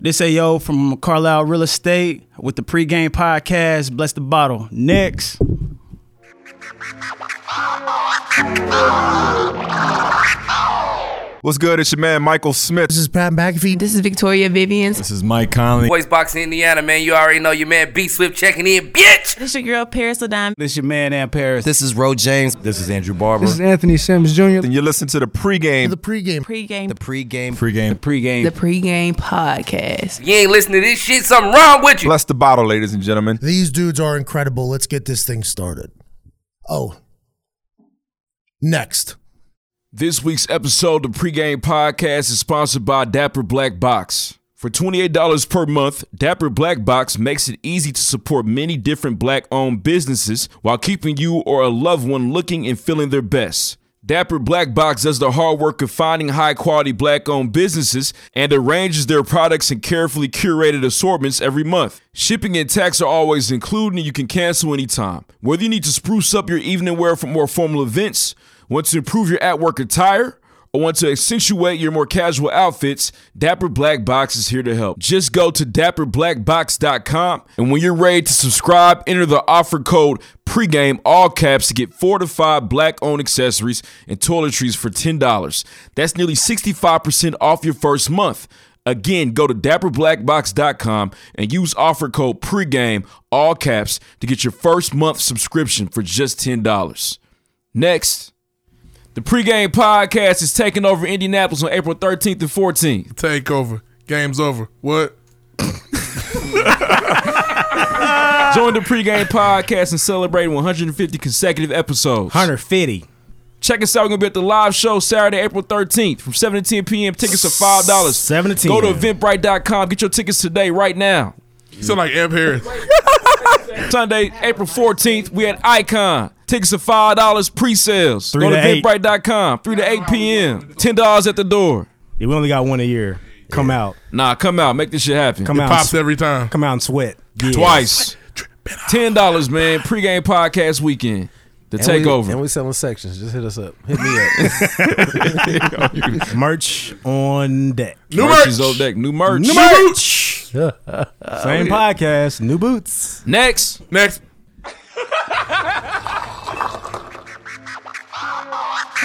This AO from Carlisle Real Estate with the pregame podcast. Bless the bottle. Next. What's good? It's your man Michael Smith. This is Pat McAfee. This is Victoria Vivians. This is Mike Conley. Voice Boxing Indiana, man. You already know your man B Swift checking in, bitch. This your girl Paris Ladime. This your man Ann Paris. This is Ro James. This is Andrew Barber. This is Anthony Sims Jr. And you listen to the pregame. The pregame. Pre-game. The pregame. Pre-game. pregame. The pre-game podcast. You ain't listening to this shit, something wrong with you. Bless the bottle, ladies and gentlemen. These dudes are incredible. Let's get this thing started. Oh. Next. This week's episode of the Pregame Podcast is sponsored by Dapper Black Box. For $28 per month, Dapper Black Box makes it easy to support many different black owned businesses while keeping you or a loved one looking and feeling their best. Dapper Black Box does the hard work of finding high quality black owned businesses and arranges their products in carefully curated assortments every month. Shipping and tax are always included, and you can cancel anytime. Whether you need to spruce up your evening wear for more formal events, want to improve your at work attire, or want to accentuate your more casual outfits, Dapper Black Box is here to help. Just go to dapperblackbox.com and when you're ready to subscribe, enter the offer code pregame all caps to get four to five black owned accessories and toiletries for $10. That's nearly 65% off your first month. Again, go to dapperblackbox.com and use offer code pregame all caps to get your first month subscription for just $10. Next. The pregame podcast is taking over Indianapolis on April 13th and 14th. Take over. Game's over. What? Join the pregame podcast and celebrate 150 consecutive episodes. 150. Check us out. We're going to be at the live show Saturday, April 13th from 7 to 10 p.m. Tickets are $5. 7 to 10. Go to eventbrite.com. Get your tickets today, right now. You sound like Amp Harris. Sunday, April 14th, we at Icon. Tickets are $5 pre sales. Three Go to, to eight. eventbrite.com. 3 to 8 p.m. $10 at the door. Yeah, we only got one a year. Come out. Nah, come out. Make this shit happen. Come out. Pops every time. Come out and sweat. Yeah. Twice. Ten dollars, man. Pre-game podcast weekend. The And we- takeover. and we selling sections. Just hit us up. Hit me up. Merch on deck. New Merch merch. is on deck. New merch. merch. Same podcast. New boots. Next. Next.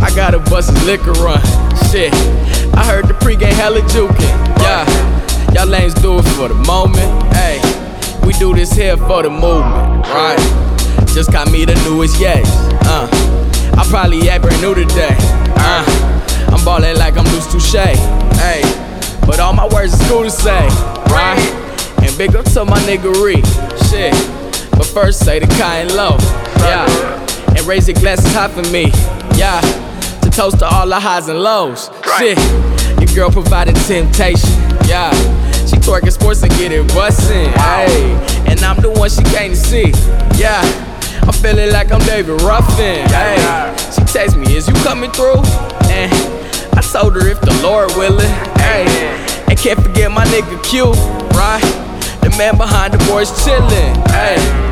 I got a bust of liquor run. Shit. I heard the pregame hella jukin'. Yeah. Y'all lanes do it for the moment. Hey, we do this here for the movement. Right. Just got me the newest yes. Uh, I probably act brand new today. Uh, I'm ballin' like I'm loose touche. Hey, but all my words is cool to say, right? And big up to my niggery, shit. But first say the kind low, yeah. And raise your glasses high for me, yeah. To toast to all the highs and lows, shit. Your girl provided temptation, yeah. She twerking sports and getting bustin', ayy. And I'm the one she came to see, yeah. I'm feeling like I'm David Ruffin, ayy. She text me, is you coming through? And I told her if the Lord willing, ayy. And can't forget my nigga Q, right? The man behind the boys chillin', ayy.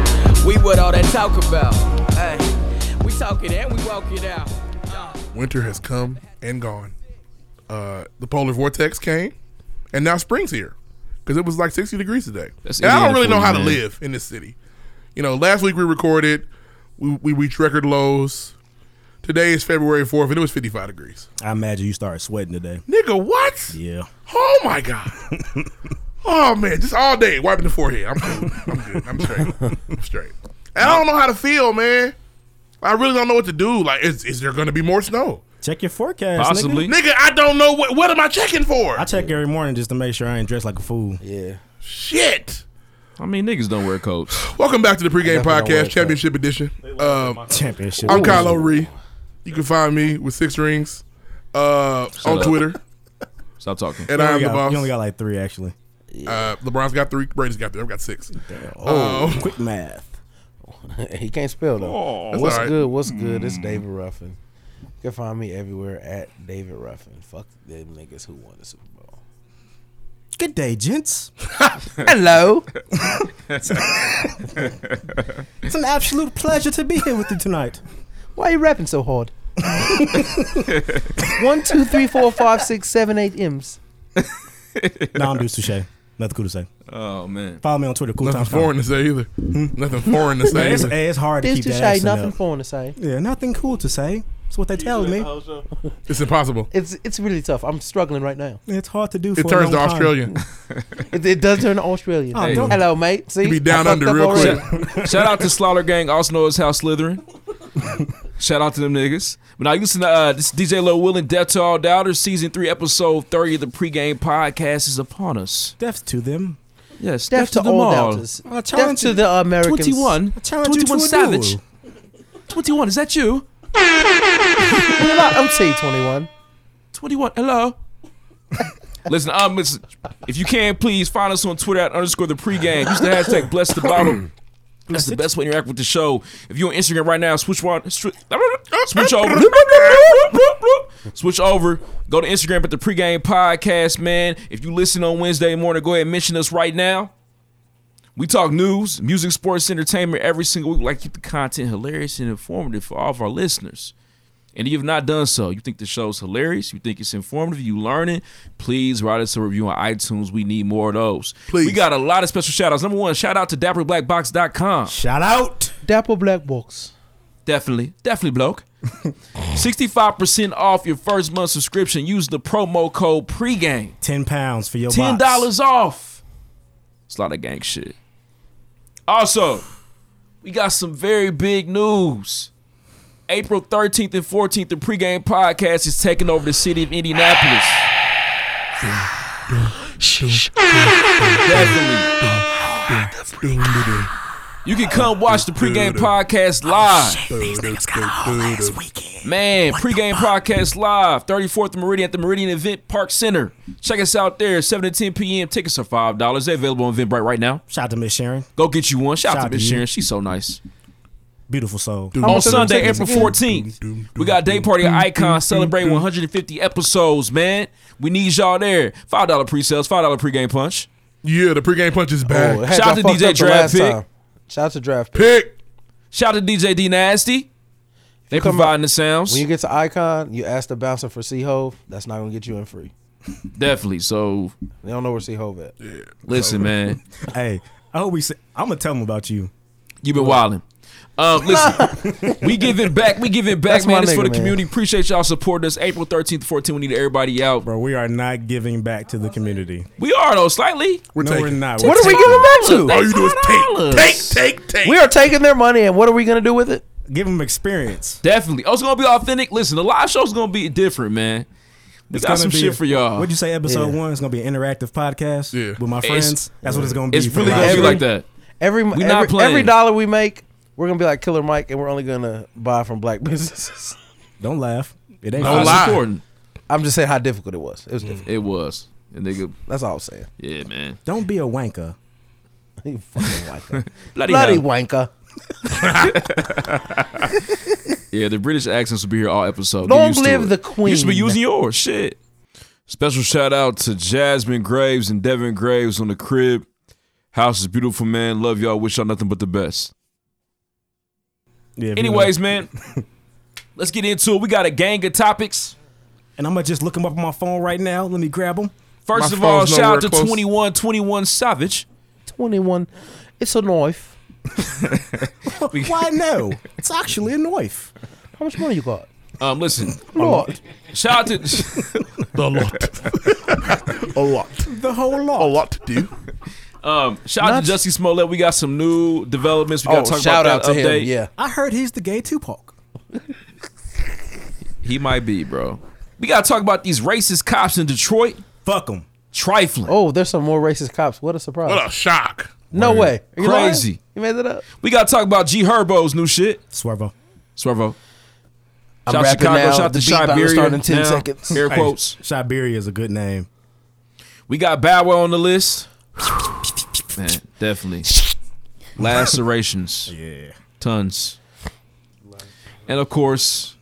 We what all that talk about, ayy. We talk it and we walk it out. Winter has come and gone. Uh, the polar vortex came, and now spring's here because it was like 60 degrees today. That's and I don't Indiana really know for you, how to man. live in this city. You know, last week we recorded, we, we reached record lows. Today is February 4th, and it was 55 degrees. I imagine you started sweating today. Nigga, what? Yeah. Oh my god. oh man, just all day wiping the forehead. I'm good. I'm good. I'm straight. I'm straight. And I don't know how to feel, man. I really don't know what to do. Like, is, is there going to be more snow? Check your forecast. nigga. Possibly. Nigga, I don't know what. What am I checking for? I check every morning just to make sure I ain't dressed like a fool. yeah. Shit. I mean, niggas don't wear coats. Welcome back to the definitely pregame don't wear podcast, that. championship edition. Um, Championship. I'm Kyle O'Ree. You can find me with six rings uh, on up. Twitter, Stop talking. and You I am only the got- boss. You only got like three actually. Uh, LeBron's got three. Brady's got three. I've got six. Oh, Um, Quick math. he can't spell though. That's what's all right. good? What's good? Mm. It's David Ruffin. You can find me everywhere at David Ruffin. Fuck them niggas who won the Super Bowl. Good day, gents. Hello. It's an absolute pleasure to be here with you tonight. Why are you rapping so hard? One, two, three, four, five, six, seven, eight M's. no, I'm Deuce Touche. Nothing cool to say. Oh man. Follow me on Twitter. Cool nothing times. foreign to say either. Hmm? Nothing foreign to Man, say it's, either. hey, it's hard to This keep just that ain't accent nothing up. foreign to say. Yeah, nothing cool to say. That's what they tell me. It's impossible. It's it's really tough. I'm struggling right now. It's hard to do. It for turns a to long time. Australian. It, it does turn to Australian. Oh, don't- Hello, mate. See, You be I down fucked under up real already. quick. Shout out to Slaughter Gang, also known as House Slytherin. Shout out to them niggas. But now you listen to uh, this DJ Lil Will and Death to All Doubters, season three, episode thirty of the pregame podcast is upon us. Death to them. Yes, Death to them all all. doubters. I Death challenge to you. the Americans. Twenty-one. I challenge you to Twenty-one a Savage. duel. Twenty-one. Is that you? I'm say twenty-one. Twenty-one. Hello. listen, um, listen, if you can, please find us on Twitter at underscore the pregame. Use the hashtag bless the bottle. That's the best way to interact with the show. If you're on Instagram right now, switch on, switch switch over, switch over. Go to Instagram at the pregame podcast, man. If you listen on Wednesday morning, go ahead and mention us right now. We talk news, music, sports, entertainment every single week. We like to keep the content hilarious and informative for all of our listeners. And if you've not done so, you think the show's hilarious, you think it's informative, you learn it, please write us a review on iTunes. We need more of those. Please. We got a lot of special shout outs. Number one, shout out to dapperblackbox.com. Shout out. Dapple Black Box. Definitely, definitely, bloke. 65% off your first month subscription. Use the promo code pregame. Ten pounds for your $10 box. off. It's a lot of gang shit. Also, we got some very big news. April 13th and 14th, the pregame podcast is taking over the city of Indianapolis. Definitely. You can come watch the pregame podcast Oh, live. Man, pregame podcast live, 34th Meridian at the Meridian Event Park Center. Check us out there, 7 to 10 p.m. Tickets are $5. They're available on Eventbrite right now. Shout out to Miss Sharon. Go get you one. Shout, Shout out out to Miss to you. Sharon. She's so nice. Beautiful soul. On much are them Sunday, tickets April again? 14th, we got Day Party at Icon celebrating 150 episodes, man. We need y'all there. $5 pre sales, $5 pregame punch. Yeah, the pregame punch is Oh, back. had Shout out y'all to fucked DJ up the Draft last Pick. time. Shout out to Draft Pick. Pick. Shout out to DJ D Nasty. They come providing the sounds. When you get to Icon, you ask the bouncer for C Hove. That's not gonna get you in free. Definitely. So, They don't know where C Hove at. listen, man. hey, I hope we. Say, I'm gonna tell them about you. You've been wilding. Um, listen, we giving back. We giving back, That's my man. It's for the nigga, man. community. Appreciate y'all supporting us. April 13th, 14th, we need everybody out. Bro, we are not giving back to the community. We are, though, slightly. We're no, taking. we're not. What are we giving back All you do is $5. take, take, take, take. to? We are taking their money, and what are we gonna do with it? Give them experience. Definitely. Oh, it's going to be authentic. Listen, the live show's going to be different, man. We It's got gonna some be shit a- for y'all. What'd you say? Episode Yeah. one is gonna be an interactive podcast Yeah. with my It's- friends. That's what it's gonna be. it's for really the going to live be Every- like that. Every We every, not playing. every dollar we make, we're gonna be like Killer Mike, and we're only gonna buy from black businesses. Don't laugh. It ain't. Don't It's lie. important. I'm just saying how difficult it was. It was difficult. It was. And nigga, That's all I'm saying. yeah, man. Don't be a wanker. You fucking wanker. Bloody, Bloody hell. wanker. Yeah, the British accents will be here all episode. Long Oh, Get used to live it. the You should be Queen. using yours. Shit. Special shout out to Jasmine Graves and Devin Graves on the crib. House is beautiful, man. Love y'all. Wish y'all nothing but the best. Yeah, if you Anyways, man, let's get into it. We got a gang of topics. know. and I'm gonna just look them up on my phone right now. Let me grab them. First My of all, phone's shout out nowhere to close. 21, 21 Savage. 21. It's a knife. Why no? It's actually a knife. How much money you got? Um, listen, Lord. shout out to A lot. A lot. The whole lot. A lot to do. um, shout out Not- to Jussie Smollett. We got some new developments. We got Oh, to talk shout out about to that him. update. Yeah. I heard he's the gay Tupac. he might be, bro. We got to talk about these racist cops in Detroit. Fuck him. Trifling. Oh, there's some more racist cops. What a surprise. What a shock. no way. Are you lying? Crazy. You made that up? We gotta talk about G Herbo's new shit. Swervo. Swervo. I'm Shout out rapping Chicago, now. shout out The to beat about to Siberia. start in 10 now. seconds. Air quotes. Siberia is a good name. We got Bow Wow on the list. Man, definitely. Lacerations. yeah. Tons. And of course,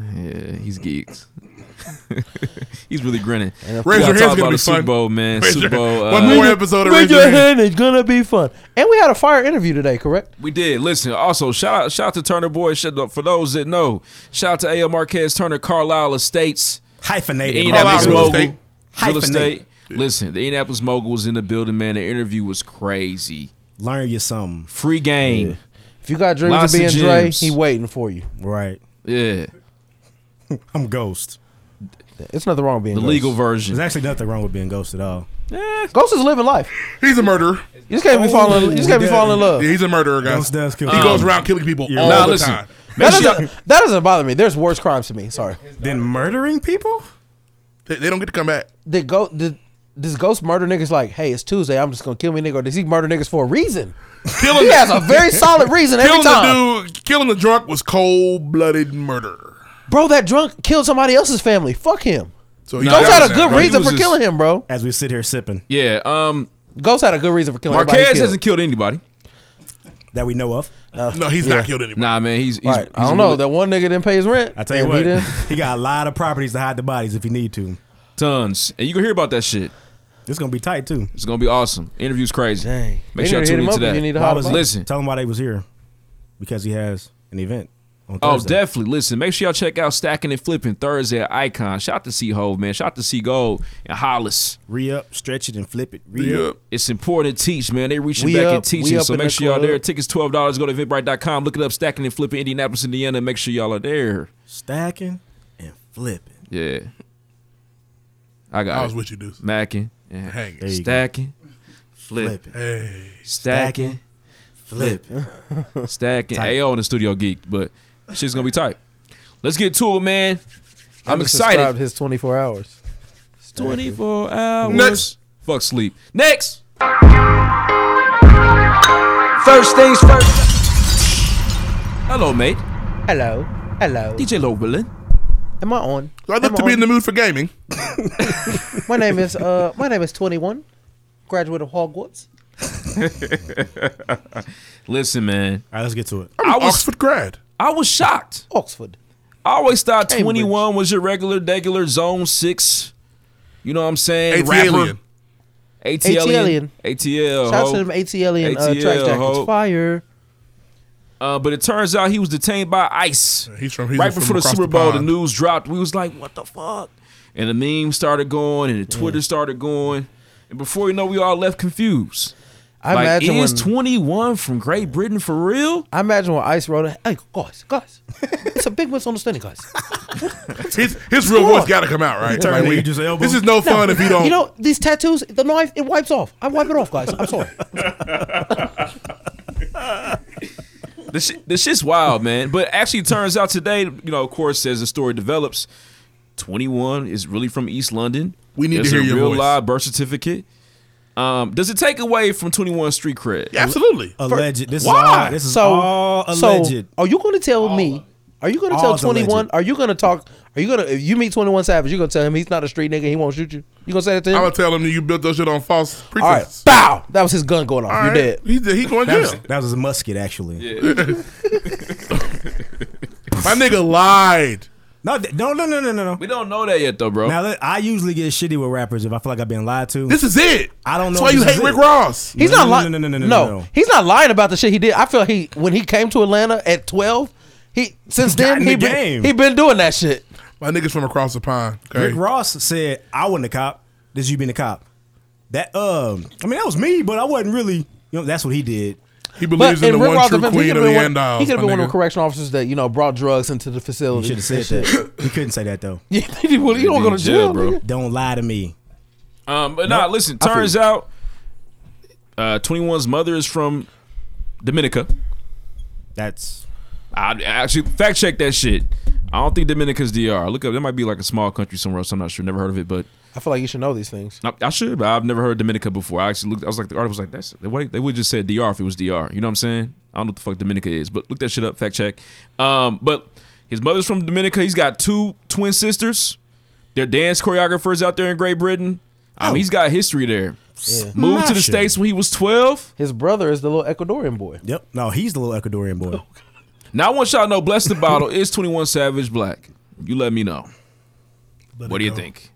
yeah, he's geeked. he's really grinning. Raise We your gotta hand's talk gonna about be the Super fun. Bowl, man. Raise Super your- Bowl. one uh, more episode of Raise Raise your Your hand. It's gonna be fun. And we had a fire interview today, correct? We did. Listen, also shout out shout out to Turner Boy. Shout out, for those that know, shout out to A.L. Marquez Turner Carlisle Estates. Hyphenated. The bro. Indianapolis Carlisle Real mogul. Estate. Real Hyphenate. estate. Listen, the Indianapolis mogul was in the building, man. The interview was crazy. Learn you something. Free game. If you got dreams Lots of of being Dre, gems. he waiting for you. Right. Yeah. I'm ghost. It's nothing wrong with being The Ghost. legal There's version. actually nothing wrong with being ghost at all. Ghost is living life. He's a murderer. You just can't be falling. You just can't be Yeah. falling in love. Yeah, he's a murderer, guys. Ghost does kill he people. goes around killing people all Nah, the listen. time. That doesn't, that doesn't bother me. There's worse crimes to me. Sorry. Then murdering people? They, they don't get to come back. Did go did does Ghost murder niggas like, hey, it's Tuesday, I'm just gonna kill me nigga? Or does he murder niggas for a reason? Killing, He has a very solid reason every killing time. the dude, killing the drunk was cold blooded murder. Bro, that drunk killed somebody else's family. Fuck him. So he Nah, Ghost got had a that, good bro. reason was for just- killing him, bro. As we sit here sipping, Yeah. Um Ghost had a good reason for killing everybody he Marquez killed. hasn't killed anybody. that we know of. No, he's not killed anybody. Nah, man. He's, he's, Right. I he's don't know. really- That one nigga didn't pay his rent. I tell you And what, he he, didn't- got a lot of properties to hide the bodies if he need to. tons. And you can hear about that shit. This is gonna be tight too. It's gonna be awesome. Interview's crazy. Dang. Make They sure need you tune to hit him into up if that. you need to Why hop was on. he, Listen. tell him why they was here, because he has an event on Oh, Thursday. definitely. Listen, make sure y'all check out Stacking and Flipping Thursday at Icon. Shout out to C Hove, man. Shout out to C Gold and Hollis. Re up, stretch it, and flip it. Re up. Yeah. It's important to teach, man. They reaching We back and up. We teaching. up So in make the sure y'all club. there. Tickets twelve dollars. Go to Eventbrite.com. Look it up. Stacking and Flipping Indianapolis, Indiana. Make sure y'all are there. Stacking and flipping. Yeah. I got I it. was with you, dude. Macking. Yeah. Hang There it. you go. Stacking. Flipping. Hey. Stacking. Flipping. Stacking. AO in the studio geek, but shit's gonna be tight. Let's get to it, man. I'm Just excited. subscribed His 24 hours. 24 hours. Next. Fuck sleep. Next. First things first. Hello, mate. Hello. Hello. DJ Low Willin. Am I on? So I look Am to be on? in the mood for gaming. My name is uh my name is 21. Graduate of Hogwarts. Listen, man. All right, let's get to it. I'm I an was- Oxford grad. I was shocked. Oxford. I always thought Cambridge. 21 was your regular, regular zone six. You know what I'm saying? AT Rapper. alien. ATLian. ATL. Shout out ho. to them ATL and uh, ATL, track jackets. ho. Fire. Uh, but it turns out he was detained by ICE. He's from- he's right from before the across Super the Bowl, the pond. news dropped. We was like, what the fuck? And the memes started going, and the Twitter started going. And before you know, we all left confused. I like, imagine is when 21 from Great Britain for real? I imagine when Ice wrote it. Hey guys, guys, it's a big misunderstanding, guys. His, his real voice got to come out, right? Turn Like, nigga, we- just elbow. this is no fun if you don't. You know these tattoos, the knife it wipes off. I wipe it off, guys. I'm sorry. This shit, this shit's wild, man. But actually, it turns out today, you know, of course, as the story develops, 21 is really from East London. We need to There's hear a your real voice. live birth certificate. Um, does it take away from 21 street cred? Yeah, absolutely. uh, Alleged. This Why? is all. This is So, all so alleged. are you going to tell me? Are you going to All's tell 21? alleged. Are you going to talk? Are you going to if you meet 21 Savage? You going to tell him he's not a street nigga? He won't shoot you. You going to say that to him? I'm gonna tell him that you built those shit on false All right, pretenses. bow. That was his gun going off. You're All dead. right. He, he going to that, was, jail. that was his musket, actually. My nigga lied. No, th- no, no, no, no, no. no. We don't know that yet, though, bro. Now, look, I usually get shitty with rappers if I feel like I've been lied to. This is it. I don't know That's why if you this hate is Rick it. Ross. He's No, not no, lying. no, no, no, no, no, no. he's not lying about the shit he did. I feel like he when he came to Atlanta at 12. He since Got then in he the been, game. he been doing that shit. My nigga's from across the pond. Okay. Rick Ross said, "I wasn't a cop. This you being a cop." That um, I mean, that was me, but I wasn't really. You know, that's what he did. He believes in the one true queen of the Andiles. he could have my been one of the nigga. correction officers that you know brought drugs into the He facility. should have said that. he couldn't say that though. Yeah, you don't go to jail, bro. Don't lie to me. Um, but nah, listen. Turns out, uh, 21's mother is from Dominica. That's I I actually fact check that shit. I don't think Dominica's DR. Look up. That might be like a small country somewhere else. I'm not sure. Never heard of it, but I feel like you should know these things. I, I should, but I've never heard Dominica before. I actually looked. I was like, the article was like, that's they, would- they would just said DR if it was DR. You know what I'm saying? I don't know what the fuck Dominica is, but look that shit up. Fact check. Um, but his mother's from Dominica. He's got two Oh. twin sisters. They're dance choreographers out there in Great Britain. I mean, he's got history there. Yeah. Moved to the Smashing. States when he was 12. His brother is the little Ecuadorian boy. Yep. No, he's the little Ecuadorian boy. Now I want y'all to know Bless the Bottle is 21 Savage Black. You let me know. Let What it do you go. think?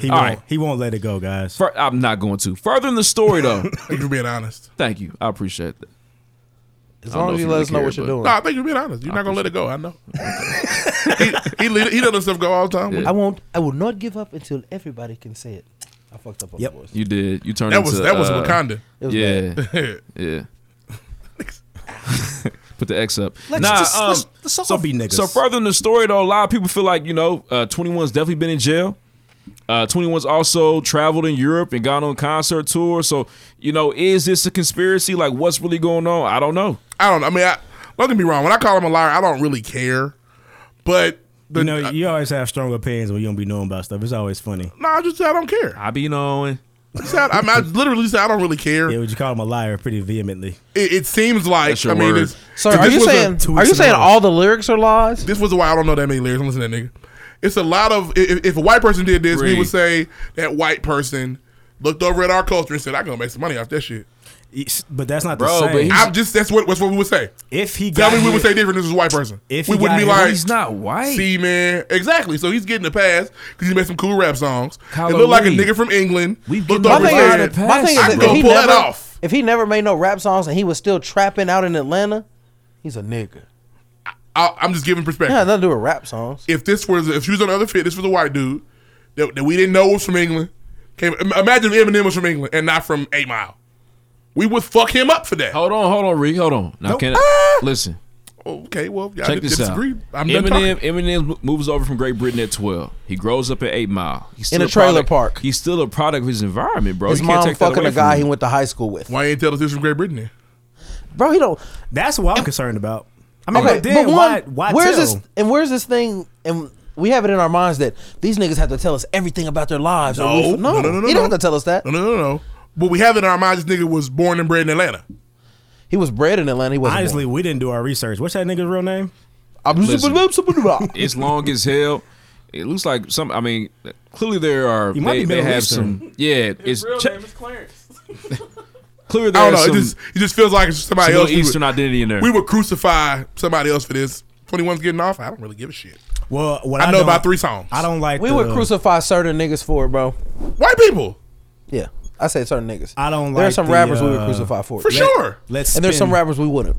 He All won't, right. he won't let it go, guys. Fur- I'm not going to. Further in the story, though. Thank you for being honest. Thank you. I appreciate that. As I don't long know as if you you let us know really what care, you're but- No, doing. I think you're being honest. You're not gonna let it go. I know. he he, lead- he doesn't stuff go all the time. Yeah. I won't. I will not give up until everybody can say it. I fucked up on Yep. the voice. You did. You turned That was into, that was uh, Wakanda. It was bad. Yeah, yeah, yeah. Put the X up. Let's nah, just- um, let's- let's all so, be niggas. so further in the story though, a lot of people feel like you know, uh, Twenty One's definitely been in jail. Uh, 21's also traveled in Europe and gone on concert tours. So, you know, is this a conspiracy? Like, what's really going on? I don't know. I don't. know. I mean, I, don't get me wrong. When I call him a liar, I don't really care. But the, uh, You know, you always have strong opinions when you don't be knowing about stuff. It's always funny. no, I just I don't care. I be knowing. Just, I, I, mean, I literally said I don't really care. Yeah, would you call him a liar pretty vehemently? It, it seems like That's your I mean, word. it's, So this are you was a- saying two are weeks you in a saying row. all the lyrics are lies? this was why I don't know that many lyrics. Listen to that nigga. It's a lot of if, if a white person did this, Read. we would say that white person looked over at our culture and said, "I'm gonna make some money off that shit." It's- But that's not Bro, the but same. he- I'm just that's what that's what we would say. if he Tell got me we here- would say different. This is a white person. If we he wouldn't got be it, like, He's not white. See, man, exactly. So he's getting a pass because he made some cool rap songs. Kyle it looked like a Lee. nigga from England. We've looked given over him a lot and of said, passes. My thing I is, if go he pull that never, off. if he never made no rap songs and he was still trapping out in Atlanta, he's a nigga. I, I'm just giving perspective. Yeah, nothing to do with rap songs. If this was, if she was on the other fit, this was a white dude that, that we didn't know was from England. Came, im- imagine if Eminem was from England and not from Eight Mile. We would fuck him up for that. Hold on, hold on, Rick. Hold on. Now, can I, listen. Oh, Okay, well, y'all Check Check this out. disagree. I'm done Eminem, talking. Eminem mo- moves over from Great Britain at 12. He grows up at 8 Mile. He's still In a trailer product- park. He's still a product of his environment, bro. His you can't mom take that fucking away a from guy him. he went to high school with. Why you ain't tell us this from Great Britain then? Bro, he don't. That's what I'm concerned about. I mean, Okay, but then but one, why, why where's tell? this? And where's this thing? And we have it in our minds that these niggas have to tell us everything about their lives. or we, no, he don't have to tell us that. No, no, no, no. But we have it in our minds. This nigga was born and bred in Atlanta. He was bred in Atlanta. He wasn't. Honestly, born. we didn't do our research. What's that nigga's real name? I'm just- It's long as hell. It looks like some. I mean, clearly there are. You might They, be they Middle have Eastern. some. Yeah, it's che- clearly there I don't are know. some, it just it just feels like it's somebody some Middle else. we would- Eastern identity in there. we would crucify somebody else for this. 21's getting off. I don't really give a shit. Well, what I I, know don't- about three songs. I don't like. we the, would crucify certain niggas for it, bro. White people, Yeah, I say certain niggas. I don't There are like some the, rappers we would uh, crucify for it, for sure. Let's spin, and there's some rappers we wouldn't.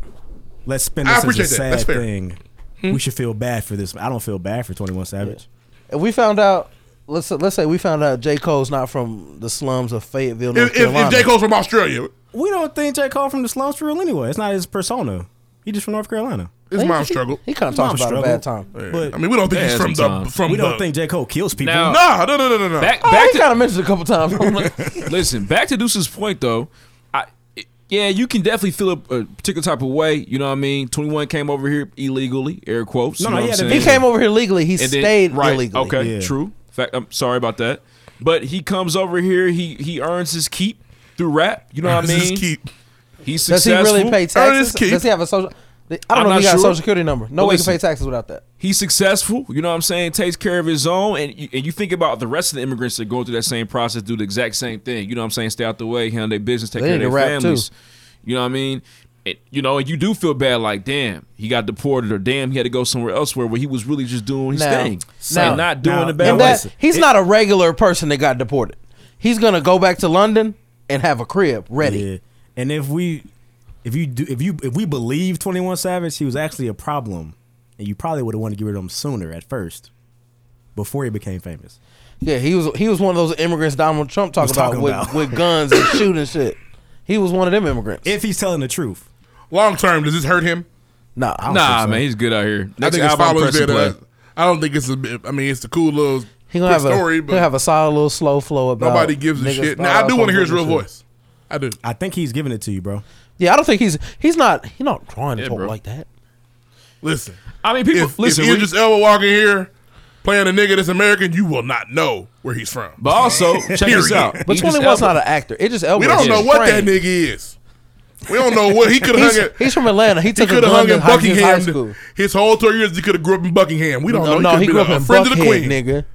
Let's spin I this appreciate as a that. sad That's fair. thing. We should feel bad for this. I don't feel bad for Twenty One Savage. If we found out, let's let's say we found out J Cole's not from the slums of Fayetteville, North If, if, Carolina. if J Cole's from Australia, We don't think J Cole from the slums for real anyway. It's not his persona. He just from North Carolina. his He- mom he- struggled. he kind of talks about Mom a bad time. struggled, But I mean, we don't think Yeah, he's from the sometimes. from. we don't the- think J Cole kills people. Now- Nah, no, no, no, no, no. back I back kind to of mentioned a couple times. I'm like, listen. Back to Deuce's point though. I yeah, you can definitely feel a, a particular type of way. You know what I mean? Twenty one came over here illegally, air quotes. No, you no, know he what I'm had a saying? he came over here legally. He And then- stayed right, illegally. Okay, Yeah. true. Fact, I'm sorry about that. But he comes over here. He he earns his keep through rap. You know what I This is mean? keep. He's Does he successful. really pay taxes? Ernest Keith. Does he have a social? I don't I'm know if not he got sure. a social security number. No But way listen. he can pay taxes without that. He's successful. You know what I'm saying? Takes care of his own. And you, and you think about the rest of the immigrants that go through that same process, do the exact same thing. You know what I'm saying? Stay out the way, handle their business, take They care of need their to rap, too. families. You know what I mean? It, you know, and you do feel bad, like damn, he got deported, or damn, he had to go somewhere else where, where he was really just doing his Now- thing now- and not doing now- the now bad And way. that he's not a regular person that got deported. He's gonna go back to London and have a crib ready. Yeah. And if we if you do if you if we believe 21 Savage, he was actually a problem. And you probably would have wanted to get rid of him sooner at first. Before he became famous. Yeah, he was he was one of those immigrants Donald Trump talked Was about, talking with, about. with guns and shooting shit. He was one of them immigrants. If he's telling the truth. Long term, does this hurt him? nah, I don't think Nah, so. man, he's good out here. Next I think his album, followers press and did. play. Uh, I don't think it's a. bit- I mean, it's the cool little He gonna have quick story, a but gonna have a solid little slow flow about. nobody gives a niggas shit. about Now, I do all want to hear his sorts real of shit. voice. I do. I think he's giving it to you, bro. Yeah, I don't think he's he's not he's not trying to Yeah, talk bro. like that. Listen, I mean, people if, listen. if we- Idris Elba walking here playing a nigga that's American, you will not know where he's from. but also, check this Period. out. But Idris twenty one's Elba- not an actor. It just Elba. we don't is know what that trained. nigga is. We don't know what he could have He's, hung at. he's from Atlanta. He He took a could have gun hung to in high, his high Buckingham. school. His whole tour years, he could have grew up in Buckingham. We don't No, know. no, he coulda grew up been a in friend of the Buckhead, queen. nigga.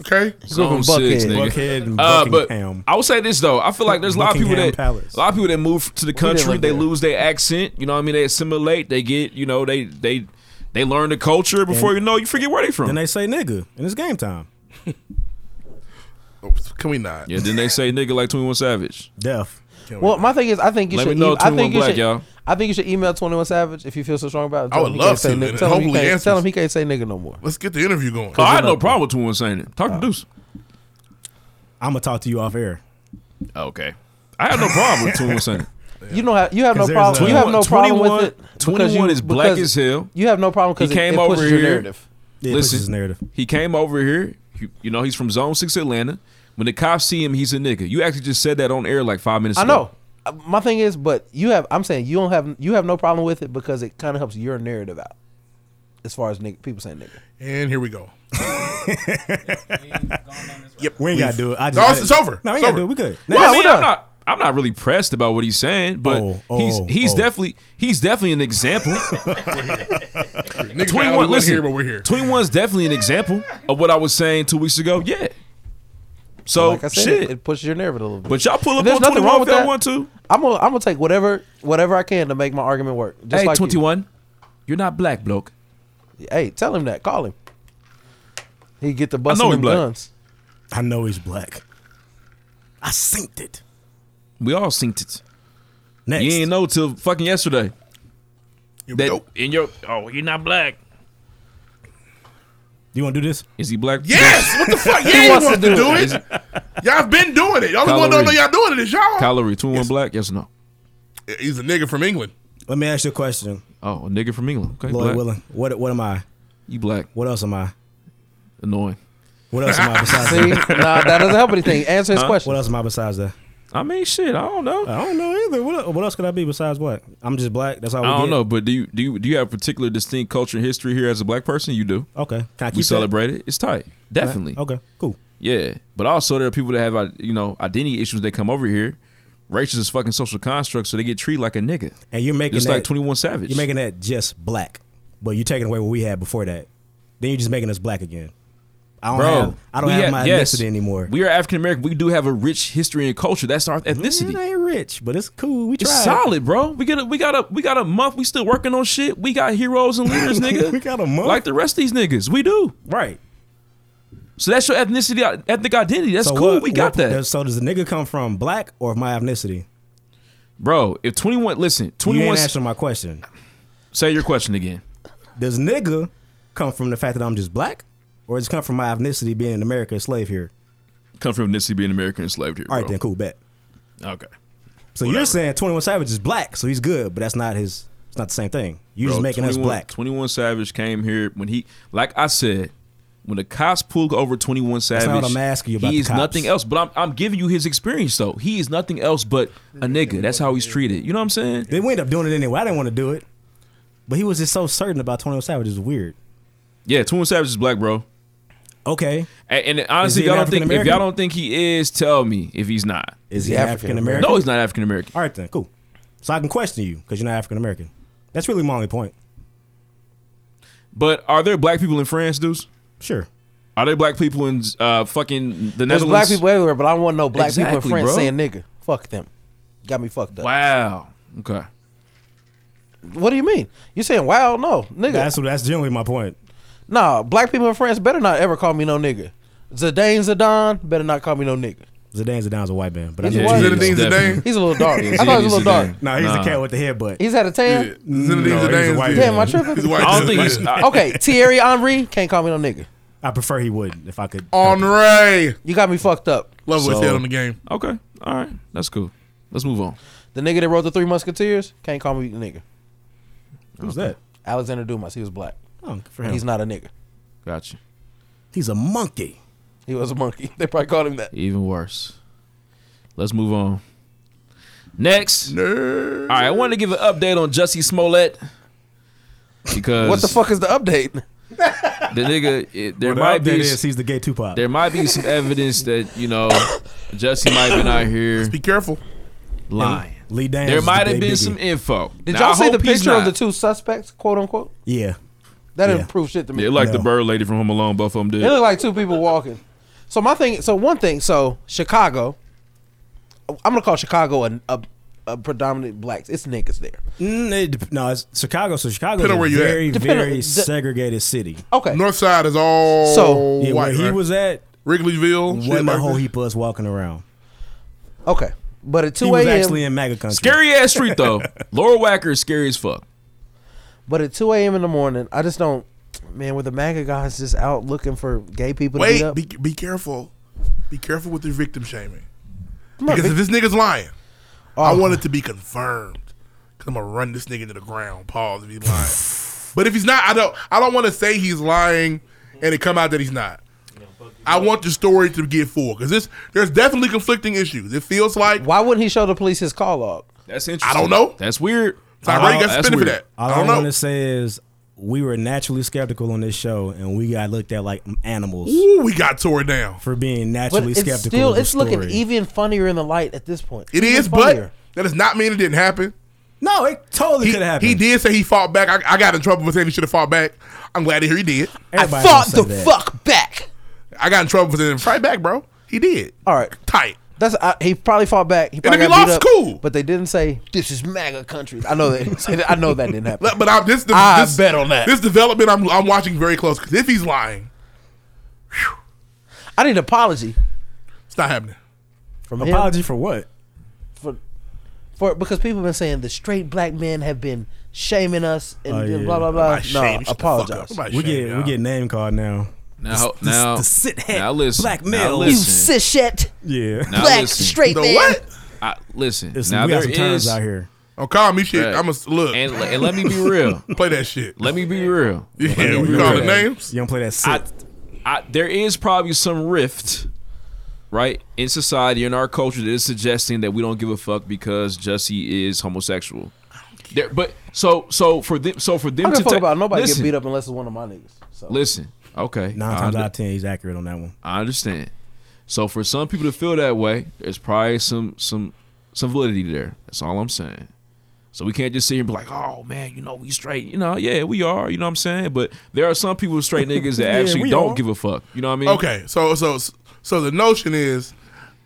Okay. Zone Buckhead. six, nigga. Buckhead and Uh, but Buckingham. I would say this though. I feel like there's a lot of people Buckingham that Palace. a lot of people that move to the country. live They there. lose their accent. You know what I mean? They assimilate. They get. You know they they they learn the culture before you know you forget where they from. then they say nigga, and it's game time. Oops, Can we not? yeah. Then they say nigga like Twenty One Savage. Deaf. Well, my thing is, I think you Let should. me know e- I 21 think you Black, should. y'all. I think you should email Twenty One Savage if you feel so strong about it. I Tell would him he love can't say to, nigga- and Tell him, he hopefully can't, answers. tell him he can't say nigga no more. Let's get the interview going. Oh, I had no problem with Twenty One saying it. Talk to Deuce. I'm gonna talk to you off air. okay. I had no problem with Twenty One saying it. You know, how- you have no 'Cause there's problem. a- You have no problem with it. because 21 you- is black because as hell. You have no problem because He came it, it over pushes your here. narrative. Yeah, Listen. Listen, his narrative. He came over here. He, you know, he's from Zone Six, Atlanta. When the cops see him, he's a nigga. You actually just said that on air like five minutes I ago. know. Uh, My thing is, but you have. I'm saying you don't have. You have no problem with it because it kind of helps your narrative out, as far as nigga, people saying nigga. And here we go. We ain't gotta do it. I just, No, it's- it's over. No, we It's ain't gotta over. do it. We good. Well, I Yeah, mean, what I'm up? not. I'm not really pressed about what he's saying, but Oh, oh, he's he's oh. definitely he's definitely an example. Niggas Twenty out, one, we listen, here, but we're here. Twenty one's definitely an example of what I was saying two weeks ago. Yeah. So Like I said, shit, it, it pushes your narrative a little bit. but y'all pull up And there's on nothing twenty wrong one if with y'all that. want to. I'm gonna. I'm gonna take whatever whatever I can to make my argument work. Just hey, like you. twenty one, you're not black, bloke. Hey, tell him that. Call him. He get the bus know and he them black. guns. I know he's black. I synced it. We all synced it. Next. You ain't know till fucking yesterday. Here we That go. in your oh, you're not black. You wanna do this? Is he black? Yes. What the fuck? Yeah, he wants, to do, it. Y'all been doing it. Y'all the Kyle one don't know Reese. y'all doing it is y'all. Calorie, two one black. Yes or no? He's a nigga from England. Let me ask you a question, Oh, a nigga from England. Okay, Lloyd black. Willing. What what am I? You black. What else am I? Annoying. What else am I besides See, that? nah, that doesn't help anything. Answer his question. What else am I besides that? I mean, shit. I don't know. I don't know either. What, what else could I be besides what? I'm just black. That's all. We I don't get? know, but do you do you do you have a particular distinct culture and history here as a black person? You do. Okay. Can I keep We that? celebrate it. It's tight. Definitely. Okay. Cool. Yeah. But also there are people that have uh, you know identity issues. They come over here. Racial is fucking social construct, so they get treated like a nigga. And you're making Just that, like Twenty One Savage. You're making that just black, but you're taking away what we had before that. Then you're just making us black again. I don't Bro, have. I don't we have ha- my yes. ethnicity anymore. Mm-hmm. We are African American. We do have a rich history and culture. That's our ethnicity. It ain't rich, but it's cool. We tried. It's solid, bro. We get a, we got a we got a month. We still working on shit. We got heroes and leaders, nigga. We got a month? like the rest of these niggas. We do. right? So that's your ethnicity, ethnic identity. That's cool. what- we got what- that, So does the nigga come from black or my ethnicity? bro. If twenty one, listen, You twenty one. ain't answering my question. Say your question again. Does nigga come from the fact that I'm just black, or does it come from my ethnicity being an American slave here? Come from ethnicity being American enslaved here. All right, bro. then, cool, bet. Okay. So you're saying 21 Savage is black, so he's good, but that's not his. It's not the same thing. You're just making us black. Twenty one Savage came here when he, like I said, when the cops pulled over Twenty one Savage. not what I'm asking you about He the is cops. nothing else. But I'm I'm giving you his experience though. He is nothing else but a nigga. That's how he's treated. You know what I'm saying? They we ended up doing it anyway. I didn't want to do it, but he was just so certain about 21 Savage. It was weird. Yeah, Twenty one Savage is black, bro. Okay, And, and honestly, Is he y'all an don't think if African-American? y'all don't think he is, tell me if he's not. is he African American? No, he's not African American. All right then, cool. So I can question you because you're not African American. That's really my only point. But are there black people in France, dudes? Sure. Are there black people in uh, fucking the There's black Netherlands? people everywhere, but I want to know black people Exactly, in France bro. saying nigga. Fuck them. Got me fucked up. Wow. Okay. What do you mean? You saying wow? No, nigga. That's that's generally my point. nah, black people in France better not ever call me no nigga. Zidane Zidane better not call me no nigga. Zidane Zidane's a white man, but He's I know white. what you Zinedine mean. Zidane. Zidane. He's a little dark. I thought he was a little dark. No, he's Nah. the cat with the headbutt. He's had a Yeah. tan. Zinedine No, he's a Zidane's white dude. man. Damn, am I tripping? He's white. I don't think he's. I- Okay, Thierry Henry can't call me no nigga. I prefer he would if I could. Henri. You got me fucked up. Love what's So- said on the game. Okay. All right. That's cool. Let's move on. The nigga that wrote the Three Musketeers can't call me nigga. Who's that? Alexander Dumas, he was black. Oh, good for him. He's He's, not a nigga. Gotcha. a monkey. He was a monkey. They probably called him that. Even worse. Let's move on. Next. All right. I wanted to give an update on Jussie Smollett because What the fuck is the update? The nigga. It, there But the might update be. is he's the gay Tupac. there might be some evidence that you know Jussie might have been out here Be careful. lying. Lee Daniels. There is the might have gay been Biggie. some info. Did y'all see the picture of the two suspects, quote unquote? Yeah. That didn't Yeah. prove shit to me. Yeah, like the No. bird lady from Home Alone. Both of them It did. looked like two people walking. So my thing, so one thing, so Chicago, I'm gonna call Chicago a, a, a predominant blacks. It's niggas there. Mm, it dep- no, it's Chicago. So Chicago is Depend a on where you at. very, Depend on- very the- segregated city. Okay, North side is all So- Yeah, white. where he right? was at, Wrigleyville. shit wasn't a like whole that. heap of us walking around. okay, but at He two was a.m. actually in MAGA country. Scary ass street though. Laura Wacker is scary as fuck. But at two a.m. in the morning, I just don't. Man, with the MAGA guys just out looking for gay people to beat Wait, up. be, be careful. Be careful with the victim shaming. I'm not Because if big- this nigga's lying, I Oh. want it to be confirmed. Cause I'm gonna run this nigga to the ground. Pause if he's lying. but if he's not, I don't. I don't want to say he's lying and it come out that he's not. I want the story to get full because this there's definitely conflicting issues. It feels like why wouldn't he show the police his call log? That's interesting. I don't know. That's weird. Tyree Oh, got that's suspended for weird. that. All I don't want know. to say is we were naturally skeptical on this show, and we got looked at like animals Ooh, we got tore down. for being But naturally it's skeptical. still of the it's looking story. even funnier in the light at this point. It even is, funnier. but that does not mean it didn't happen. No, it totally He, could happen. he did say he fought back. I, I got in trouble for saying he should have fought back. I'm glad to hear he did. Everybody I fought gonna the say that. fuck back. I got in trouble for saying fight back, bro. He did. All right. Tight. That's I, he probably fought back. He And probably if he got beat lost, up, cool. But they didn't say this is MAGA country. I know that. I know that didn't happen. But, but I, this, this, I this- bet on that. This development I'm, I'm watching very close. Because if he's lying, I need an apology it's not happening. from him Apology for what? for, for because people been saying the straight black men have been shaming us and Oh, yeah. blah blah blah. Nobody No, shame, shut the fuck up. apologize. Nobody We shame, get y'all. we get name card now. Now, now, the sit head now listen, black now male. You You listen, sishet Yeah. now black listen, straight The man. what? I, listen. Listen, now we got there some terms is, out here. Don't call me shit. Right. I'm a look. and, le- and let me be real. play that shit. Let me be real. yeah, we You call the don't- names. You don't play that sit. I, I, there is probably some rift, right, in society in our culture that is suggesting that we don't give a fuck because Jussie is homosexual. There, but so so for them so for I them don't to give a fuck ta- about nobody listen, getting beat up unless it's one of my niggas. So Listen, okay, Nine I times under- out of ten, he's accurate on that one. I understand. So for some people to feel that way, there's probably some some some validity there. That's all I'm saying. So we can't just sit here and be like, oh man, you know, we straight. You know, yeah, we are. You know what I'm saying? But there are some people with straight niggas that Yeah, actually we don't are. give a fuck. You know what I mean? Okay, so so so the notion is,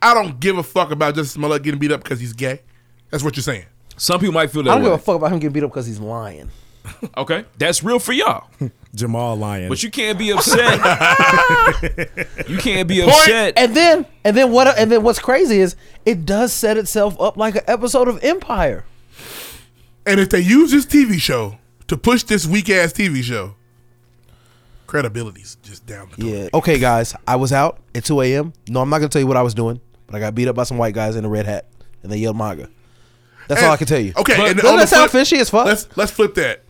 I don't give a fuck about Justice Smollett getting beat up because he's gay. That's what you're saying. Some people might feel that I don't give way. a fuck about him getting beat up because he's lying. okay. That's real for y'all. Jamal Lyon. But you can't be upset. you can't be upset. And then and then what? And then what's crazy is it does set itself up like an episode of Empire. And if they use this TV show to push this weak ass TV show, credibility's just down the toilet. Yeah. Okay, guys, I was out at 2 a.m. No, I'm not gonna tell you what I was doing, but I got beat up by some white guys in a red hat, and they yelled MAGA. That's all I can tell you. Okay, But and doesn't on the that sound fishy as fuck? Let's let's flip that.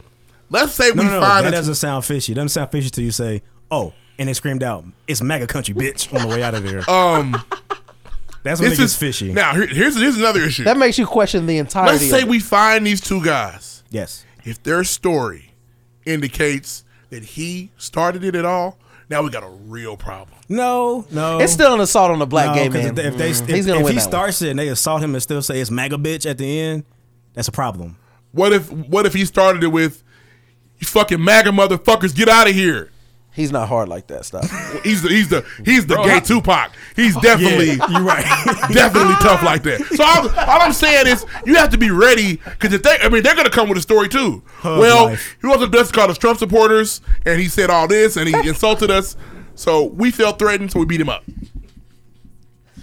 Let's say no, we no, no, find that that doesn't sound fishy. It doesn't sound fishy till you say, "Oh," and they screamed out, "It's MAGA country, bitch!" on the way out of there. um That's what this makes it is fishy. Now here, here's here's another issue. That makes you question the entirety. let's of say it. we find these two guys. yes. If their story indicates that he started it at all, now we got a real problem. No, no. It's still an assault on a black No, gay 'cause man. If, if they, if, Mm. He's gonna if win he that one. starts it and they assault him and still say it's MAGA bitch at the end, that's a problem. What if what if he started it with you fucking MAGA motherfuckers, get out of here. He's not hard like that. Stop. He's the he's the he's the gay Tupac. He's definitely you're right. definitely tough like that. So I'm, all I'm saying is you have to be ready because if they, I mean, they're gonna come with a story too. Hug well, life. he wasn't just called us Trump supporters, and he said all this, and he insulted us. So we felt threatened, so we beat him up.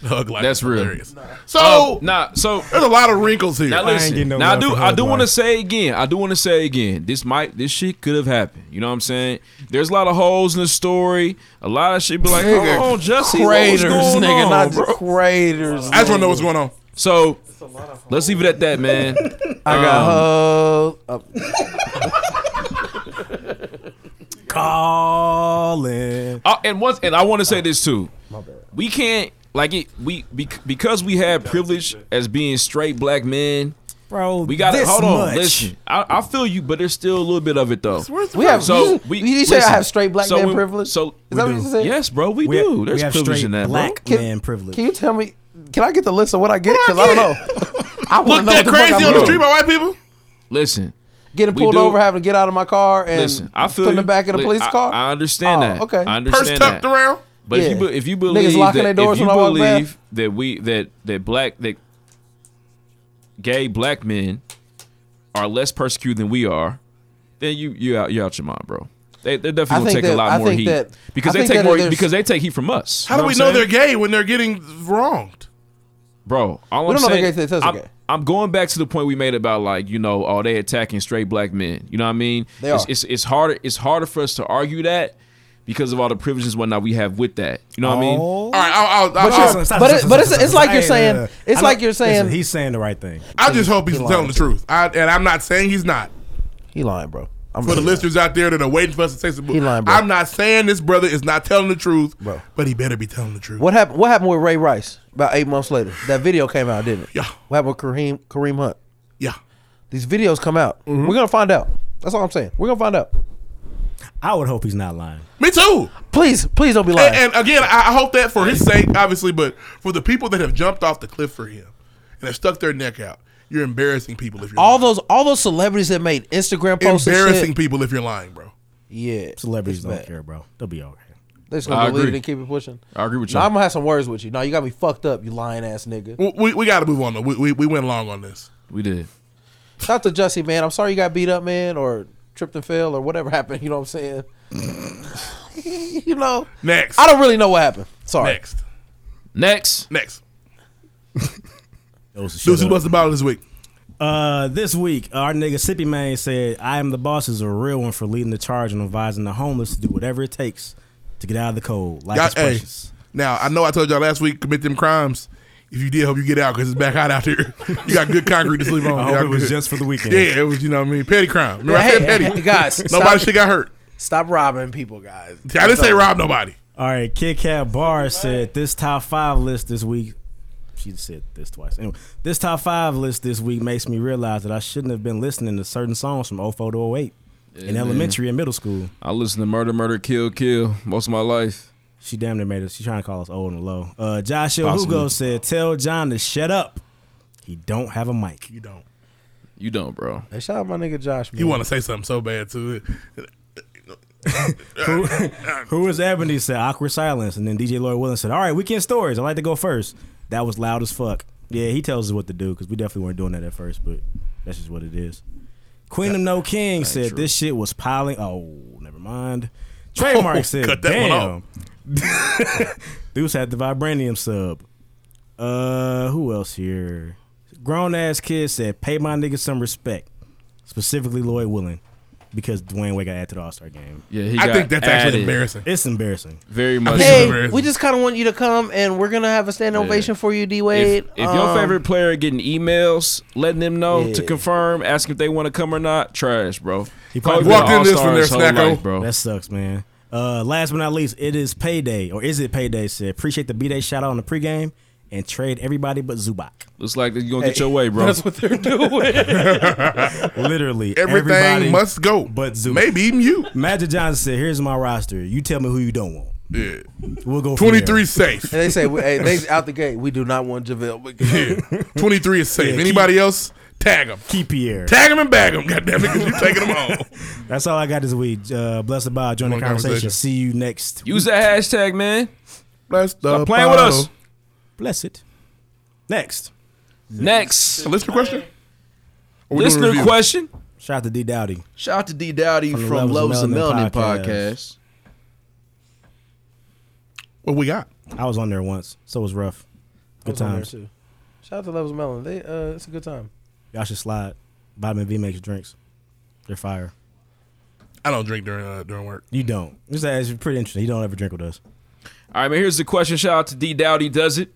Hug life. That's is real. hilarious. So Oh, nah. So there's a lot of wrinkles here. Now I ain't listen. getting no now I love do. for I do Hug want to Life. say again. I do want to say again. This might. This shit could have happened. You know what I'm saying? There's a lot of holes in the story. A lot of shit. Be like, Nigga, oh, Jesse, Craters, what's going nigga, on, not bro? craters. I just want to know what's going on. So let's leave it at that, man. I Um, got hug. Calling. Uh, and once, and I want to say this too. We can't like it. We bec- because we have privilege as being straight black men. Bro, We got to this hold on. much. Listen, I, I feel you, but there's still a little bit of it though. we have So so we you, you say I listen, have straight black so man we- privilege. so is we that what do. you said? Yes, bro, we, We do. have- There's we have privilege straight in that, black bro. Can- man privilege. Can you tell me? Can I get the list of what I get? Because I, don't know. I Look want to know that what the fuck crazy I'm on the doing. street by white people. Listen, Getting We pulled do- over, having to get out of my car, and listen. I feel put in you. the back of the Li- police I- car. I understand Oh, that. okay. I Purse understand tucked that. around. But if you Yeah. be- if you Niggas believe that, locking their doors if you when I walk by. believe that we that that black that gay black men are less persecuted than we are, then you you out you out your mind, bro. They they're I definitely gonna think take a that- lot I more think heat that- because I they think take that more there's- because they take heat from us. How do we what I'm saying? know they're gay when they're getting wronged? Bro, all We I'm don't know saying, they're gay till it's I'm, okay. I'm going back to the point we made about like you know, are they attacking straight black men? You know what I mean? They it's, are. it's it's harder it's harder for us to argue that because of all the privileges and whatnot we have with that. You know what I mean? All right, I'll, I'll, But I'll, you're- but it- but it's- it's like you're saying- it's like you're saying- he's saying the right thing. I just hope he's telling the truth. I, and I'm not saying he's not. He lying, bro. I'm For the listeners out there that are waiting for us to say some He lying, bro. I'm not saying this brother is not telling the truth, Bro. but he better be telling the truth. What happened? What happened with Ray Rice? About eight months later, that video came out, didn't it? Yeah. What happened with Kareem Kareem Hunt? Yeah. These videos come out. Mm-hmm. We're gonna find out. That's all I'm saying. We're gonna find out. I would hope he's not lying. Me too. Please, please don't be lying. And, and again, I I hope that for his sake, obviously, but for the people that have jumped off the cliff for him and have stuck their neck out, you're embarrassing people if you're all lying. those all those celebrities that made Instagram posts. and embarrassing shit, people if you're lying, bro. Yeah. Celebrities it's don't bad. care, bro. They'll be okay. They're just I gonna believe agree. it and keep it pushing. I agree with you. Now I'm gonna have some words with you. No, you got me fucked up, you lying ass nigga. We, we, we got to move on though. We, we, we went long on this. we did. Shout out to Jussie, man. I'm sorry you got beat up, man, or tripped and fell, or whatever happened. You know what I'm saying? you know, Next. I don't really know what happened. Sorry. Next. Next. Next. Those Dudes who shut up. bust the bottle this week. Uh, this week, our nigga Sippy Man said, "I am the boss" is a real one for leading the charge and advising the homeless to do whatever it takes to get out of the cold. Like Y'all- it's hey, precious. now I know I told y'all last week commit them crimes. If you did, hope you get out because it's back hot out here. You got good concrete to sleep on. I hope Y'all it was good. just for the weekend. Yeah, it was. You know what I mean? Petty crime. Remember I said Hey, petty. hey, guys, nobody stop. should got hurt. Stop robbing people, guys. I didn't say rob nobody. All right, Kit Kat Bar said this top five list this week. She said this twice. Anyway, this top five list this week makes me realize that I shouldn't have been listening to certain songs from 04 to 08 in elementary and middle school. I listened to Murder, Murder, Kill, Kill most of my life. She damn near made us. She's trying to call us old and low. Uh, Joshua Possibly. Hugo said, "Tell John to shut up. He don't have a mic." You don't. You don't, bro. Hey, shout out my nigga Josh. Man. You want to say something so bad too. Who- Who is Ebony said awkward silence, and then DJ Lloyd Williams said, "All right, weekend stories. I like to go first. That was loud as fuck. Yeah, he tells us what to do because we definitely weren't doing that at first, but that's just what it is. Queen of No King said true. this shit was piling. Oh, never mind. Trademark said, cut that one "Damn." Deuce had the vibranium sub. Uh, who else here? Grown ass kid said, "Pay my nigga some respect." Specifically, Lloyd Willing, because Dwayne Wade got added to the All Star game. Yeah, he I got think that's actually added embarrassing. It's embarrassing. Very much. think- so. Hey, we just kind of want you to come, and we're gonna have a standing Yeah. ovation for you, Um, D If, Wade. if um, your favorite player getting emails, letting them know to confirm, asking if they want to come or not, trash, bro. He probably walked in this one there, Snacko. bro. That sucks, man. Uh, last but not least, it is payday, or is it payday? Said appreciate the B day shout out on the pregame and trade everybody but Zubac. Looks like you're gonna get your way, bro. that's what they're doing. Literally, Everything everybody must go. but Zubac. Maybe even you. Magic Johnson said, "Here's my roster. You tell me who you don't want. Yeah. We'll go from Twenty three there." safe. they say, hey, they out the gate. We do not want Javale. McGee." Yeah. Twenty three is safe. keep- Anybody else? Tag them. Keep Pierre. Tag them and bag them. Goddamn it, because you taking them home. That's all I got this week. Uh, blessed by join the One conversation. conversation. See you next. Use that hashtag, man. Bless the Stop playing with us. bottle. Bless it. Next, Next Listener question. Or we doing a listener review? question. shout out to D Dowdy. Shout out to D Dowdy From the from Loves and Melanin podcast. What we got? I was on there once, so it was rough. Good times. Shout out to Levels Melon. They, uh, it's a good time. Y'all should slide. Vitamin V makes drinks. They're fire. I don't drink during uh, during work. You don't. It's, it's pretty interesting. You don't ever drink with us. All right, man. Here's the question. Shout out to D Dowdy. Does it?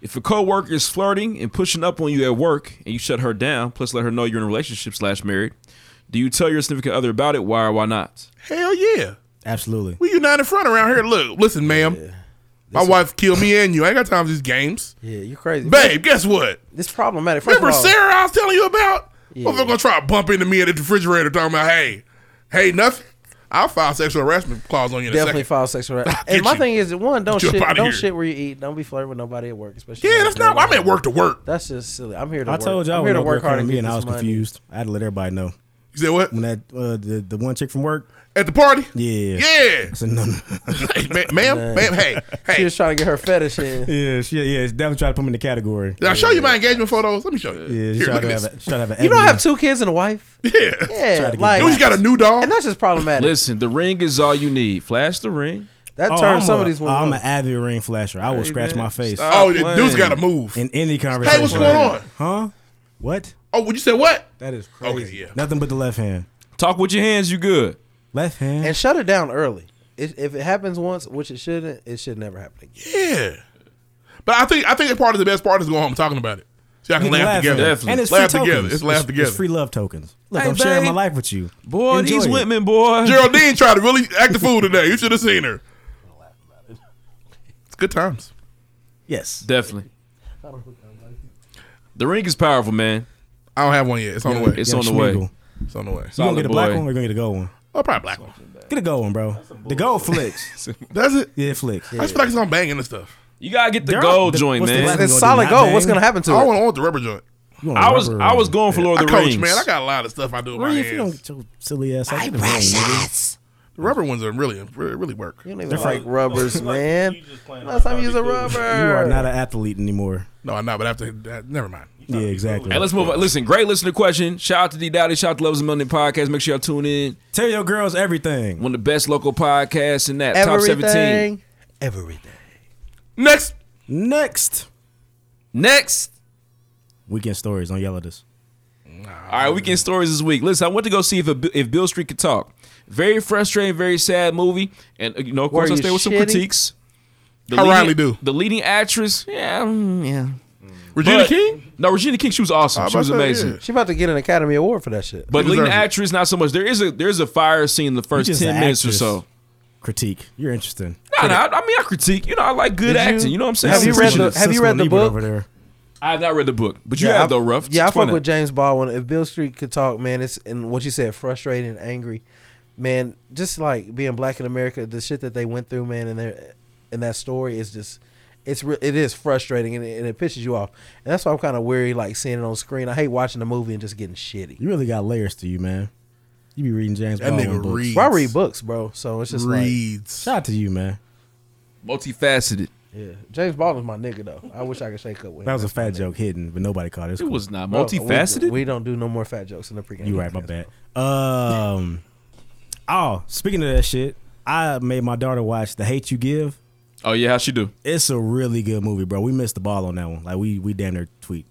If a coworker is flirting and pushing up on you at work, and you shut her down, plus let her know you're in a relationship slash married, do you tell your significant other about it? Why or why not? Hell yeah. Absolutely. We united front around here. Look, listen, ma'am. My wife killed me and you. I ain't got time for these games. Yeah, you're crazy, Babe, guess what? This problematic. First Remember of all, Sarah I was telling you about? Yeah. Motherfucker gonna try to bump into me at the refrigerator talking about, hey, hey, nothing. I'll file sexual harassment clause on you in Definitely a second. file sexual harassment. Get And my you. thing is, one, don't Get you shit, up outta don't here. shit where you eat. Don't be flirting with nobody at work, especially. yeah, that's not. I'm at work to work. That's just silly. I'm here to. I work. told y'all I'm when here to to work hard and me get and I this was money. confused. I had to let everybody know. You said what? When that uh, the the one chick from work. At the party? Yeah. Yeah. I said, no, no. Hey, ma- ma'am, ma'am, hey, She hey. was trying to get her fetish in. yeah, she yeah, it's definitely trying to put me in the category. Did I show you my engagement photos? Let me show you. Yeah, she Here, tried look to at have, this. a, she tried to have an You don't avenue. have two kids and a wife. Yeah. Yeah, to get like, You just got a new dog. and that's just problematic. Listen, the ring is all you need. Flash the ring. that Oh, I'm turns some a- of these women. I'm an off. avid ring flasher. I will scratch my face Stop Oh, the playing. dude's got to move. in any conversation. Hey, what's going on? Huh? What? Oh, what you said? What? That is Oh, crazy. yeah. Nothing but the left hand. Talk with your hands. You good? Left hand. and shut it down early. If if it happens once, which it shouldn't, it should never happen again. Yeah. But I think I think part of the best part is going home and talking about it. So y'all can We can laugh laugh together. at it. Definitely. And it's Laugh free together. tokens. It's laugh together. It's free love tokens. Look, Hey, I'm sharing my babe. life with you. Boy, Enjoy these it. women, boy. Geraldine tried to really act the fool today. You should have seen her. It's good times. Yes. Definitely. The ring is powerful, man. I don't have one yet. It's on the way. It's Young on the way. Schmeagle. It's on the way. You gonna get a black boy. one or you gonna get a gold one? Oh, probably black one. Get a gold one, bro. The gold flicks. Does it? yeah, it flicks. I just feel like it's on banging and stuff. You gotta get the There are- gold the- joint, what's the man. black- It's gonna do solid gold. What's nothing. gonna happen to I it? want, I want the rubber joint. You want a I was rubber I one. was going for Lord I of Oh, the coach, Rings. man. I got a lot of stuff I do with my Ring, if you don't hands. get your silly ass out the ring, nigga. The rubber ones are really, really, really work. You don't even like rubbers, man. Last time you used a rubber. You are not an athlete anymore. No, I'm not. But after that, never mind. Yeah, exactly. Hey, let's move on. Listen, great listener question. Shout out to D Dowdy. Shout out to Loves and Million Podcast. Make sure y'all tune in. Tell your girls everything. One of the best local podcasts in that everything. top 17. Everything. Next, Next Next. weekend stories on Yellow This. All right, weekend stories this week. Listen, I went to go see if a, if Bill Street could talk. Very frustrating, very sad movie, and uh, you know, of course, Were I you stayed with some shitty? critiques. The How leading- Riley do? The leading actress, yeah, mm, yeah. Regina But- King. No, Regina King, she was awesome. I She was about to say, amazing. uh, yeah. She about to get an Academy Award for that shit. But She leading deserves it. actress, not so much. There is a there's a fire scene in the first just ten an minutes or actress. so. Critique. You're interesting. No, no, I, I mean I critique. You know, I like good acting. You, know what I'm saying? Have I'm you read the- appreciative. have you read Siskel the and Ebert book? over there? I have not read the book, but you have I- though, rough. Yeah, I Explain fuck with that. James Baldwin. If Bill Street could talk, man, it's and what you said, frustrated and angry, man. Just like being black in America, the shit that they went through, man, and their and that story is just. It's re- it is frustrating and it, and it pisses you off, and that's why I'm kind of weary like seeing it on screen. I hate watching the movie and just getting shitty. You really got layers to you, man. You be reading James That Baldwin nigga books. reads. Well, I read books, bro, so it's just like reads. Shout out to you, man. multifaceted. yeah. James Baldwin's my nigga though. I wish I could shake up with him. That was a fat joke hidden, but nobody caught it. It's It cool. was not Bro, We, multifaceted. we don't do no more fat jokes in the pregame. You right, my bad. Um. Oh, speaking of that shit, I made my daughter watch The Hate You Give. oh yeah, how she do? It's a really good movie, bro. We missed the ball on that one. Like we we damn near tweet.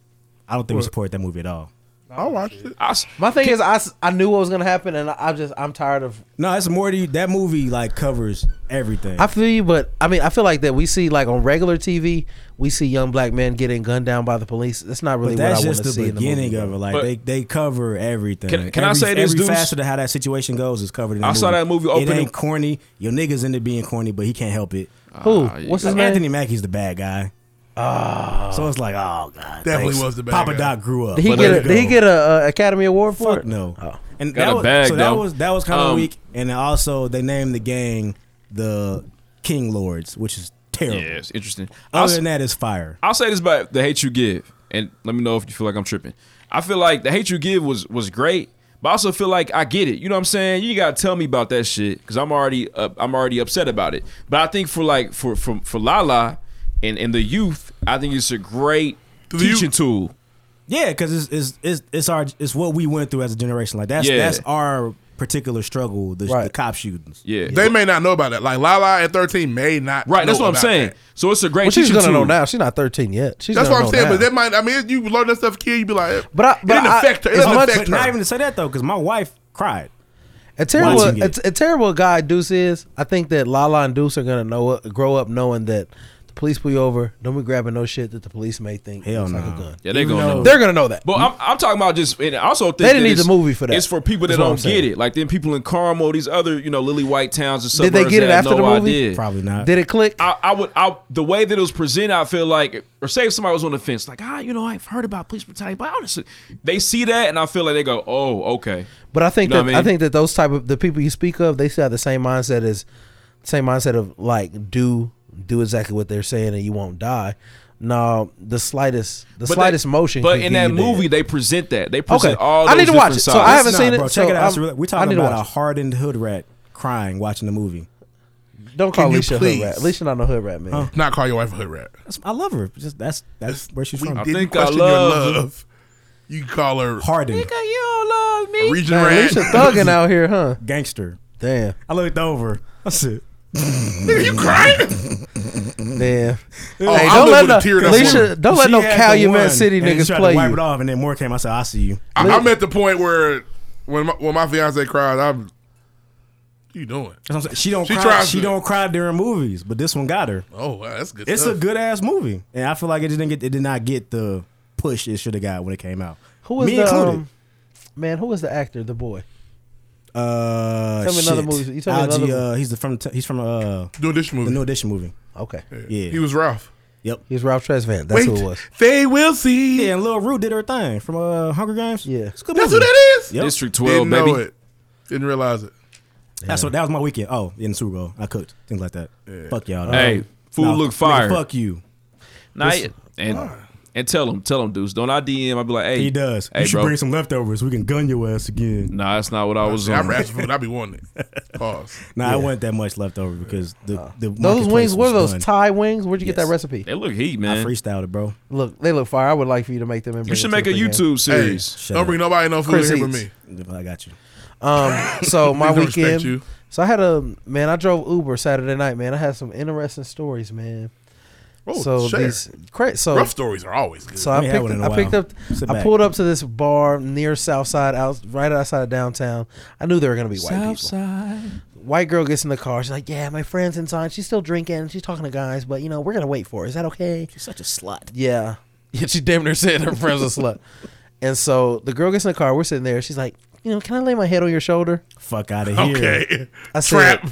I don't think we support that movie at all. I watched it. I s- My thing is, I, s- I knew what was gonna happen, and I, I just I'm tired of No, it's more to you. That movie like covers everything. I feel you, but I mean, I feel like that we see like on regular TV, we see young black men getting gunned down by the police. That's not really but what I that's want just to see the in the movie. beginning of it. Like But- they they cover everything. Can- can I Every- say this, Every dudes? facet of how that situation goes is covered. in the I saw that movie It opening- ain't corny. Your niggas into being corny, but he can't help it. Who? Ah, What's his Like, name? Anthony Mackie's the bad guy. Ah. Oh. So it's like, oh god, Definitely was the bad Papa guy. Doc grew up. Did he But get there a, you did he go. get a, uh Academy Award for Fuck it? Oh. no. And Oh. Got that a was, bag, so that though. was that was kind of Um, weak. And then also they named the gang the King Lords, which is yeah, Oh. terrible. it's interesting. I Other s- than that, it's fire. I'll say this about the hate you give, and let me know if you feel like I'm tripping. I feel like the hate you give was was great, but I also feel like I get it. You know what I'm saying? You gotta tell me about that shit because I'm already uh, I'm already upset about it. But I think for like for for for Lala and and the youth, I think it's a great To the teaching youth. tool. Yeah, because it's, it's it's it's our it's what we went through as a generation. Like that's Yeah. that's our particular struggle. The, the Right. cop shootings. Yeah, They may not know about that. Like Lala at 13 may not. right. know That's what I'm about saying. that. So it's a great Well, she's teaching gonna tool. know now. She's not 13 yet. She's That's gonna what I'm know saying. now. But that might. I mean, if you learn that stuff, kid. You be like, But I- but it didn't I- affect her. It as doesn't much- affect But her. not even to say that though, because my wife cried. A terrible, Watching a, it. a terrible guy Deuce is. I think that Lala and Deuce are gonna know, grow up knowing that the police pull you over. Don't be grabbing no shit that the police may think Hell looks like no. a gun. Yeah, they Even gonna though- know. They're gonna know that. But I'm, I'm talking about just. And I also think They didn't that need it's- the movie for that. It's for people that That's what don't I'm saying. get it. Like then people in Carmel, these other you know lily white towns and Did suburbs. they get that it have after no the movie? idea. Probably not. Did it click? I, I would I the way that it was presented, I feel like, or say if somebody was on the fence, like ah, you know, I've heard about police brutality, but honestly, they see that and I feel like they go, oh, okay, But I think Know that what I, I mean? think that those type of the people you speak of, they still have the same mindset as same mindset of like do do exactly what they're saying and you won't die. No, the slightest, the slightest motion. But can in give that you that. movie, they present that. They present Okay, all. I need those to watch different it. So sides. I haven't Nah, seen it, bro, so check it out. It's I'm- really- we I talking need to about a watch it. hardened hood rat crying watching the movie. Don't call Can you Alicia a hood please? rat. Alicia not no hood rat, man. Not call your wife a hood rat. That's, I love her. Just that's that's where she's We from. didn't think I question love- your love. You call her Hardened you don't love me. region Man, rat. Alicia thugging out here, huh? gangster. Damn, I looked over. That's it. you crying? damn. Oh, hey, I live don't let with no a tear that's Alicia, woman. don't let She no had the Calumet one, City and she niggas tried play To wipe it you. off, and then more came. I said, "I see you." I, I'm at the point where when my, when my fiance cries, I'm. What you doing? That's what I'm saying. She don't. She cry, tries she to- don't cry during movies, but this one got her. Oh, wow, that's good. It's stuff. a good ass movie, and I feel like it just didn't get. It did not get the push it should have got when it came out. Who was Me the included. um, man? Who was the actor? The boy. uh, Tell me another shit. movie. You tell me Algie, another uh, he's the from. He's from uh, Do this movie. the new edition movie. Okay, Yeah. He was Ralph. he was Ralph Tresvant. Wait, That's who it was. They will see. Yeah, and Lil Rue did her thing from uh, Hunger Games. Yeah. It's a good That's who movie. that is. Yep. District Twelve, Didn't know baby. it. Didn't realize it. That's what that was my weekend. Oh, in the Super Bowl, I cooked things like that. Fuck y'all. dog. Hey, food Nah, look nigga, fire. Fuck you. Nah, yeah. and and tell them, tell them, dudes, don't I DM? I be like, hey, He does. Hey, you should bro. bring some leftovers. We can gun your ass again. Nah, that's not what I was I on. ration food. I be wanting it. Pause. Nah, I wasn't that much leftover because the the Uh, Those marketplace wings, what was are those done. Thai wings? Where'd you get Yes. that recipe? They look heat, I man. freestyled it, bro. Look, they look fire. I would like for you to make them. And You bring should them make to a the pregame. YouTube Hey, series. Shut don't up. bring nobody no food Chris here but Eats. me. I got you. Um, so my Niggas don't respect weekend. you. So I had a man. I drove Uber Saturday night, man. I had some interesting stories, man. Oh, so share. these cra- so rough stories are always good. so I We had picked one in a I picked while. up Sit I back. pulled up to this bar near Southside out right outside of downtown. I knew there were gonna be white people. Southside. White girl gets in the car. She's like, "Yeah, my friend's inside. She's still drinking. She's talking to guys, but you know we're gonna wait for. Her. Is that okay?" She's such a slut. Yeah. Yeah, she damn near said her friend's a slut. And so the girl gets in the car. We're sitting there. She's like, you know, can I lay my head on your shoulder? Fuck out of here. okay. I said, Trap.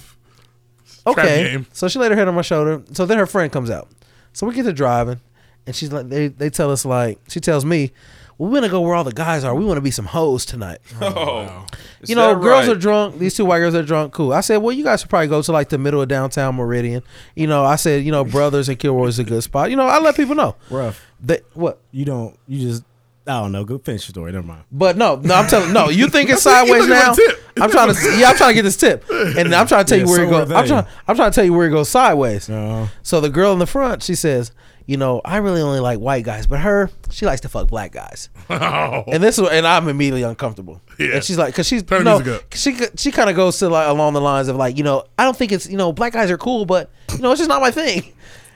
okay. game. So she laid her head on my shoulder. So then her friend comes out. So we get to driving, and she's like, they, they tell us like, she tells me, well, we're gonna go where all the guys are. We want to be some hoes tonight. Oh, Is you know, that girls right? are drunk. These two white girls are drunk. Cool. I said, well, you guys should probably go to like the middle of downtown Meridian. You know, I said, you know, Brothers and Kilroy is a good spot. You know, I let people know. Rough. They, what? You don't. You just. I don't know. Go finish your story. Never mind. But no, no, I'm telling no. You thinking looking sideways for a now? tip. I'm trying to yeah, I'm trying to get this tip, and I'm trying to tell Yeah, you where it so are goes. I'm they. trying I'm trying to tell you where it goes sideways. Uh, So the girl in the front, she says, you know, I really only like white guys, but her, she likes to fuck black guys. Oh, And this is, and I'm immediately uncomfortable. Yeah. And she's like, because she's Turn you the know, music up. she she kind of goes to like along the lines of like, you know, I don't think it's you know, black guys are cool, but you know, it's just not my thing.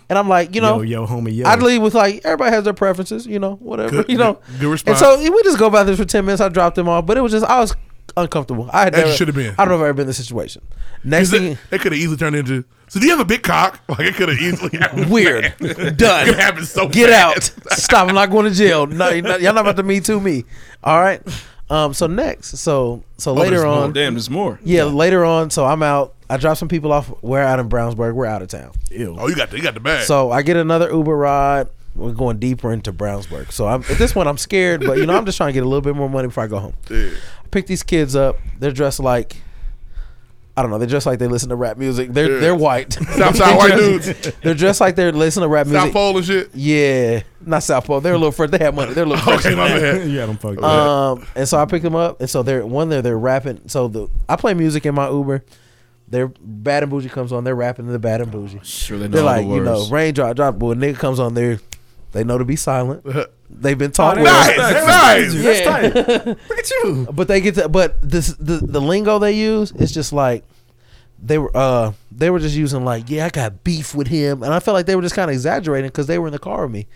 And I'm like, you know, yo, yo, homie, yo. I'd leave with like everybody has their preferences, you know, whatever, Good- you know. good- good response. And so we just go by this for ten minutes. I dropped them off, but it was just I was uncomfortable. I had As you never, should have been. I don't know if I've ever been in this situation. Next Is it- thing, it could have easily turned into. So do you have a big cock? Like it could have easily happened. weird, It could done. happen so Get out, fast. stop. I'm not going to jail. No, you're not, y'all not about to me too me. All right. Um. So next, so so Oh, there's later more. on, Damn, there's more. yeah, later on. So I'm out. I drop some people off. We're out in Brownsburg. We're out of town. Ew. Oh, you got the, you got the bag. So I get another Uber ride. We're going deeper into Brownsburg. So I'm at this point I'm scared, but you know, I'm just trying to get a little bit more money before I go home. Yeah. I pick these kids up. They're dressed like I don't know, they're dressed like they listen to rap music. They're Yeah. they're white. Southside white dudes, they're dressed like they're listening to rap music. South Pole and shit. Yeah. Not South Pole. They're a little further. They have money. They're a little further. Okay, my bad. you had him fucked up. Um, and so I pick them up, and so they're one there. They're rapping. So the I play music in my Uber. They're bad and bougie comes on. They're rapping to the bad and bougie. Sure, Oh, they know They're all like, the you know, words. raindrop, drop. Boy, nigga comes on there. They know to be silent. They've been taught well. Nice, nice. Yeah. Look at you. but they get to, but this the, the lingo they use is just like they were uh they were just using like yeah I got beef with him and I felt like they were just kind of exaggerating because they were in the car with me.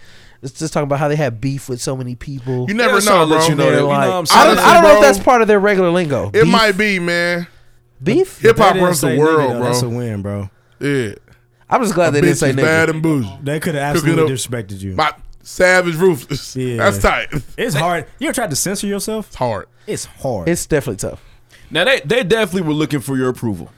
It's just talking about how they had beef with so many people. You Yeah, never that's how I know, let bro. you know They're that. what like- I'm I don't, saying? I don't know if Honestly, bro, that's part of their regular lingo. It beef? might be, man. beef. Hip hop They didn't runs say the nigga, world, though. bro. That's a win, bro. yeah, I'm just glad they bitch didn't is say bad nigga. and bougie. They could have absolutely up. disrespected you. My savage ruthless. Yeah. That's tight. It's It's hard. You ever tried to censor yourself? hard. It's hard. It's definitely tough. Now they they definitely were looking for your approval.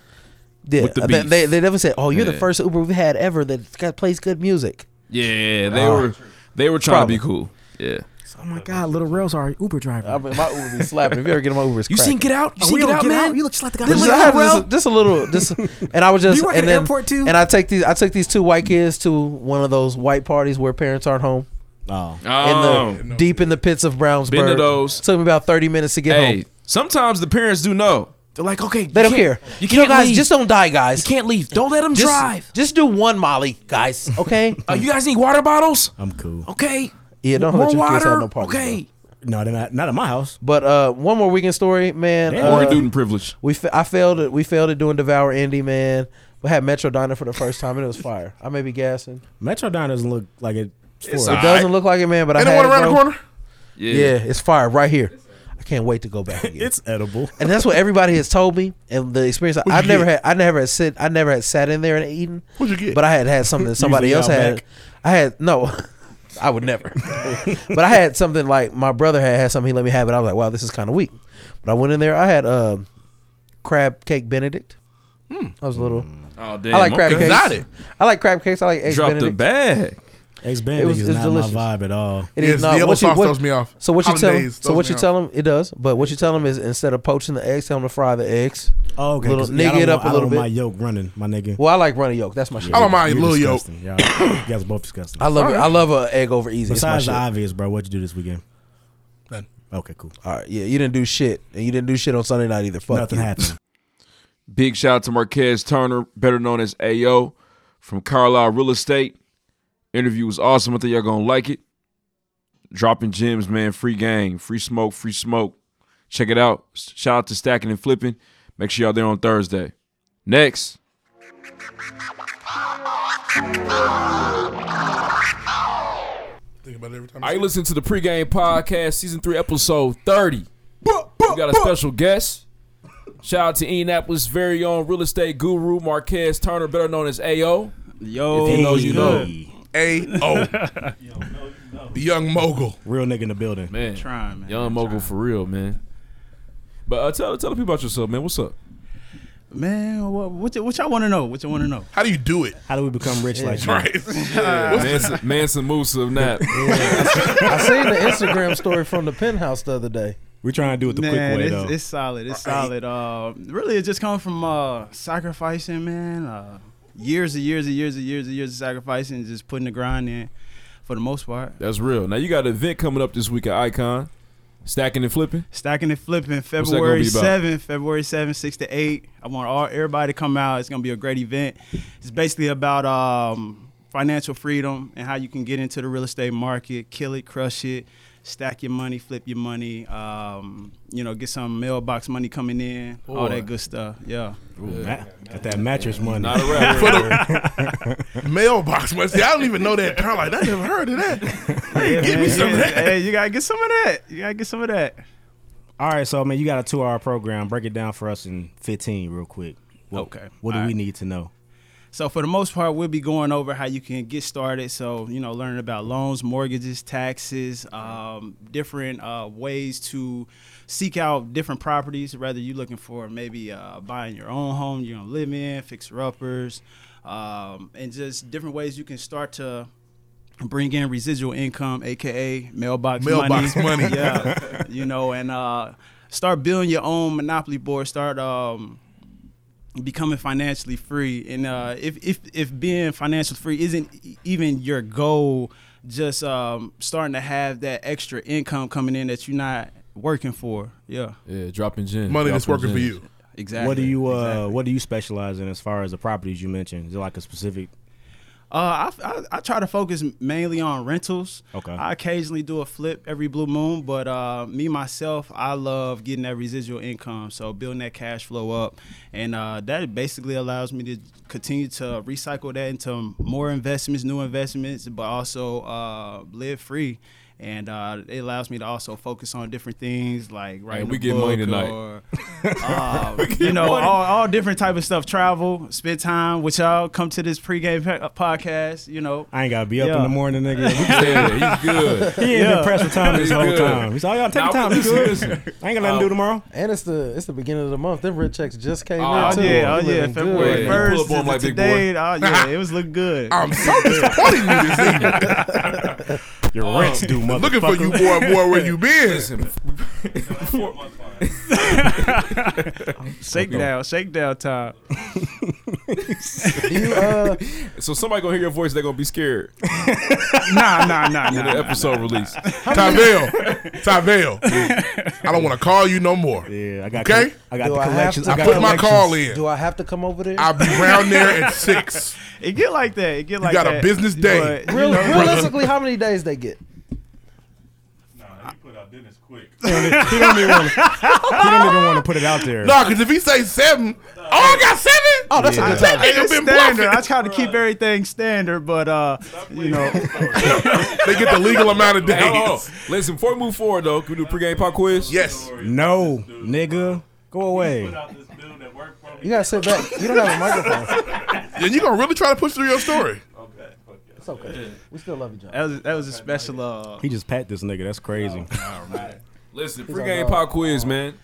Yeah, With the they, beef. they they never said, "Oh, you're the Yeah. first Uber we've had ever that got plays good music." Yeah, they were they were trying to be cool. Yeah, Oh my God, Little Rail's our Uber driver. I mean, my Uber be slapping. If you ever get in my Uber, it's You seen Get Out? You Oh, seen we Get don't Out, get man? out? You look just like the guy. This from is Get Out, happening. bro. Just, just a little. Just and I was just. You work and at the then, airport, too? And I take these. I took these two white kids to one of those white parties where parents aren't home. Oh. Oh, in the deep in the pits of Brownsburg. Been to those. Took me about thirty minutes to get home. hey, sometimes the parents do know. They're like, okay, They don't care. You You, can't know, guys, leave. just don't die, guys. You can't leave. Don't let them just, drive. Just do one Molly, guys. Okay. Uh, you guys need water bottles? I'm cool. Okay. yeah, don't More let your kids water? have no parties. bro. okay. No, they're not. Not at my house. But uh, one more weekend story, man. Damn. uh, Or dude in privilege. we fa- I failed it. We failed at doing Devour Indy, man. We had Metro Diner for the first time, and it was fire. I may be gassing. Metro Diner doesn't look like it. It's for It it. All doesn't right. look like it, man. But I Ain't no had one it, around the bro. corner. Yeah, it's fire right here. I can't wait to go back again. It's edible. and that's what everybody has told me, and the experience I, I've you never had. get? I never had sit. I never had sat in there and eaten. What'd you get? But I had had something that somebody Usually else had. Outback. I had no. I would never. but I had something like my brother had had something. He let me have it. I was like, wow, this is kind of weak. But I went in there. I had uh, crab cake Benedict. I was a little. Oh, I like crab okay. cakes. Hmm. Exotic. I like crab cakes. I like eggs Drop the Benedict. bag. Ex It band was- is it's not delicious. my vibe at all. It Yes, the yellow What you- sauce what- throws me off. So what you tell him? Hollandaise So what throws you me tell him? It does. But what you tell him is instead of poaching the eggs, tell him to fry the eggs. Oh, okay. Little 'cause, yeah, I nigga don't it up want- a I little don't want My bit. yolk running, my nigga. Well, I like running yolk. That's my shit. I don't mind You're Lil Yo. disgusting. Y'all, you guys are both disgusting. I love it. I love a egg over easy. It's my Besides shit. the obvious, bro, what'd you do this weekend? None. Okay, cool. All right, yeah, you didn't do shit, and you didn't do shit on Sunday night either. Fuck Nothing you. happened. Big shout out to Marquez Turner, better known as AO from Carlisle Real Estate. Interview was awesome. I think y'all gonna like it. Dropping gems, man. Free gang, free smoke, free smoke. Check it out. S- Shout out to Stacking and Flipping. Make sure y'all there on Thursday. Next, Think about it every time. I listen to the pregame podcast, season three, episode thirty. We got a special guest. Shout out to Indianapolis' very own real estate guru Marquez Turner, better known as AO. Yo, If you know, you know. A O. The young mogul. Real nigga in the building. Man, Trying, man. Young mogul for real, man. But uh, tell tell the people about yourself, man. What's up? man. What, what, y- what y'all want to know? What y'all want to know? How do you do it? How do we become rich like that? Right. Manson, Manson Musa of Nap. I seen the Instagram story from the penthouse the other day. We're trying to do it the man, quick way, it's, though. it's solid. It's solid. Uh, really, it just comes from uh, sacrificing, man. Uh, years and years and years and years and years of sacrificing, and just putting the grind in. For the most part, That's real. Now you got an event coming up this week at Icon, stacking and flipping. stacking and flipping. gonna February be about? seventh, February seventh, six to eight. I want all everybody to come out. It's gonna be a great event. It's basically about um, financial freedom and how you can get into the real estate market, kill it, crush it, stack your money, flip your money. Um, you know, get some mailbox money coming in, all Boy. that good stuff. Yeah. Ooh, ma- Got that mattress money. Not a rap. For the mailbox money. See, I don't even know that term. Like, I never heard of that. Hey, Yeah, give me man, some of yeah. that. Hey, you gotta get some of that. You gotta get some of that. All right, so, man, you got a two hour program. Break it down for us in 15 real quick. What, Okay. What do All we right. need to know? So for the most part, we'll be going over how you can get started. So you know, learning about loans, mortgages, taxes, um, different uh, ways to seek out different properties. Rather, you looking for maybe uh, buying your own home you're gonna live in, fixer uppers, um, and just different ways you can start to bring in residual income, aka mailbox, Mailbox money. money. yeah, you know, and uh, start building your own monopoly board. Start um, becoming financially free, and uh, if if if being financially free isn't e- even your goal, just um, starting to have that extra income coming in that you're not working for. Yeah, Yeah, dropping gems. Money that's dropping working for gems. you. exactly. What do you uh exactly. What do you specialize in as far as the properties you mentioned? Is it like a specific? Uh, I, I, I try to focus mainly on rentals. Okay. I occasionally do a flip every blue moon, but uh, me myself, I love getting that residual income, so building that cash flow up, and uh, that basically allows me to continue to recycle that into more investments, new investments, but also uh, live free. And uh, it allows me to also focus on different things like writing we a get money book tonight. or, uh, you know, all, all different type of stuff. Travel, spend time with y'all. Come to this pregame pe- uh, podcast. You know, I ain't gotta be up in Yeah. the morning, nigga. Yeah, he's good. He ain't been pressed for time this He whole good. time. He's all y'all take Nah, your time. You listen, good? listen. I ain't gonna let him do tomorrow. And it's the it's the beginning of the month. Them red checks just came Oh, Oh in too. yeah, We oh yeah. living good. February Yeah, you pull first up on my big today. Oh yeah, it was looking good. I'm so disappointed in you this evening. Your rent's due, motherfucker. Looking for you, boy, boy, where you been? Listen, Shake down, shake down time. uh, so somebody gonna hear your voice, they're gonna be scared. Nah, nah, nah, The nah. episode release. Tavell, Tavell, I don't want to call you no more. Yeah, I got Okay. okay. I got Do the I have collections. to I got put my collections. call in. Do I have to come over there? I'll be round there at six. It get like that. It get like got a that. business day. But, Real, realistically, how many days they get? He don't even want to. He don't even want to put it out there. No, because if he say seven, oh, I got seven. Oh, that's I try, a That nigga it's been standard. I bluffing. try to keep everything standard, but uh, you know, They get the legal amount of Hey, hold on. days. oh, Listen, before we move forward though, can we do a pregame pop quiz? Yes. No, nigga, go away. You gotta sit back. You don't have a microphone. And you gonna really try to push through your story? It's okay. We still love you, John. that was that was a special. Uh, He just pat this nigga. That's crazy. Listen, pregame pop quiz, man.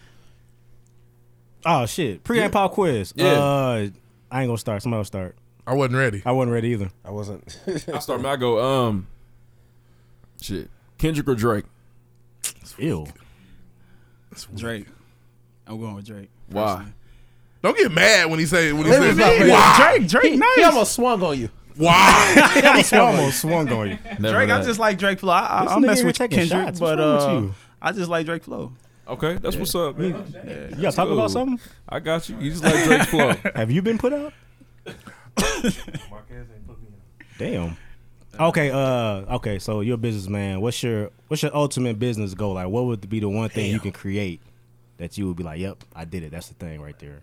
Oh shit, pre and pop quiz. Yeah. Uh, I ain't gonna start. Somebody else start. I wasn't ready. I wasn't ready either. I wasn't. I start. Man, I go. Um, shit. Kendrick or Drake? Ew. Drake. I'm going with Drake. Why? Don't get mad when he say when he It was says not ready. why. Drake, Drake, nice. He almost swung on you. Why? He almost swung on you. Never Drake, I that. just like Drake Flow. I, This I, I nigga mess here with taking Kendrick, shots. What's but wrong uh, with you? I just like Drake Flow. Okay, that's what's up, man. You gotta talk about something. I got you. You just like Drake flow. Have you been put out? Damn. Okay. Uh. Okay. So you're a businessman. What's your What's your ultimate business goal? Like, what would be the one thing you can create that you would be like, "Yep, I did it. That's the thing right there.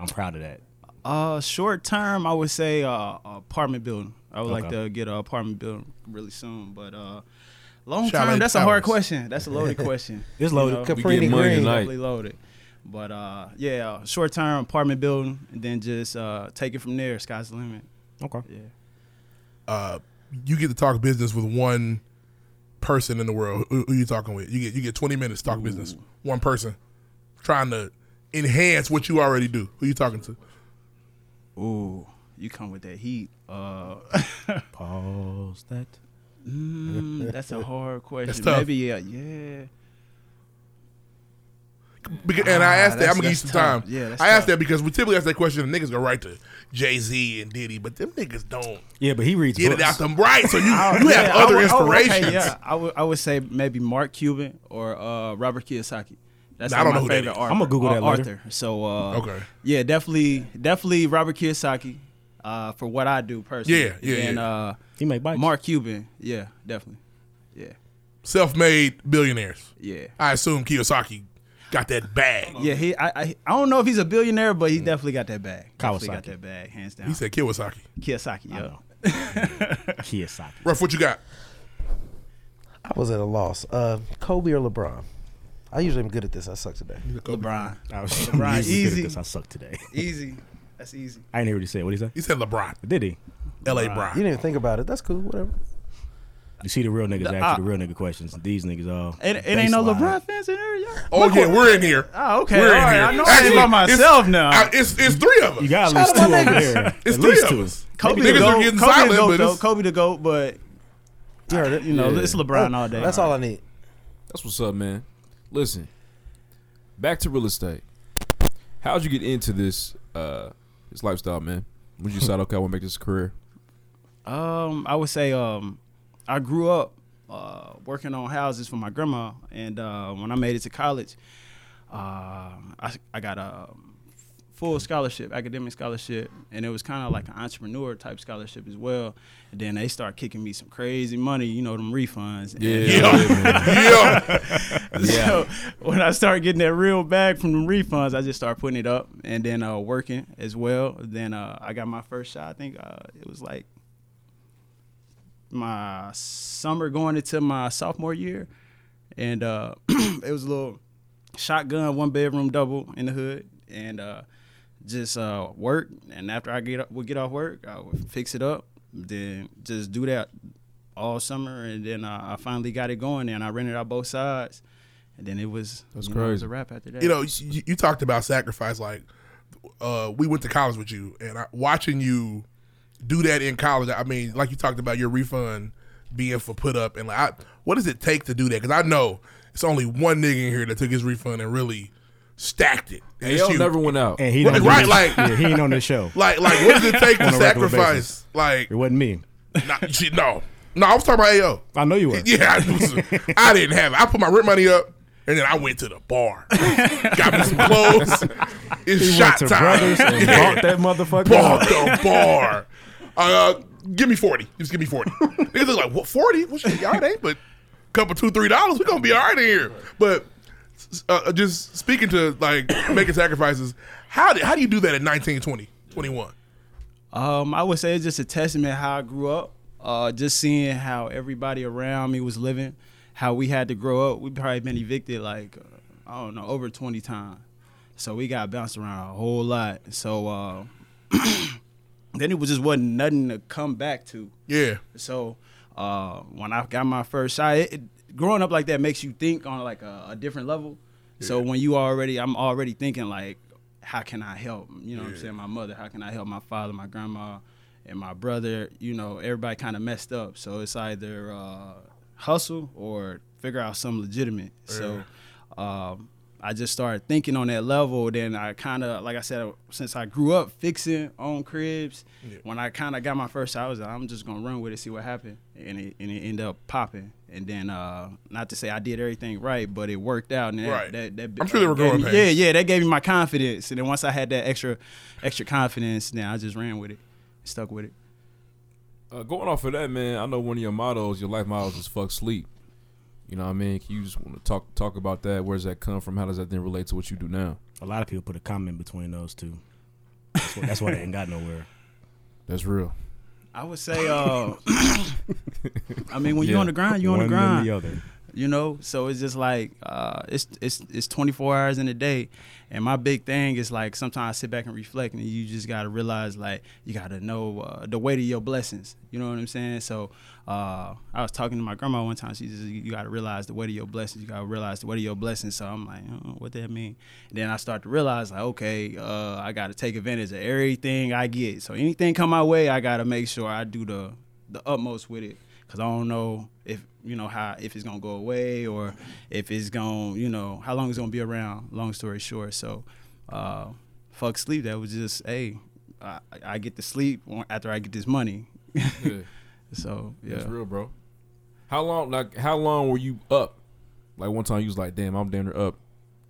I'm proud of that." Uh, short term, I would say uh, apartment building. I would like Okay. to get an apartment building really soon, but uh, long Chalet term, that's a hard Towers. question. That's a loaded question. It's loaded. You know, Caprini get money Green. tonight. definitely loaded. But uh, yeah, uh, short term apartment building, and then just uh, take it from there. Sky's the limit. Okay. you get to talk business with one person in the world. Who, who you talking with? You get you get twenty minutes to talk business. One person trying to enhance what you already do. Who you talking to? Ooh, you come with that heat. Uh, Pause that. mm, that's a hard question. tough. Maybe yeah, yeah. Because, and I asked that. Ah, that's- I'm gonna give you that's some tough. time. Yeah, that's I asked tough. that because we typically ask that question. The niggas go right to Jay Z and Diddy, but them niggas don't Yeah, but he reads get it books. out them right. So you Oh, you have yeah, other I would- I would- okay, inspirations. yeah, I would I would say maybe Mark Cuban or uh, Robert Kiyosaki. That's I don't my know who that favorite is. author. I'ma Google uh, that later. Arthur. So uh, Okay. yeah, definitely, definitely Robert Kiyosaki uh, for what I do personally. Yeah, yeah, and, yeah. Uh, He make bites. Mark Cuban, yeah, definitely, yeah, Self-made billionaires. yeah. I assume Kiyosaki got that bag. Yeah, he. I, I I don't know if he's a billionaire, but he definitely got that bag. Definitely got Kawasaki. that bag, hands down. He said Kiyosaki. Kiyosaki, yeah. Kiyosaki. Ruff, what you got? I was at a loss. Uh, Kobe or LeBron? I usually am good at this. I suck today. LeBron, I was Right, usually good at easy. this. I suck today. easy. That's easy. I didn't hear what he said. What he said? He said LeBron. Did he? L.A. You Bron. didn't even think about it. That's cool. Whatever. You see the real niggas uh, actually the real nigga questions. These niggas all. It, it ain't no baseline. LeBron fans in here, y'all. Oh yeah, we're in here. Oh, okay. We're All in right. here. I know I ain't by it's- myself now. I- it's it's three of us. You got at least two over there. It's at three least of two. us. Kobe Niggas the are goat. getting Kobe silent, the but goat, though. it's- Kobe the goat, but You heard it. you know it's LeBron Oh, all day. That's all I need. That's what's up, man. Listen, back to real estate. How'd you get into this uh this lifestyle, man? When you decide, okay, I want to make this a career. Um, I would say um, I grew up uh, working on houses for my grandma, and uh, when I made it to college, uh, I, I got a full scholarship, academic scholarship, and it was kind of like an entrepreneur type scholarship as well. And then they start kicking me some crazy money, you know, them refunds. And- Yeah. yeah. so when I start getting that real bag from the refunds, I just start putting it up and then uh, working as well. Then uh, I got my first shot. I think uh, it was like my summer going into my sophomore year, and uh, it was a little shotgun, one bedroom double in the hood, and uh, just uh, work. And after I get would get off work, I would fix it up, then just do that all summer. And then uh, I finally got it going, and I rented out both sides. And then it was That's you know, it was crazy. a wrap after that. You know, you, you talked about sacrifice. Like, uh, we went to college with you, and I, watching you do that in college. I mean, like you talked about your refund being for put up and like, I, what does it take to do that? Because I know it's only one nigga in here that took his refund and really stacked it. And it's AL you. never went out. And he What don't is- right, do like- this- yeah, he ain't on this show. Like, like, what does it take to On a regular sacrifice? basis. Like, It wasn't me. nah, shit, no, no, I was talking about Ao. I know you were. Yeah, I, was- I didn't have it. I put my rent money up, and then I went to the bar, got me some clothes. It's He went shot to time. brothers and Yeah. bought that motherfucker. Bar the bar. Uh, give me forty. Just give me forty. Niggas are like, what forty? Well, shit, y'all ain't, but a couple two three dollars, we gonna be all right in here. But uh, just speaking to like making sacrifices, how do, how do you do that at 19, 20, 21? Um, I would say it's just a testament how I grew up. Uh, just seeing how everybody around me was living, how we had to grow up. We've probably been evicted like uh, I don't know over twenty times, so we got bounced around a whole lot. So uh, then it was just wasn't nothing to come back to. Yeah, So uh, when I got my first shot, it, it- growing up like that makes you think on like a, a different level. So when you already, I'm already thinking like, how can I help? You know what I'm saying? My mother, how can I help my father, my grandma, and my brother? You know, everybody kind of messed up. So it's either uh, hustle or figure out something legitimate. So um, I just started thinking on that level. Then I kind of, like I said, since I grew up fixing on cribs, when I kind of got my first, I was like, I'm just gonna run with it, see what happened, and it and it ended up popping. And then, uh, not to say I did everything right, but it worked out. And that, Right. that, that, I'm sure they were gave growing me- pains. Yeah, yeah, that gave me my confidence. And then once I had that extra, extra confidence, then I just ran with it, stuck with it. Uh, going off of that, man, I know one of your mottos, your life mottos, is "fuck sleep." You know what I mean? Can you just want to talk talk about that? Where does that come from? How does that then relate to what you do now? A lot of people put a comment between those two. That's why, that's why they ain't got nowhere. That's real. I would say, uh, I mean, when Yeah. you're on the grind, you're on the One than grind. the other. you know so it's just like uh, it's it's it's 24 hours in a day and my big thing is like sometimes i sit back and reflect and you just gotta realize like you gotta know uh, the weight of your blessings you know what i'm saying so uh, i was talking to my grandma one time she says you gotta realize the weight of your blessings you gotta realize the weight of your blessings so i'm like oh, what that mean and then i start to realize like okay uh, i gotta take advantage of everything i get so anything come my way i gotta make sure i do the the utmost with it because I don't know if you know how if it's gonna go away or if it's gonna you know how long it's gonna be around. Long story short, so uh, fuck sleep. That was just hey, I, I get to sleep after I get this money. Yeah, So yeah, that's real, bro. How long? Like, how long were you up? Like one time, you was like, "Damn, I'm damn near up."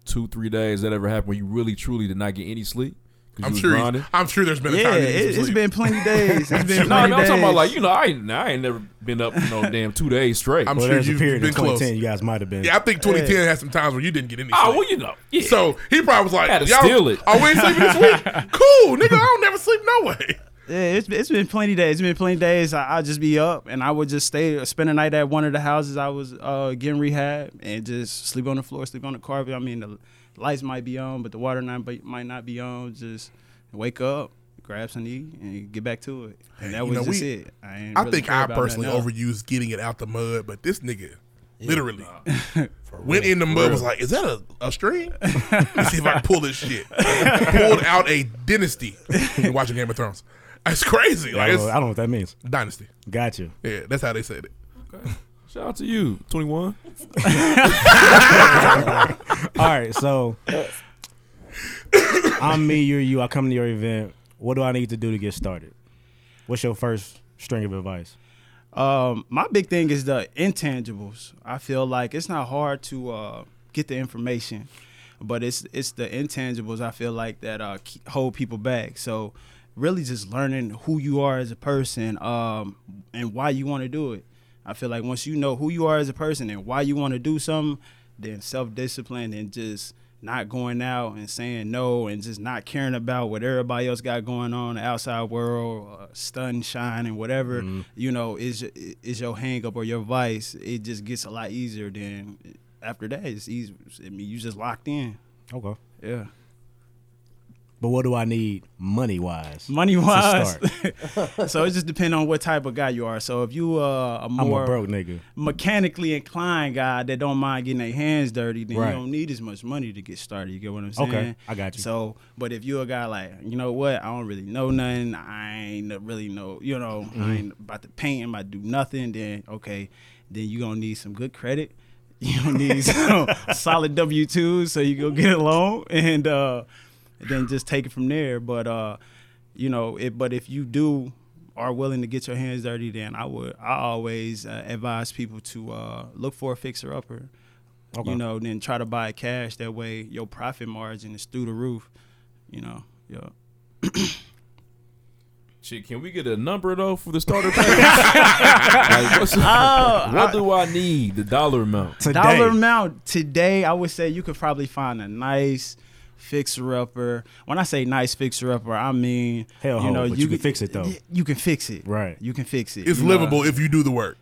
Two, three days. That ever happened where you really, truly did not get any sleep? 'Cause I'm you was sure. grinding? I'm sure there's been a yeah. time. It, has been plenty days. It's been No, I plenty mean, I'm days. talking about like you know, I ain't, I ain't never been up no damn two days straight. I'm Well, sure there's a you've period been in 2010 close. you guys might have been. Yeah, I think 2010 had some times where you didn't get any. oh sleep. well, you know, yeah. So he probably was like, Had to "Y'all, steal it." oh, we ain't sleeping this week? cool, nigga. I don't never sleep no way." Yeah, it's, it's been plenty days. It's been plenty days. I, I just be up and I would just stay, spend a night at one of the houses I was uh, getting rehab and just sleep on the floor, sleep on the carpet. I mean, the lights might be on, but the water not, but might not be on. Just wake up, grab some to eat, and get back to it. And that you was know, just we- it. I, ain't I really think care I about nothing personally else. overused getting it out the mud, but this nigga literally went in the mud. Was like, "Is that a, a string? Let's see if I can pull this shit." Pulled out a dynasty. You watching Game of Thrones? It's crazy. I Like don't, it's know, I don't know what that means. dynasty. Got you. Yeah, that's how they said it. shout out to you, 21. All right, so I'm me, you're you. I come to your event. What do I need to do to get started? What's your first string of advice? Um, my big thing is the intangibles. I feel like it's not hard to uh, get the information, but it's it's the intangibles I feel like that uh, keep, hold people back. So really, just learning who you are as a person um, and why you want to do it. I feel like once you know who you are as a person and why you want to do something, then self discipline and just not going out and saying no and just not caring about what everybody else got going on in the outside world, uh, stun, shine, and whatever you know is is your hang up or your vice. It just gets a lot easier than after that. It's easy. I mean, you just locked in. Okay. Yeah. But what do I need money wise? Money wise, so it just depends on what type of guy you are. So if you uh, a I'm more a broke nigga. mechanically inclined guy that don't mind getting their hands dirty, then Right. you don't need as much money to get started. You get what I'm saying? Okay, I got you. So, but if you're a guy like, you know what, I don't really know nothing. I ain't really know, you know, Mm-hmm. I ain't about to paint. I'm about to do nothing. Then okay, then you gonna need some good credit. You gonna need some solid W two so you go get a loan and uh, then just take it from there. But uh, you know, it, but if you do are willing to get your hands dirty, then I would I always uh, advise people to uh, look for a fixer upper. You know, then try to buy it cash. That way, your profit margin is through the roof. You know, yeah. Shit, can we get a number though for the starter package? like, what's- what do Oh, I need? The dollar amount. Today, Dollar amount today, I would say you could probably find a nice fixer upper. When I say nice fixer upper, I mean Hellhole, you know but you can fix it, though. y- You can fix it, Right. You can fix it. It's You know, livable if you do the work.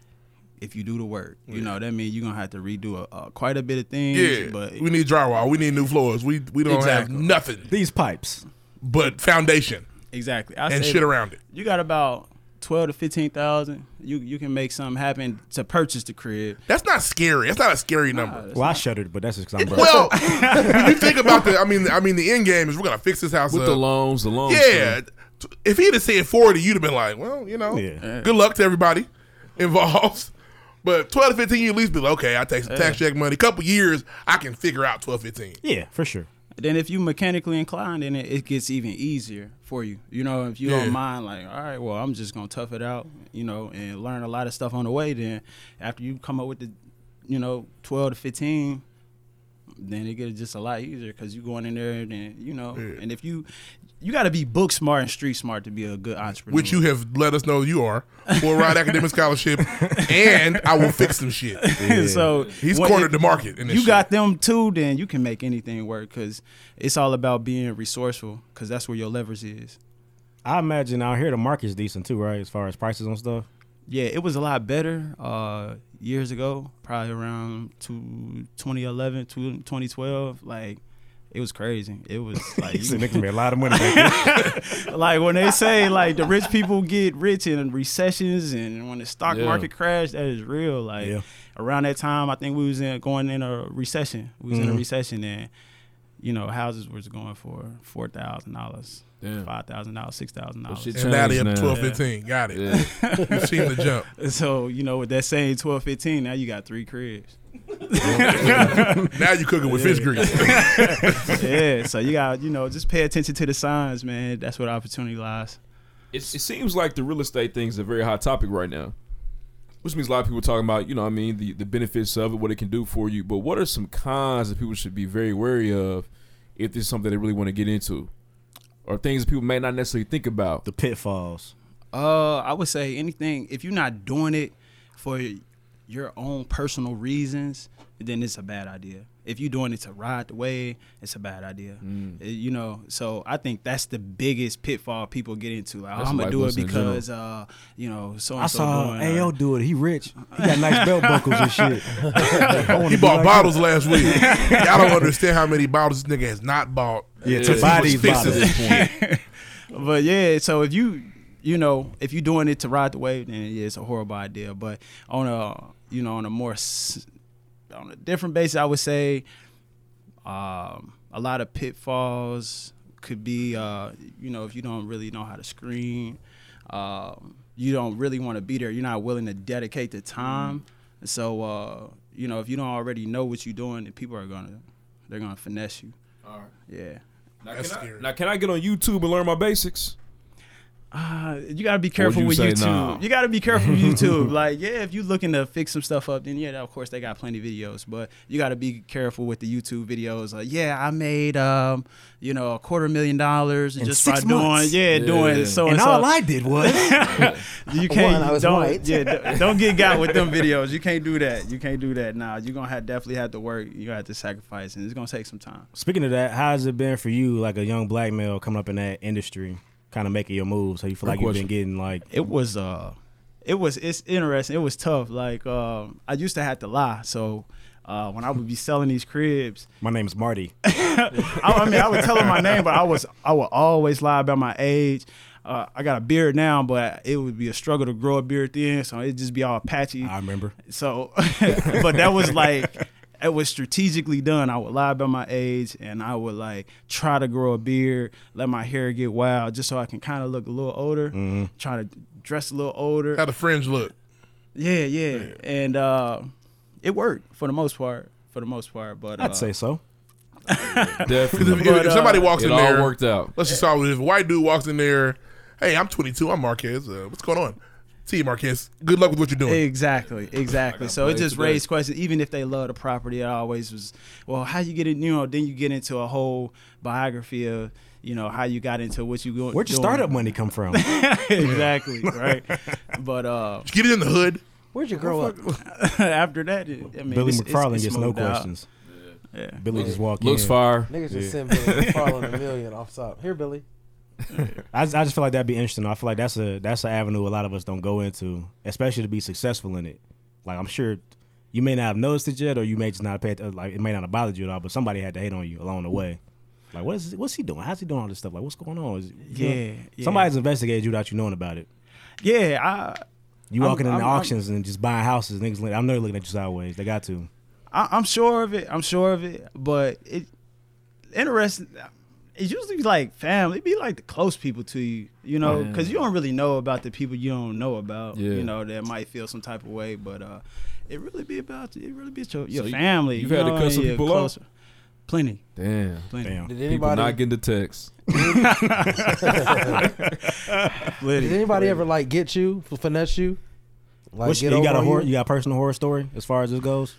if you do the work. You know that means you're gonna have to redo a, uh, quite a bit of things. Yeah, but we need drywall. We need new floors. We we don't Exactly. have nothing these pipes. but foundation exactly, I and say shit around it. you got about twelve to fifteen thousand. You you can make something happen to purchase the crib. That's not scary. That's not a scary number. Well, I shuddered, but that's just because I'm broke. Well, when you think about the, I mean, I mean, the end game is we're gonna fix this house With up. the loans, the loans. Yeah, t- if he'd have said forty, you'd have been like, well, you know, Yeah. good luck to everybody involved. But twelve to fifteen, you at least be like, okay, I take some tax check money. couple years, I can figure out 12, 15. yeah, for sure. Then if you mechanically inclined, then it, it gets even easier for you. You know, if you Yeah. don't mind, like, all right, well, I'm just gonna tough it out. You know, and learn a lot of stuff on the way. Then after you come up with the, you know, twelve to fifteen. Then it gets just a lot easier because you going in there and then, you know, and if you, you got to be book smart and street smart to be a good entrepreneur. Which you have let us know you are for Ride Academic Scholarship, and I will fix some shit. so He's when- cornered the market. In this you shit. got them too, then you can make anything work because it's all about being resourceful because that's where your leverage is. I imagine out here the market's decent too, right? As far as prices on stuff. Yeah, it was a lot better uh, years ago, probably around two, 2011, two- 2012. Like, it was crazy. It was like, It's you- making me a lot of money. back like when they say like the rich people get rich in recessions and when the stock Yeah. market crashed, that is real. Like Yeah. around that time, I think we was in going in a recession. We was in a recession and you know houses was going for four thousand dollars, Damn. five thousand dollars, six thousand dollars. shit And now they up to Change now. 12, 15. Got it. You've seen the jump. So you know with that same twelve fifteen, now you got three cribs. Now you cooking with fish grease. yeah, so you got you know just pay attention to the signs, man. That's where the opportunity lies. It, it seems like the real estate thing is a very hot topic right now, which means a lot of people talking about, you know, what I mean, the, the benefits of it, what it can do for you. But what are some cons that people should be very wary of if this is something they really want to get into, or things that people may not necessarily think about? the pitfalls. Uh, I would say anything. If you're not doing it for your own personal reasons, then it's a bad idea. If you're doing it to ride the wave, it's a bad idea. Uh, You know, so I think that's the biggest pitfall people get into. Like, That's I'm gonna life do it lesson in general. because, uh, you know, so I and so. saw AO do it. He rich. He got nice belt buckles and shit. He bought bottles last week. Y'all don't understand how many bottles this nigga has not bought. Yeah, since to he buy was these fixing bottles. this point. But yeah, so if you you know if you're doing it to ride the wave, then yeah, it's a horrible idea. But on a you know on a more s- on a different basis, I would say um, a lot of pitfalls could be uh, you know if you don't really know how to screen, um, you don't really want to be there. You're not willing to dedicate the time. So uh, you know if you don't already know what you're doing, then people are gonna they're gonna finesse you. All right. Yeah. Now, That's can I, scary. now, can I get on YouTube and learn my basics? Uh, you gotta be careful you with say YouTube. nah? You gotta be careful with YouTube. like, yeah, if you looking to fix some stuff up, then yeah, of course they got plenty of videos. But you gotta be careful with the YouTube videos. Like, yeah, I made um, you know, a quarter million dollars In just by six months. doing yeah, doing Yeah. so and, And so. all I did was you can't One, I was don't white. yeah, d- don't get got with them videos. You can't do that. You can't do that. Now you're gonna have definitely have to work. You gonna have to sacrifice, and it's gonna take some time. Speaking of that, how's it been for you, like a young black male coming up in that industry, kind of making your moves? How you feel like question. you've been getting like it was uh it was it's interesting it was tough like um i used to have to lie so Uh, when I would be selling these cribs, My name's Marty. I, I mean, I would tell them my name, but I was I would always lie about my age. Uh, I got a beard now, but it would be a struggle to grow a beard then, so it'd just be all patchy. I remember. Uh, So, but that was like it was strategically done. I would lie about my age, and I would like try to grow a beard, let my hair get wild, just so I can kind of look a little older, try to dress a little older. How the fringe look? Yeah, yeah, and uh, it worked for the most part. For the most part, but uh, I'd say so. Because if, Definitely. if- if somebody walks It in all there, worked out. Let's just start with this. White dude walks in there. Hey, I'm 22. I'm Marquez. Uh, what's going on? T Marquez. Good luck with what you're doing. Exactly, exactly. So it played just today. raised questions. Even if they love the property, it always was. Well, how you get it? You know, then you get into a whole biography of you know how you got into what you going. Where'd your doing. startup money come from? exactly right. But uh, Just get it in the hood. Where'd you grow up? after that, it, I mean, Billy it's- it's- McFarlane it's gets no smoothed out. questions. Billy just walked Looks in. fire. Niggas just send Billy McFarlane a million off top. Here, Billy. I, I just feel like that'd be interesting. I feel like that's a that's an avenue a lot of us don't go into, especially to be successful in it. Like I'm sure you may not have noticed it yet, or you may just not pay. It, like it may not have bothered you at all, but somebody had to hate on you along the way. Like what is what's he doing? How's he doing all this stuff? Like what's going on? Is, you Yeah, yeah. somebody's investigated you without you knowing about it. Yeah, I, You I'm- walking in I'm- the I'm- auctions and just buying houses. Niggas, like- I know they're looking at you sideways. They got to. I, I'm sure of it. I'm sure of it. But it interesting. It usually be like family. It be like the close people to you, you know, because you don't really know about the people you don't know about, Oh, Yeah. you know, that might feel some type of way. But uh, it really be about it. Really be your, your family. you've you had to know, cut and some your people off? closer- Plenty, Damn. plenty, Damn. Did People anybody not getting the text. plenty. Did anybody ever like get you, f- finesse you? Like What's- get you over got a on horror, you? you got a personal horror story as far as this goes.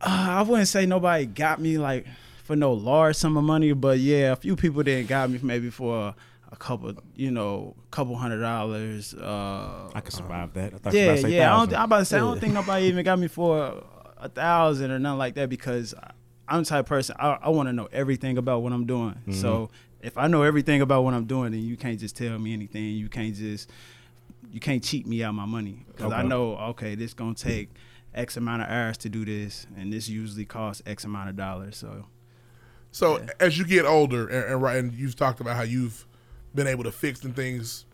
Uh, I wouldn't say nobody got me like for no large sum of money, but yeah, a few people didn't got me maybe for a couple, you know, couple hundred dollars. Uh, I could survive that. I thought you yeah, were about to say yeah. I don't, 1,000. I'm about to say I don't think nobody even got me for a thousand or nothing like that because I- I'm the type of person I, I want to know everything about what I'm doing. Mm-hmm. So if I know everything about what I'm doing, then you can't just tell me anything. You can't just you can't cheat me out my money because I Okay. know okay, this gonna take X amount of hours to do this, and this usually costs X amount of dollars. So So as you get older, and, and right, and you've talked about how you've been able to fix and things.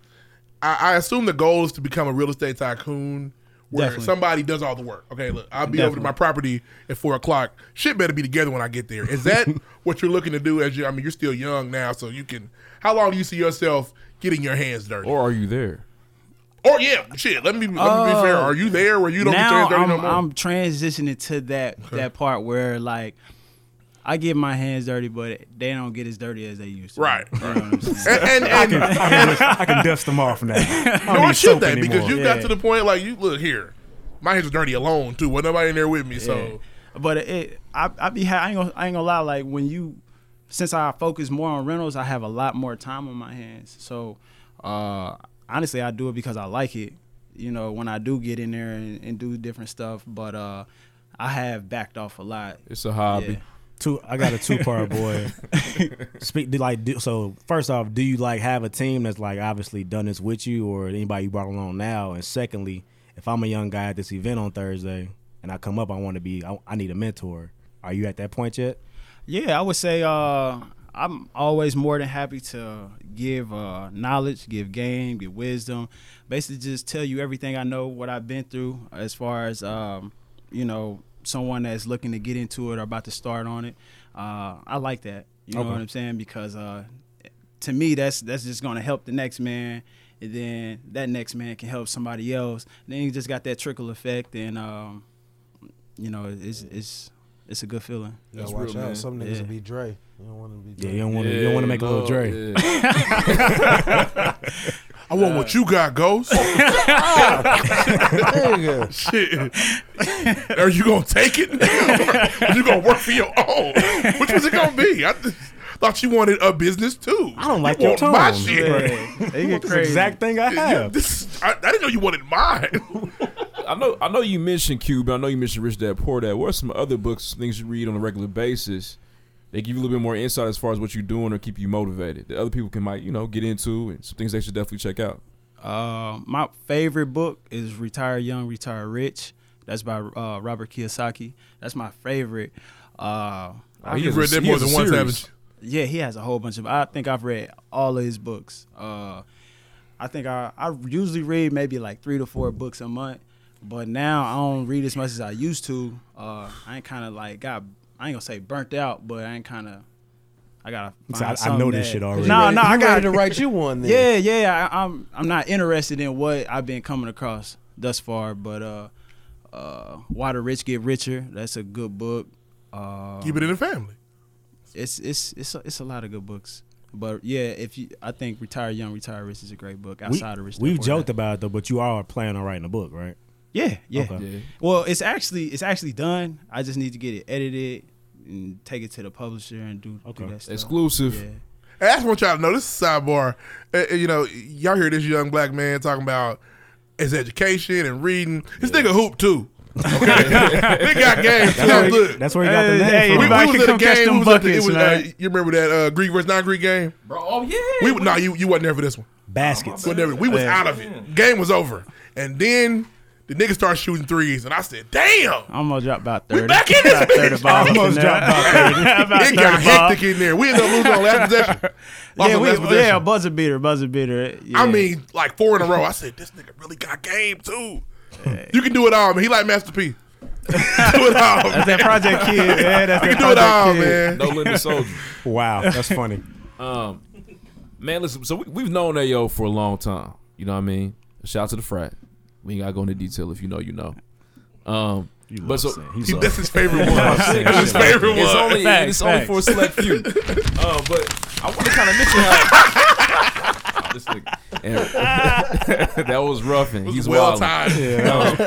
I, I assume the goal is to become a real estate tycoon, where Definitely. somebody does all the work. Okay, look, I'll be over to Definitely. my property at four o'clock. Shit better be together when I get there. Is that what you're looking to do? As you, I mean, you're still young now, so you can. How long do you see yourself getting your hands dirty? Or, Or are you there? yeah, shit. Let me let me be fair. Are you there where you don't get your Uh, now hands dirty I'm, no more? I'm transitioning to that that part where like. I get my hands dirty, but they don't get as dirty as they used to. Right, You know what I'm saying? and, and, and I can dust them off now. I Nor don't should they, because you you got Yeah. to the point like you look here. My hands are dirty alone too. Well, nobody in there with me, so But it, I, I be, ha- I ain't gonna, I ain't gonna lie. Like when you, since I focus more on rentals, I have a lot more time on my hands. So, uh, honestly, I do it because I like it. You know, when I do get in there and, and do different stuff, but uh, I have backed off a lot. It's a hobby. Yeah. two. I got a two part boy. Speak do like do, so. First off, do you like have a team that's like obviously done this with you, or anybody you brought along now? And secondly, if I'm a young guy at this event on Thursday and I come up, I want to be. I, I need a mentor. Are you at that point yet? Yeah, I would say uh, I'm always more than happy to give uh, knowledge, give game, give wisdom. Basically, just tell you everything I know, what I've been through, as far as um, you know, someone that's looking to get into it or about to start on it. Uh, I like that. You know what I'm saying? Because uh, to me, that's that's just gonna help the next man, and then that next man can help somebody else. Then you just got that trickle effect, and um, you know, it's it's it's a good feeling. Yeah, That's watch real, out. man. Some niggas Yeah. will be Dre. You don't want to be Yeah, Dre. you don't want to. you don't want to make a little Lord, Dre. yeah. I want what you got, Ghost. Nigga. Shit, are you gonna take it? Are you gonna work for your own? Which was it gonna be? I th- thought you wanted a business too. I don't like you your want My tone. shit. Yeah, they get crazy. Exact thing I Yeah, have. this, I, I didn't know you wanted mine. I know. I know you mentioned Cube. and I know you mentioned Rich Dad Poor Dad. What are some other books, things you read on a regular basis? They give you a little bit more insight as far as what you're doing or keep you motivated. That other people can might you know get into and some things they should definitely check out. Uh, my favorite book is Retire Young, Retire Rich. That's by uh, Robert Kiyosaki. That's my favorite. Uh, Oh, he You've has a- read that he more has a than once, series. haven't Yeah, he has a whole bunch of. I think I've read all of his books. Uh, I think I, I usually read maybe like three to four books a month, but now I don't read as much as I used to. Uh, I ain't kind of like got. I ain't gonna say burnt out, but I ain't kind of. I gotta. So find I- I something know this that- shit already. No, You ready- no, I you got ready to write you one then. Yeah, yeah. I, I'm I'm not interested in what I've been coming across thus far, but uh, uh, Why the Rich Get Richer. That's a good book. Uh, Keep it in the family. It's it's it's a, it's a lot of good books. But yeah, if you, I think Retire Young, Retire Rich is a great book We, outside of Rich. Dad we've Poor Dad. joked about it though, but you are planning on writing a book, right? Yeah, yeah. Okay. Well, it's actually it's actually done. I just need to get it edited and take it to the publisher and do, do that stuff. Yeah. And I just want y'all to know this is a sidebar. Uh, uh, you know, y'all hear this young black man talking about his education and reading. This nigga hoop too. Okay, they got game. That's too. where he- Look. that's where he got the Hey, name hey, We, from. we was anybody can at a come catch game. them we was at the- it buckets, was, uh, man. you remember that uh, Greek versus non-Greek game, bro? Oh yeah. We no, you you wasn't there for this one. Baskets. We, never, we was Yeah. out of it. Game was over, and then the nigga started shooting threes, and I said, "Damn." I almost dropped about thirty. Back in this About bitch. 30 balls in there. About it 30 got balls. hectic in there. We ended up losing on last possession. Lost yeah, on we, last possession. yeah, buzzer beater, buzzer beater. Yeah. I mean, like four in a row. I said, this nigga really got game too. You can do it all, man. He like Master P. do it all. That's that Project Kid, man. That's you that can do it Project all, Kid. man. No limit soldier. Wow, that's funny. Um, man, listen. So we, we've known Ayo for a long time. You know what I mean? Shout out to the frat. We ain't gotta go into detail if you know, you know. Um, but so He- so- that's his favorite one. That's That's his favorite It's one. only Facts, it's only facts. for a select few. Uh, but I want to kind of mention how. Oh, this nigga. Aaron. that was rough and he's well wild. timed.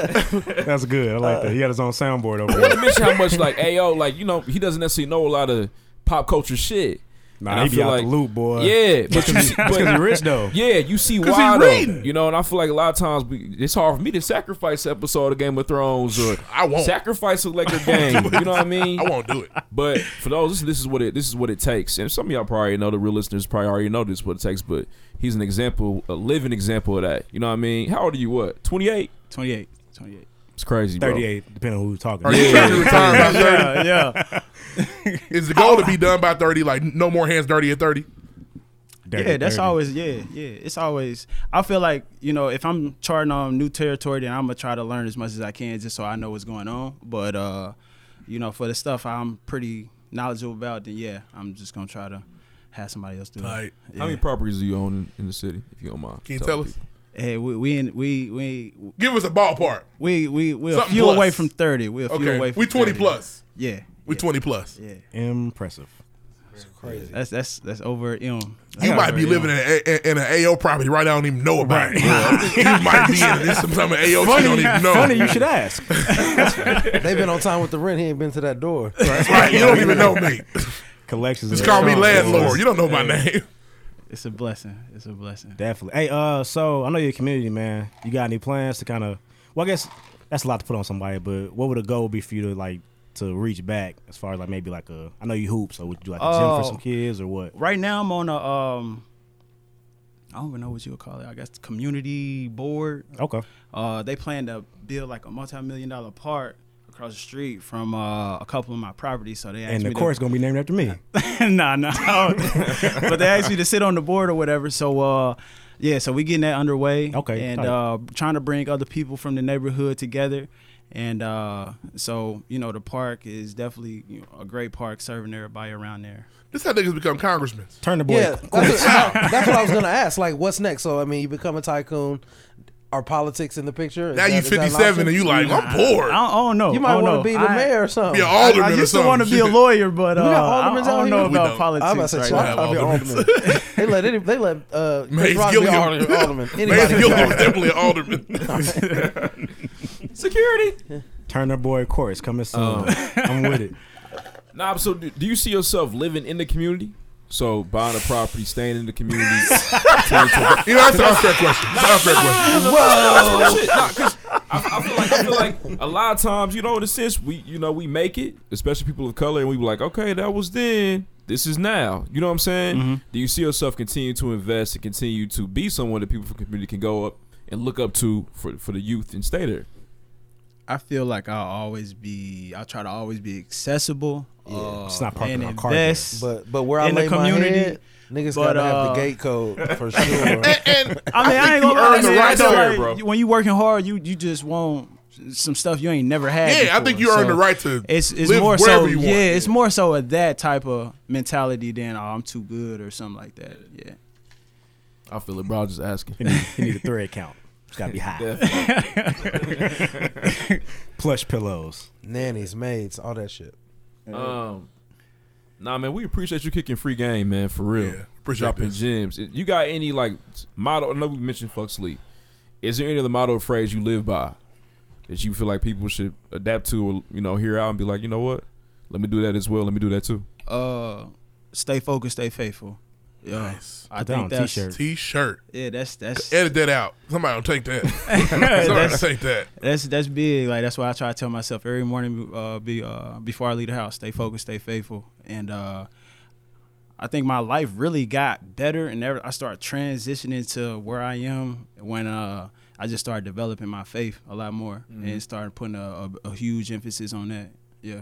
That's good. I like that. He got his own soundboard over I want to there. mention how much like Ayo, like you know, he doesn't necessarily know a lot of pop culture shit. And Nah, I he be feel out like- the loop, boy. Yeah, but you see, That's but- because he rich though. Yeah, you see 'Cause he why though. reading. You know, and I feel like a lot of times we, it's hard for me to sacrifice episode of Game of Thrones or I won't. sacrifice a Laker game. you know what I mean? I won't do it. But for those, this, this is what it this is what it takes, and some of y'all probably know the real listeners probably already know this is what it takes. But he's an example, a living example of that. You know what I mean? How old are you? What twenty eight? 28, 28. It's crazy, bro. Thirty-eight, depending on who's talking. Are you trying to retire by 30? Yeah, yeah, Is the goal to be done by 30? Like, no more hands dirty at 30? Dirty, yeah. That's dirty. always yeah, yeah. It's always. I feel like you know if I'm charting on new territory, then I'm gonna try to learn as much as I can just so I know what's going on. But uh, you know, for the stuff I'm pretty knowledgeable about, then yeah, I'm just gonna try to have somebody else do Tight. it. Yeah. How many properties do you own in, in the city? If you don't mind, Can you telling tell us? people? Hey, we we in, we we Give us a ballpark. we we we're a Something few plus. away from thirty. We're a few Okay. away. From We 20 30. plus. Yeah, We 20 plus. yeah. impressive. That's that's that's over M. That's You might over be M. living in, a, in an AO property right now. I don't even know about it. you might be in this some type of AO shit you don't even know. Funny, you should ask. They've been on time with the rent. He ain't been to that door. That's right. You don't even know me. Collections. Just of call me songs. landlord. You don't know my name. It's a blessing. It's a blessing. Definitely. Hey, uh, so I know you're a community man. You got any plans to kind of? Well, I guess that's a lot to put on somebody. But what would a goal be for you to like to reach back as far as like maybe like a? I know you hoop, so would you like a gym for Oh. some kids or what? Right now, I'm on a um, I don't even know what you would call it. I guess community board. Okay. Uh, they plan to build like a multi-million dollar park across the street from uh, a couple of my properties. So they asked And me of to- course, gonna be named after me. nah, nah. but they asked me to sit on the board or whatever. So uh yeah, so we getting that underway. Okay, And tight. uh trying to bring other people from the neighborhood together. And uh so, you know, the park is definitely you know, a great park serving everybody around there. This how niggas become congressmen. Turn the boy. Yeah, that's what, that's what I was gonna ask. Like, what's next? So, I mean, you become a tycoon. Are politics in the picture? Is Now you that- is that an 57 and you option? like, I'm poor. I don't, I don't know. You I might don't want know. to be the I- mayor or something. Be an I, alderman I or used to something. want to be a Shit. lawyer, but uh, got I, I aldermans out don't here? know We about don't. politics. I was about to say, so right I now. now. try to be an alderman. they let any, they let uh, Chris Mace Rock be Gilliam. alderman. alderman. Mace Anybody Gilliam was definitely an alderman. Security. Turn the boy. Of course, coming soon. Oh. I'm with it. Nah, so do, do you see yourself living in the community? So buying a property, staying in the community. Turn to- you know, that's an unfair question. That's an unfair question. Shit, nah, 'cause I, I feel like I feel like a lot of times, you know, in a sense, we you know we make it, especially people of color, and we be like, okay, that was then, this is now. You know what I'm saying? Mm-hmm. Do you see yourself continue to invest and continue to be someone that people from the community can go up and look up to for for the youth and stay there? I feel like I'll always be. I try to always be accessible. uh, it's not parking and on carpet. invest But but where I in lay the community. my head, niggas but, gotta have the uh, gate code for sure. I mean, I, And think ain't you gonna lie, earned the man, I right feel to- like bro. you- When you working hard, you you just want some stuff you ain't never had. Yeah, I before. think you earned So the right to It's it's live more wherever so. you want. yeah, it's more so of that type of mentality than oh, I'm too good or something like that. Yeah. I feel it, bro. I'm just asking. You need, you need a thread count. It's gotta be high. Plush pillows. Nannies, maids, all that shit. Um, nah, man, we appreciate you kicking free game, man, for real. Yeah, appreciate Dropping this. gems. You got any like motto? I know we mentioned fuck sleep. Is there any other motto or phrase you live by that you feel like people should adapt to, or you know, hear out and be like, you know what? Let me do that as well. Let me do that too. Uh, stay focused, stay faithful. Yeah, I Put that on think a that's t-shirt. T-shirt. yeah, that's that's Edit that out. Somebody will take that. Somebody will that's take that. that's that's big. Like that's why I try to tell myself every morning, uh, be uh, before I leave the house, stay focused, stay faithful, and uh, I think my life really got better, and ever, I started transitioning to where I am when uh, I just started developing my faith a lot more Mm-hmm. and started putting a, a, a huge emphasis on that. Yeah,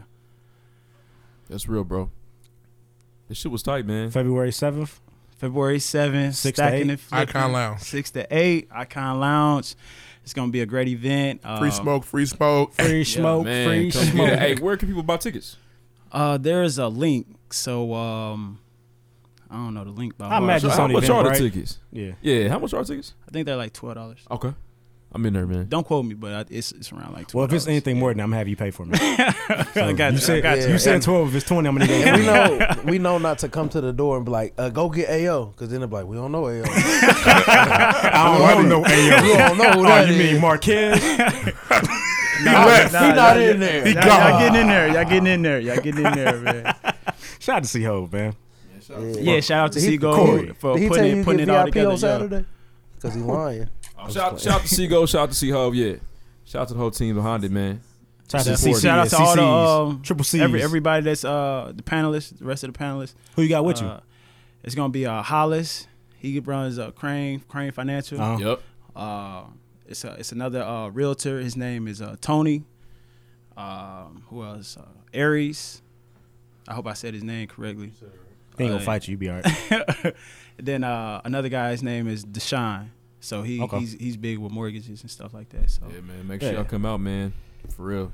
That's real, bro. This shit was tight, man. February seventh. February seventh, Six to stacking eight? and flipping, Icon Lounge. six to eight, Icon Lounge. It's gonna be a great event. Free Uh, smoke, free smoke. Free smoke. Man, free come get it. smoke. Hey, where can people buy tickets? Uh, there is a link. So um, I don't know the link, but I imagine how Sony much are the Eventbrite. tickets? Yeah. Yeah, how much are tickets? I think they're like twelve dollars. Okay, I'm in there, man. Don't quote me, but I, it's it's around like. $12. Well, if it's anything more than that, I'm gonna have you pay for me. I got you. you said, I got you. you said twelve. If it's twenty, I'm gonna need And it. we know we know not to come to the door and be like, uh, go get AO, because then they're like, we don't know AO. we I don't know no AO. don't know who Oh, that you is. mean Marquez? He left. Nah, He not y'all- in there. He Y'all, gone. y'all getting in there. Y'all getting in there. Y'all getting in there, man. Shout out to C Ho, man. yeah, shout out to He- Seago for Did he putting tell you it, you putting get it all VIP together. on yo. Saturday? Because he lying. Shout, shout out to Seagull, shout out to Seahove, yeah. Shout out to the whole team behind it, man. Shout Definitely. Shout out to all the um, triple C's. Every, everybody that's uh the panelists, the rest of the panelists. Who you got with you? Uh, it's gonna be uh Hollis. He runs uh, Crane Crane Financial. Uh-huh. Yep. Uh, it's a, it's another uh, realtor. His name is uh, Tony. Um, who else? Uh, Aries. I hope I said his name correctly. They ain't gonna fight you. You be all right. then uh, another guy. His name is Deshawn. So he, Okay. he's he's big with mortgages and stuff like that. So Oh. Yeah, man. Make Yeah. sure y'all come out, man. For real.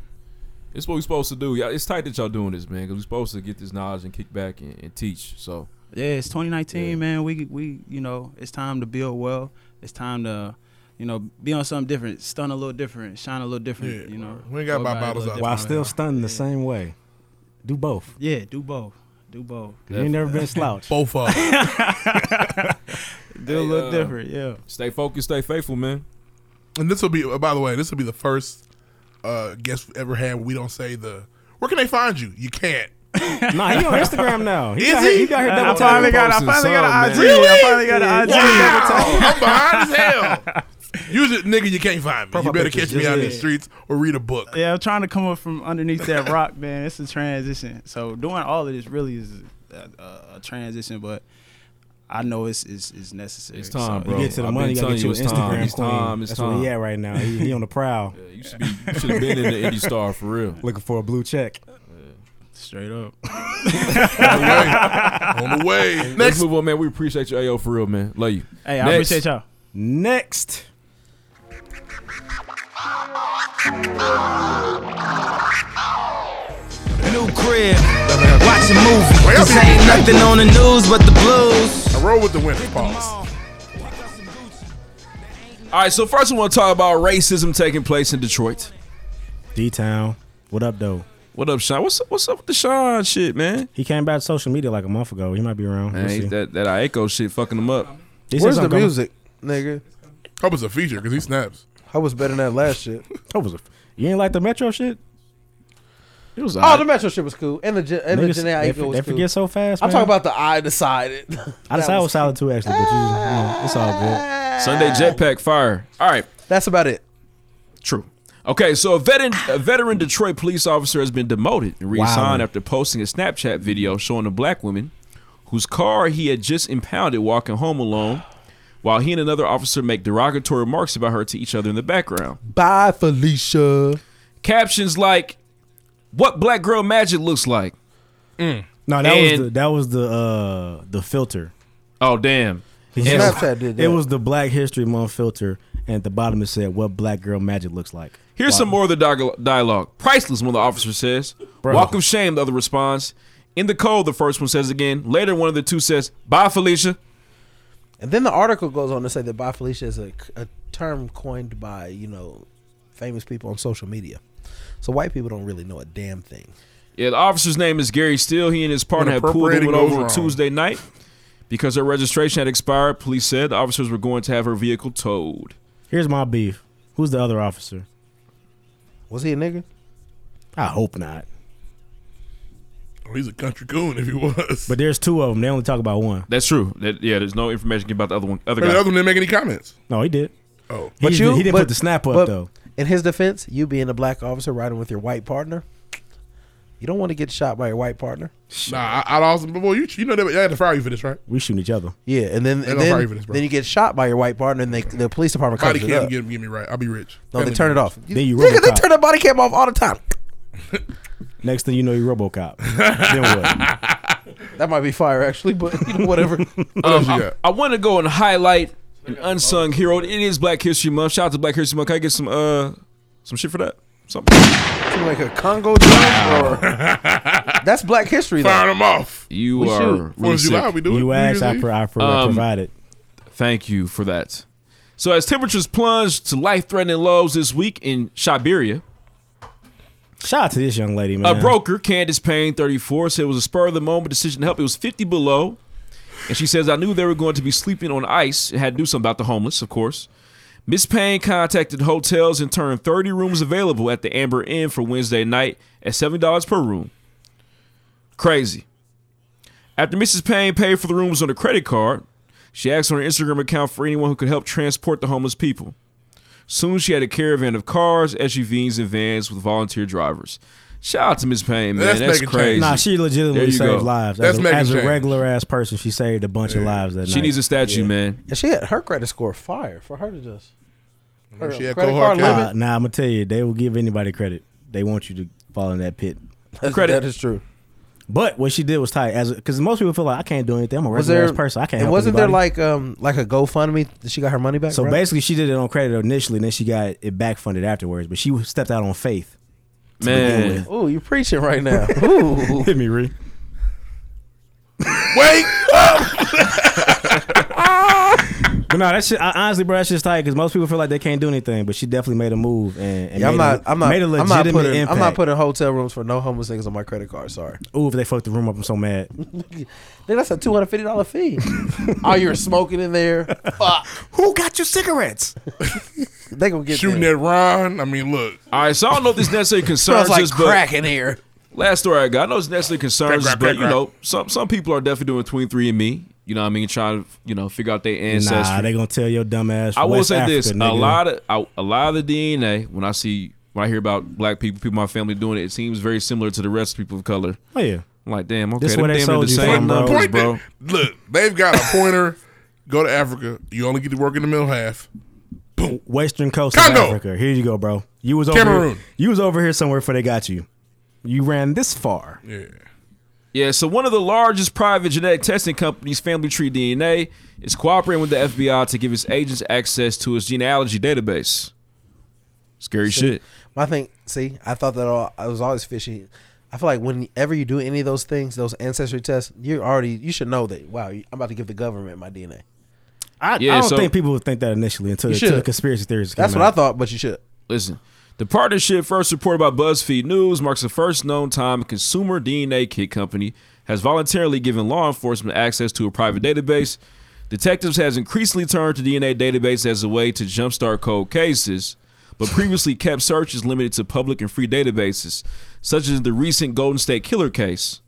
It's what we supposed to do. Y'all, it's tight that y'all doing this, man, because we supposed to get this knowledge and kick back and, and teach. So, Yeah, it's 2019, Yeah. man. We we you know it's time to build well. It's time to you know be on something different, stun a little different, shine a little different. Yeah, you know, we ain't gotta Go buy about it a bottles little out. While different. still stunning the same way. Do both. Yeah, do both. Do both. You ain't never been slouched. Both of them. Do a little different. Yeah. stay focused, stay faithful, man. And this will be, uh, by the way, this will be the first uh, guest we ever had. where We don't say the. Where can they find you? You can't. nah, he on Instagram now. He Is got here- he? he got here double finally tapping. got- I finally got an IG. I finally got an IG. Wow, I'm behind as hell. Usually, nigga, you can't find me. You better pictures, catch me just out in it. the streets or read a book. Yeah, I'm trying to come up from underneath that rock, man. It's a transition. So doing all of this really is a, a, a transition, but I know it's it's, it's necessary. It's time, So, bro. You get to the I've money, been you telling gotta get you you an it's Instagram time, queen. it's time, it's That's where he time. at right now. He, he on the prowl, Yeah, you should be you should have been in the Indy Star for real. looking for a blue check. Straight up. On the way. On the way. Let's Next. move on, man. We appreciate you, AO, for real, man. Love you. Hey, I Next. appreciate y'all. Next. New crib, watch a movie. Cause ain't nothing on the news but the blues. I roll with the winners. Pause. All right, so first we want to talk about racism taking place in Detroit. D Town. What up, though? What up, Sean? What's up, what's up with the Sean shit, man? He came back to social media like a month ago. He might be around. Man, We'll he- see. that that Aiko shit fucking him up. He said Where's the something coming- music, nigga? Hope it's a feature because he snaps. I was better than that last shit. That was a- you ain't like the Metro shit? It was Oh, the Metro shit was cool, and the Jan- and the Niggas- Janae they, Aiko they was cool. forget so fast. I'm man. talking about the I decided. I decided I was solid too, actually, but you, you know, it's all good. Sunday Jetpack Fire. All right, That's about it. true. Okay, so a veteran, a veteran Detroit police officer has been demoted and reassigned Wow. after posting a Snapchat video showing a black woman whose car he had just impounded walking home alone, while he and another officer make derogatory remarks about her to each other in the background. Bye, Felicia. captions like "What Black Girl Magic Looks Like." No, that And- was the, that was the uh the filter. Oh damn! It And- was- It was the Black History Month filter, and at the bottom it said what black girl magic looks like. Here's some more of the dialogue- dialogue. Priceless, one of the officers says. Walk of shame, the other responds. In the cold, the first one says again. Later, one of the two says, Bye, Felicia. And then the article goes on to say that bi Felicia is a, a term coined by, you know, famous people on social media. So white people don't really know a damn thing. Yeah, the officer's name is Gary Steele. He and his partner When had pulled appropriating woman goes over on wrong. Tuesday night because her registration had expired. Police said the officers were going to have her vehicle towed. Here's my beef. Who's the other officer? Was he a nigga? I hope not. Oh, he's a country coon if he was. But there's two of them. They only talk about one. That's true. That, yeah, there's no information about the other one. Other Hey, guy. the other one didn't make any comments. No, he did. Oh, But He's- you- he didn't put the snap up, though. In his defense, you being a black officer riding with your white partner, you don't want to get shot by your white partner. Nah, I, I'd also. Boy, you, you know they, they had to fire you for this, right? We shooting each other. Yeah, and then They and gonna fire you then, for this, bro. then you get shot by your white partner, and they, the police department Body comes it cam, up. get, get me right. I'll be rich. No, they Family turn it members. off. Then you Nigga, they RoboCop. turn the body cam off all the time. Next thing you know, you RoboCop. then what? That might be fire, actually, but you know, whatever. uh, Um, I, want to go and highlight an unsung hero. It is Black History Month. Shout out to Black History Month. Can I get some uh some shit for that? Something. Seem like a Congo drum, or that's Black History. Though. Firing them off. You We are should. really Fourth of July, sick. we do it. You New asked, I, Year's pro- I pro- Um, provided. Thank you for that. So as temperatures plunged to life-threatening lows this week in Siberia, Shout out to this young lady, man. a broker, Candace Payne, 34, said it was a spur of the moment decision to help. It was 50 below, and she says I knew they were going to be sleeping on ice and had to do something about the homeless, of course. Miss Payne contacted hotels and turned 30 rooms available at the Amber Inn for Wednesday night at $70 per room. Crazy. After Mrs. Payne paid for the rooms on a credit card, she asked on her Instagram account for anyone who could help transport the homeless people. Soon she had a caravan of cars, SUVs, and vans with volunteer drivers. Shout out to Miss Payne, man. That's That's, making crazy. change. Nah, she There legitimately you saved go. lives. That's as a, making as a change. regular ass person, she saved a bunch of lives that She night. needs a statue, man. And she had her credit score fire for her to just. Her She had credit cohort card limit. Nah, nah, I'm gonna tell you, they will give anybody credit. They want you to fall in that pit. That's- Credit. That is true. But what she did was tight, as because most people feel like I can't do anything. I'm a Was regular there ass person. I can't. and help wasn't there anybody." like um like a GoFundMe? that She got her money back. so right? basically she did it on credit initially, and then she got it back funded afterwards. But she stepped out on faith. to begin Man. with. Ooh, you preaching right now. Ooh. hit me, Ree. Wake up! But no, that shit. I, honestly, bro, that shit's tight because most people feel like they can't do anything, but she definitely made a move and, and Yeah, I'm made not. A, I'm not. Made a I'm legitimate not putting. impact. I'm not putting hotel rooms for no homeless niggas on my credit card. Sorry. Ooh, if they fucked the room up, I'm so mad. Then that's a two hundred fifty dollar fee. oh, you're smoking in there. Fuck. Who got you cigarettes? They gonna get Shooting there. at Ron. I mean, look. All right, so I don't know if this necessarily concerns Smells like us, but crack in here. last story I got, I know it's necessarily concerns Crack, us, crack, but crack, you know, some some people are definitely doing between three and me. You know what I mean? Trying to you know figure out their ancestry. Nah, they gonna tell your dumb ass. I will West say Africa, this: a nigga. lot of I- a lot of the DNA when I see when I hear about black people, people in my family doing it, it seems very similar to the rest of people of color. Oh yeah. I'm like, damn, okay, This them where they damn near the sold you same from, bro. numbers, Point bro. that- look, they've got a pointer. Go to Africa. You only get to work in the middle half. Western coast Congo. of Africa. Here you go, bro. You was over Cameroon. Here, you was over here somewhere before they got you. You ran this far. Yeah. Yeah, so one of the largest private genetic testing companies, Family Tree DNA, is cooperating with the FBI to give its agents access to its genealogy database. Scary shit. My thing. See, I thought that all. I was always fishy. I feel like whenever you do any of those things, those ancestry tests, you already you should know that. Wow, I'm about to give the government my DNA. I, Yeah, I don't so- think people would think that initially until, You until the should. conspiracy theories. That's came what I out. thought, but you should. Listen, the partnership, first reported by BuzzFeed News, marks the first known time a consumer DNA kit company has voluntarily given law enforcement access to a private database. Detectives has increasingly turned to DNA database as a way to jumpstart cold cases, but previously kept searches limited to public and free databases, such as the recent Golden State Killer case.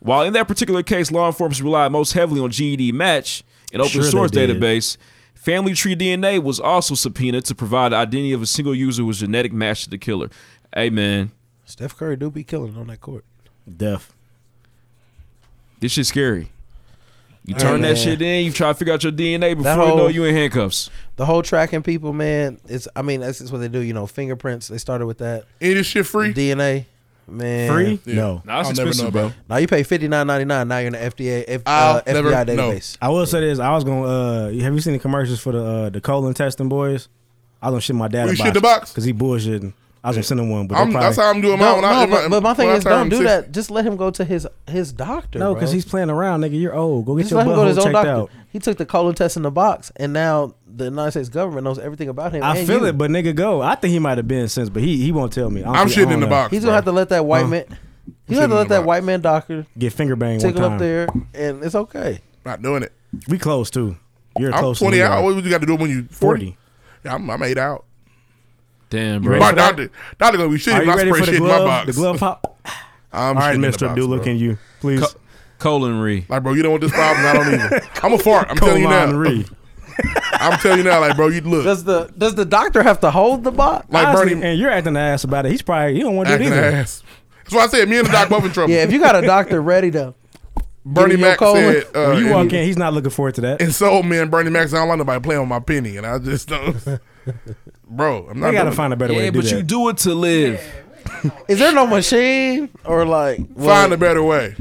While in that particular case, law enforcement relied most heavily on GED Match, an open Sure they source did. database, Family Tree DNA was also subpoenaed to provide the identity of a single user who was genetic match to the killer. Hey man, Steph Curry do be killing on that court. Deaf. this shit's scary. You Hey, turn man. that shit in. You try to figure out your DNA before That you know whole- you in handcuffs. The whole tracking people, man, it's I mean, that's just what they do, you know, fingerprints. They started with that. Any this shit free? DNA. Man. Free? Yeah. No. Nah, it's I'll never expensive, know, bro. bro. Now you pay fifty nine ninety nine, now you're in the FDA F, I'll uh, FBI never know. database. I will say this. I was gonna. Uh, have you seen the commercials for the uh, the colon testing boys? I don't shit my dad. Will a you shit the box because he bullshitting. I was gonna send him one, but they I'm- probably, that's how I'm doing mine when I- No, but, when- but my thing when I is turn don't do 60. that. Just let him go to his his doctor. No, bro. because he's playing around, nigga. You're old. Go get Just your let him go to his butthole own checked doctor. out. He took the colon test in the box, and now the United States government knows everything about him. I and feel you. it, but nigga, go. I think he might have been since, but he he won't tell me. I don't I'm think- I shitting don't in the know. box, He's gonna bro. have to let that white man- He's gonna have to let that white man doctor get finger banged take one him time. up there, and it's okay. Not doing it. We close too. You're I'm close. 20 to out. What you got to do when you 40? 40. Yeah, I'm, I'm eight out. Damn, You ready My for that? doctor, doctor gonna be shitting Are if you I ready spray for the shit in my glove? box. The glove pop. I'm All right, shitting in the Mr. box, Abdul, bro. look in you, please. Co- colon re. Like, bro, you don't want this problem. I don't either. I'm a fart. I'm telling you now. Colon re. I'm telling you now, like, bro, you look. Does the does the doctor have to hold the box? Like Honestly, Bernie- and you're acting the ass about it. He's probably he don't want to do it Acting either. the ass. That's why I said me and the doc both in trouble. Yeah, if you got a doctor ready to, Bernie Give me your Mac colon. said, uh, when you and- walk in, he's not looking forward to that. And so, man, Bernie Mac said, I don't like nobody playing with my penny, and I just don't. bro, I'm not. They gotta doing find it. a better way to do that. do it to live. is there no machine or like Find a better way.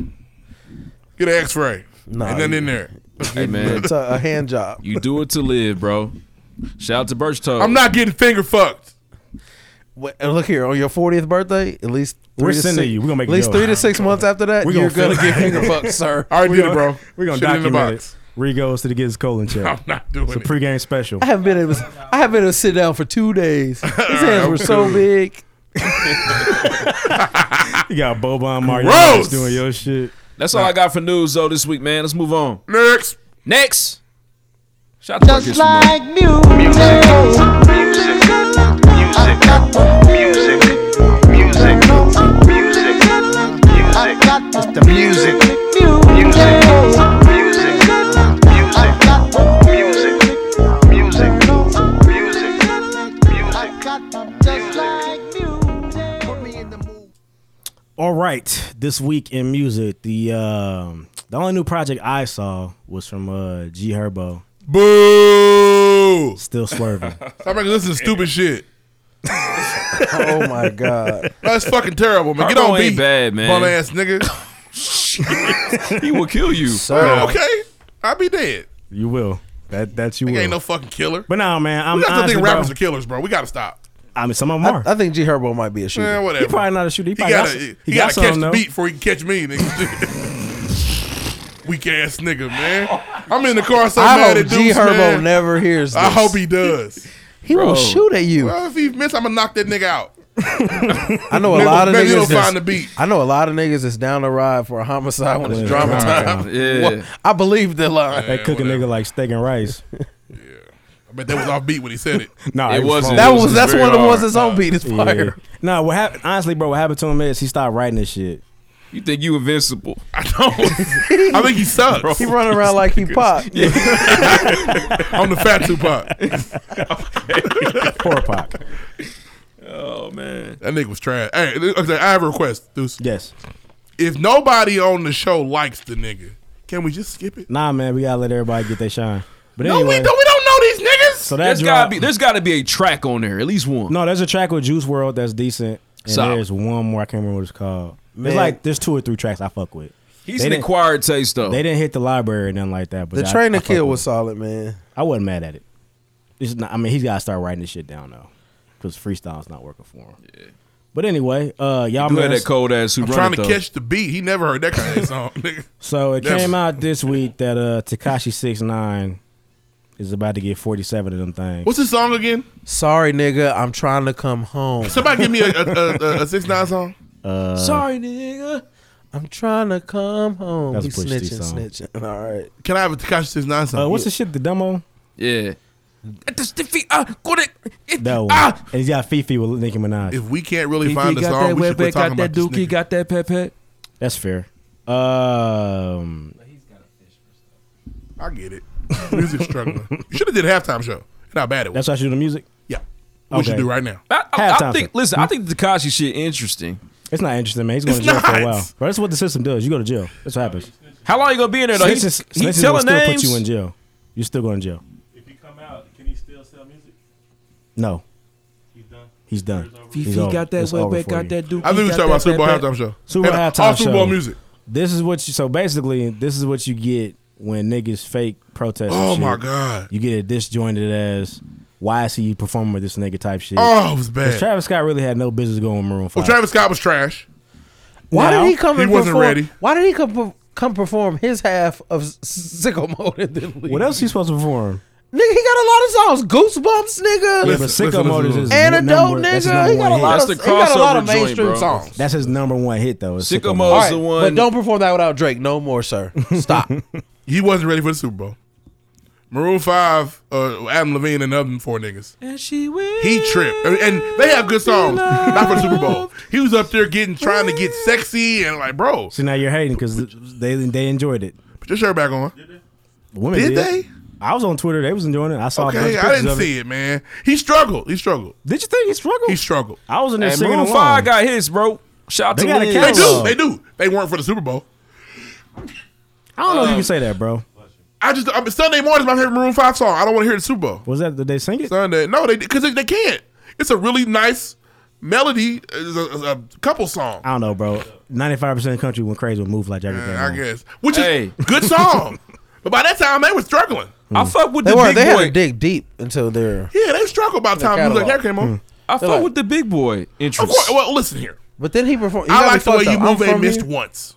Get an X-ray. No, Nah, and then in there. Hey man, It's a, a hand job. you do it to live, bro. Shout out to Birch Toe. I'm not getting finger fucked. Wait, and look here, on your 40th birthday, at least We're three to sending six- you. We're gonna make at least you go. three to six months after that. We you're gonna gonna feel get it. finger fucked, sir. I already We did it, gonna- bro. We're gonna Shit in the document box. it. Ree goes to get his colon check. I'm not doing it's a it. pregame special. I haven't been able. I haven't been able to sit down for two days. His hands I'm were so cool. big. you got Boban Mario Gross. doing your shit. That's all I got for news though this week, man. Let's move on. Next. Next. Shout out to Marcus, man. It's the music. Music. Music. Music. Music. Music. All right, this week in music, the um, the only new project I saw was from uh, G Herbo. Boo! Still swerving. Stop making listen to stupid shit. Oh my god. That's fucking terrible, man. Get Carbo on ain't beat, bad, man. bum ass nigga. he will kill you. Bro, okay, I'll be dead. you will. That that you Nigga will. ain't no fucking killer. but no, man, I'm we got to honestly, think bro, rappers are killers, bro. We got to stop. I mean, some of them I, are. I think G Herbo might be a shooter. Man, he whatever. probably not a shooter. He, He probably gotta, got, he, he got gotta some, catch the though. beat before he can catch me, nigga. Weak ass nigga, man. I'm in the car so I mad hope at G Deuce, Herbo man. never hears. This. I hope he does. he will shoot at you. Well, if he miss, I'm gonna knock that nigga out. I know a Maybe- lot of maybe he'll niggas. that's- find the beat. I know a lot of niggas that's down the ride for a homicide when it's Yeah. drama time. Yeah. Well, I believe the line. They cook a nigga like steak and rice. I bet that was off beat when he said it. nah, It he was wasn't. fine. That It was that's very one of the ones hard. that's on beat. It's fire. Nah, what happened? Honestly, bro, what happened to him is he stopped writing this shit. You think you invincible? I don't. I think he sucks. He running around like he pop. I'm the fat Tupac. Poor Pac. Oh man. That nigga was trash. Hey, okay, I have a request, Deuce. Yes. If nobody on the show likes the nigga, can we just skip it? Nah, man, we gotta let everybody get their shine. But No, anyway, we don't. We don't know these niggas. so that There's drop, gotta be there's gotta be a track on there, at least one. no, there's a track with Juice World that's decent, and Solid. there's one more I can't remember what it's called. Man. There's like there's two or three tracks I fuck with. He's They an didn't- acquired taste though. They didn't hit the library or nothing like that. But The I- train I to fuck kill with was solid, man. it. I wasn't mad at it. It's not, I mean, he's gotta start writing this shit down though, because freestyle's not working for him. But anyway, uh, y'all You had must- that cold ass who I'm run trying it, to though. catch the beat. He never heard that kind of song. nigga. So it That's- came out this week that uh Takashi Six Nine is about to get forty seven of them things. What's his song again? Sorry, nigga, I'm trying to come home. Somebody give me a, a, a, a, six nine song. Sorry, nigga. I'm trying to come home. That's He's a Pusha T snitching, song. snitching. All right. Can I have a Takashi six nine song? Uh, what's the shit? The demo Yeah. At the stiffy, uh, go to- it- that one, ah. and he's got Fifi with Nicki Minaj. if we can't really find a song, we should quit talking about this nigga. got that pet pet. That's fair. Um, I get it. Music struggling. You should have did a halftime show. And how bad it was. that's why I should do the music. yeah. We should Okay. do right now. I, Halftime I, I think. show. Listen, I think the Takashi shit interesting. It's not interesting, man. He's going It's to jail for not. a while. But that's what the system does. You go to jail. That's what happens. How long you gonna be in there though? He's, Snitches- snitches he's will telling still names. put you in jail. You're still going to jail. If you come out, can he still sell music? No. He's done. He's done. Fifi He's over. got that It's wet over back, for got you. that dookie, I think we got talking about that Super Bowl wet back. halftime show. Super Bowl And halftime all Super Bowl show. music. This is what you. So basically, this is what you get when niggas fake protest. and Oh, shit. my God. You get a disjointed ass. Why is he performing with this nigga type shit? Oh, it was 'Cause bad. Travis Scott really had no business going with Maroon Five. Well, Travis Scott was trash. Why Now- did he come? He and wasn't perform, ready. Why did he come per- come perform his half of S- Sicko Mode and then leave? What else he supposed to perform? Nigga, he got a lot of songs. Goosebumps, nigga. yeah, but Sicko Mode is his And number- Adult, that's his nigga. number He got a one lot hit. of he got a lot of mainstream songs. That's his number one hit though. is Sicko Sicko Mode's Mode. All Alright, the But one- don't perform that without Drake no more, sir. Stop. He wasn't ready for the Super Bowl. Maroon Five, uh, Adam Levine, and other four niggas. And she will. He tripped, and, and they have good songs. Not for the Super Bowl. He was up there getting, trying to get sexy, and like, bro, So now you're hating because they they enjoyed it. put your shirt back on. Women Did did, they? I was on Twitter. They was enjoying it. I saw. a bunch Okay, of I pictures didn't of see it, man. He struggled. He struggled. Did you think he struggled? He struggled. I was in there And singing Maroon along. Five got hits, bro. Shout out They to got a Wiz. They do. catalog. They do. They weren't for the Super Bowl. I don't know uh, if you can say that, bro. I just I mean, Sunday morning is my favorite Maroon Five song. I don't want to hear the Super Bowl. Was that did they sing it? Sunday. No, they because they, they can't. It's a really nice melody. It's a, it's a couple song. I don't know, bro. Ninety-five percent of the country went crazy with "Move Like Jagger." I guess, which is Hey. good song. but by that time, they were struggling. I fuck with they the were big they had boy. to dig deep until they're. Yeah, they struggled by the Their time music like catalog. that came on. I fuck like- with the big boy Of interest. course. Well, listen here. But then he performed. I like the way you move. move. They missed once.